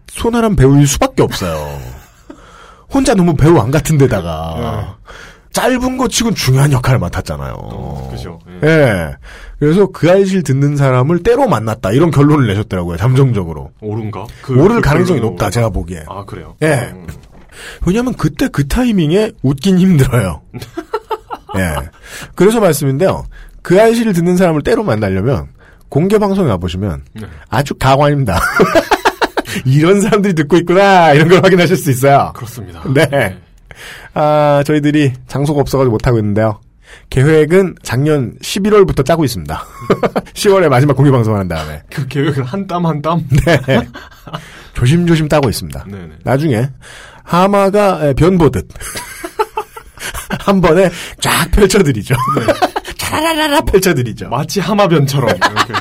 Speaker 2: 손아람 배우일 수밖에 없어요. 혼자 너무 배우 안 같은 데다가
Speaker 4: 네.
Speaker 2: 짧은 거 치곤 중요한 역할을 맡았잖아요. 어.
Speaker 4: 그죠. 예.
Speaker 2: 예. 그래서 그 아이실 듣는 사람을 때로 만났다 이런 결론을 내셨더라고요. 잠정적으로.
Speaker 4: 오른가?
Speaker 2: 오를 가능성이
Speaker 4: 그걸로-
Speaker 2: 높다 제가 보기에.
Speaker 4: 아, 그래요?
Speaker 2: 예. 왜냐면 하 그때 그 타이밍에 웃긴 힘들어요. 예. 그래서 말씀인데요. 그 아이씨를 듣는 사람을 때로 만나려면 공개 방송에 와보시면
Speaker 4: 네.
Speaker 2: 아주 가관입니다. 이런 사람들이 듣고 있구나 이런 걸 확인하실 수 있어요.
Speaker 4: 그렇습니다.
Speaker 2: 네. 아 저희들이 장소가 없어가지고 못하고 있는데요. 계획은 작년 11월부터 짜고 있습니다. 10월에 마지막 공개 방송을 한 다음에
Speaker 4: 그 계획을 한 땀 한 땀?
Speaker 2: 네. 조심조심 따고 있습니다.
Speaker 4: 네네.
Speaker 2: 나중에 하마가 에, 변 보듯 한 번에 쫙 펼쳐드리죠. 차라라라 펼쳐드리죠.
Speaker 4: 네. 마치 하마변처럼 이렇게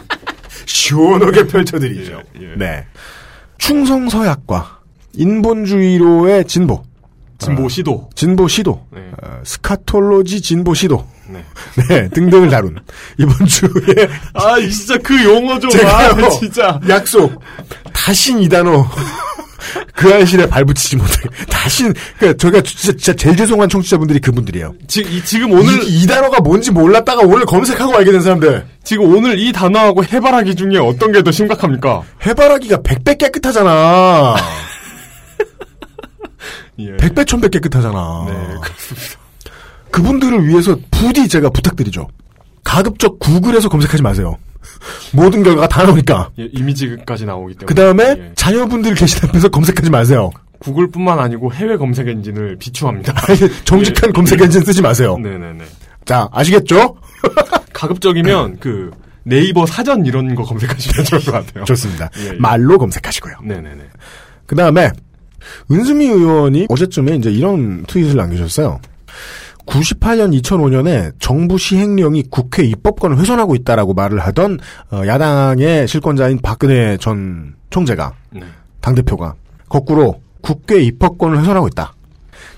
Speaker 2: 시원하게 펼쳐드리죠.
Speaker 4: 예,
Speaker 2: 네. 충성서약과 인본주의로의 진보. 아.
Speaker 4: 진보 시도.
Speaker 2: 진보 시도.
Speaker 4: 네.
Speaker 2: 어, 스카톨로지 진보 시도.
Speaker 4: 네.
Speaker 2: 네, 등등을 다룬 이번 주에
Speaker 4: 아, 이 진짜 그 용어 좀
Speaker 2: 제가요.
Speaker 4: 아, 진짜.
Speaker 2: 약속. 다신 이 단어. 그 안실에 발붙이지 못하게. 다신, 그니까 저희가 진짜, 진짜 제일 죄송한 청취자분들이 그분들이에요.
Speaker 4: 지, 이, 지금 오늘
Speaker 2: 이, 이 단어가 뭔지 몰랐다가 오늘 검색하고 알게 된 사람들.
Speaker 4: 지금 오늘 이 단어하고 해바라기 중에 어떤 게 더 심각합니까?
Speaker 2: 해바라기가 100배 깨끗하잖아.
Speaker 4: 예.
Speaker 2: 100배, 1000배 깨끗하잖아.
Speaker 4: 네, 그렇습니다.
Speaker 2: 그분들을 위해서 부디 제가 부탁드리죠. 가급적 구글에서 검색하지 마세요. 모든 결과가 다 나오니까.
Speaker 4: 예, 이미지까지 나오기 때문에.
Speaker 2: 그 다음에
Speaker 4: 예.
Speaker 2: 자녀분들 계신 앞에서 검색하지 마세요.
Speaker 4: 구글뿐만 아니고 해외 검색 엔진을 비추합니다.
Speaker 2: 정직한 검색 엔진 쓰지 마세요.
Speaker 4: 예. 네네네.
Speaker 2: 자, 아시겠죠?
Speaker 4: 가급적이면 그 네이버 사전 이런 거 검색하시면 좋을 것 같아요.
Speaker 2: 좋습니다.
Speaker 4: 예, 예.
Speaker 2: 말로 검색하시고요.
Speaker 4: 네네네.
Speaker 2: 그 다음에 은수미 의원이 어제쯤에 이제 이런 트윗을 남기셨어요. 98년 2005년에 정부 시행령이 국회 입법권을 훼손하고 있다라고 말을 하던 어, 야당의 실권자인 박근혜 전 총재가
Speaker 4: 네.
Speaker 2: 당대표가 거꾸로 국회 입법권을 훼손하고 있다.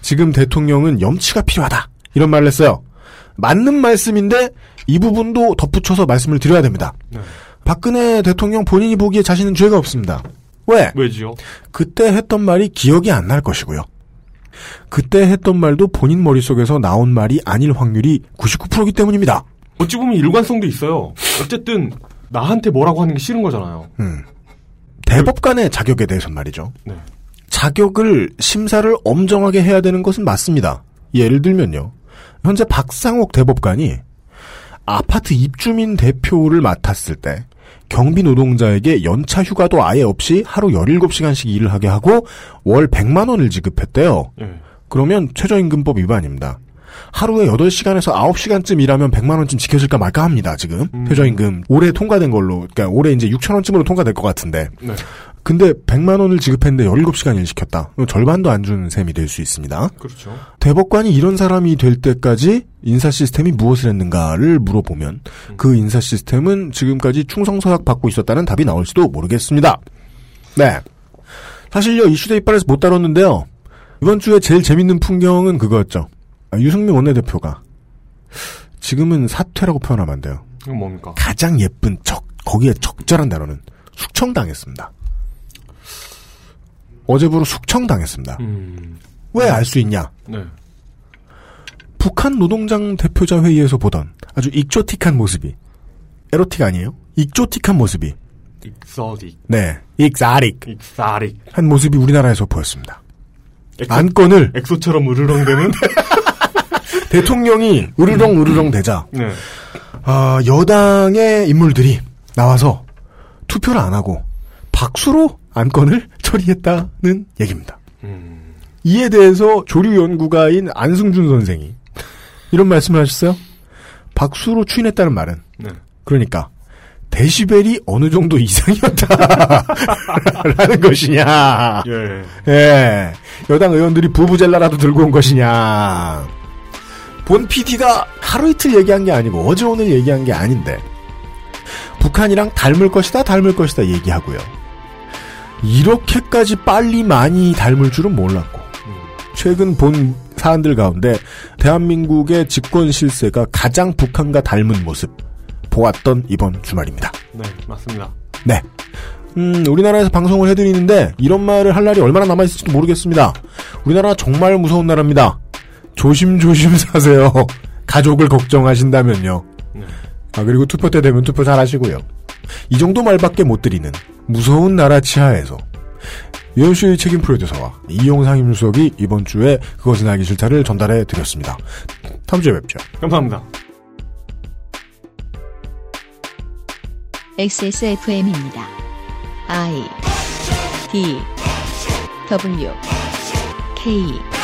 Speaker 2: 지금 대통령은 염치가 필요하다. 이런 말을 했어요. 맞는 말씀인데 이 부분도 덧붙여서 말씀을 드려야 됩니다.
Speaker 4: 네.
Speaker 2: 박근혜 대통령 본인이 보기에 자신은 죄가 없습니다. 왜?
Speaker 4: 왜지요?
Speaker 2: 그때 했던 말이 기억이 안 날 것이고요. 그때 했던 말도 본인 머릿속에서 나온 말이 아닐 확률이 99%이기 때문입니다.
Speaker 4: 어찌 보면 일관성도 있어요. 어쨌든 나한테 뭐라고 하는 게 싫은 거잖아요.
Speaker 2: 음. 대법관의 자격에 대해서 말이죠. 자격을 심사를 엄정하게 해야 되는 것은 맞습니다. 예를 들면요. 현재 박상옥 대법관이 아파트 입주민 대표를 맡았을 때 경비 노동자에게 연차 휴가도 아예 없이 하루 17시간씩 일을 하게 하고 월 100만 원을 지급했대요.
Speaker 4: 예.
Speaker 2: 그러면 최저임금법 위반입니다. 하루에 8시간에서 9시간쯤 일하면 100만 원쯤 지켜질까 말까 합니다, 지금. 최저임금 올해 통과된 걸로 그러니까 올해 이제 6천 원쯤으로 통과될 것 같은데.
Speaker 4: 네.
Speaker 2: 근데 100만 원을 지급했는데 17시간 일시켰다. 그럼 절반도 안 주는 셈이 될 수 있습니다.
Speaker 4: 그렇죠.
Speaker 2: 대법관이 이런 사람이 될 때까지 인사 시스템이 무엇을 했는가를 물어보면 그 인사 시스템은 지금까지 충성서약 받고 있었다는 답이 나올지도 모르겠습니다. 네. 사실요, 이슈대 이빨에서 못 다뤘는데요. 이번 주에 제일 재밌는 풍경은 그거였죠. 아, 유승민 원내대표가 지금은 사퇴라고 표현하면 안 돼요.
Speaker 4: 이건 뭡니까?
Speaker 2: 가장 예쁜 척, 거기에 적절한 단어는 숙청당했습니다. 어제부로
Speaker 4: 음.
Speaker 2: 숙청당했습니다. 왜 알 수 있냐?
Speaker 4: 네.
Speaker 2: 북한 노동장 대표자 회의에서 보던 아주 익조틱한 모습이 에로틱 아니에요? 익조틱한 모습이
Speaker 4: 익서딕.
Speaker 2: 네 익사릭
Speaker 4: 익사릭.
Speaker 2: 한 모습이 우리나라에서 보였습니다.
Speaker 4: 엑소-
Speaker 2: 안건을
Speaker 4: 엑소처럼 으르렁대는?
Speaker 2: 대통령이 으르렁 으르렁 대자
Speaker 4: 네.
Speaker 2: 아, 여당의 인물들이 나와서 투표를 안 하고 박수로 안건을 처리했다는 얘기입니다. 이에 대해서 조류 연구가인 안승준 선생이 이런 말씀을 하셨어요. 박수로 추인했다는 말은
Speaker 4: 네.
Speaker 2: 그러니까 데시벨이 어느 정도 이상이었다라는 것이냐.
Speaker 4: 예.
Speaker 2: 예. 여당 의원들이 부부젤라라도 들고 온 것이냐. 본 PD가 하루 이틀 얘기한 게 아니고 어제 오늘 얘기한 게 아닌데 북한이랑 닮을 것이다 닮을 것이다 얘기하고요. 이렇게까지 빨리 많이 닮을 줄은 몰랐고 최근 본 사안들 가운데 대한민국의 집권 실세가 가장 북한과 닮은 모습 보았던 이번 주말입니다.
Speaker 4: 네, 맞습니다.
Speaker 2: 네. 음, 우리나라에서 방송을 해드리는데 이런 말을 할 날이 얼마나 남아있을지도 모르겠습니다. 우리나라 정말 무서운 나라입니다. 조심조심 사세요. 가족을 걱정하신다면요. 아, 그리고 투표 때 되면 투표 잘 하시고요. 이 정도 말밖에 못 드리는 무서운 나라 치하에서 연수의 책임 프로듀서와 이용상 임수석이 이번 주에 그것은 알기 싫다를 전달해 드렸습니다. 다음 주에 뵙죠.
Speaker 4: 감사합니다.
Speaker 1: XSFM입니다. I D W K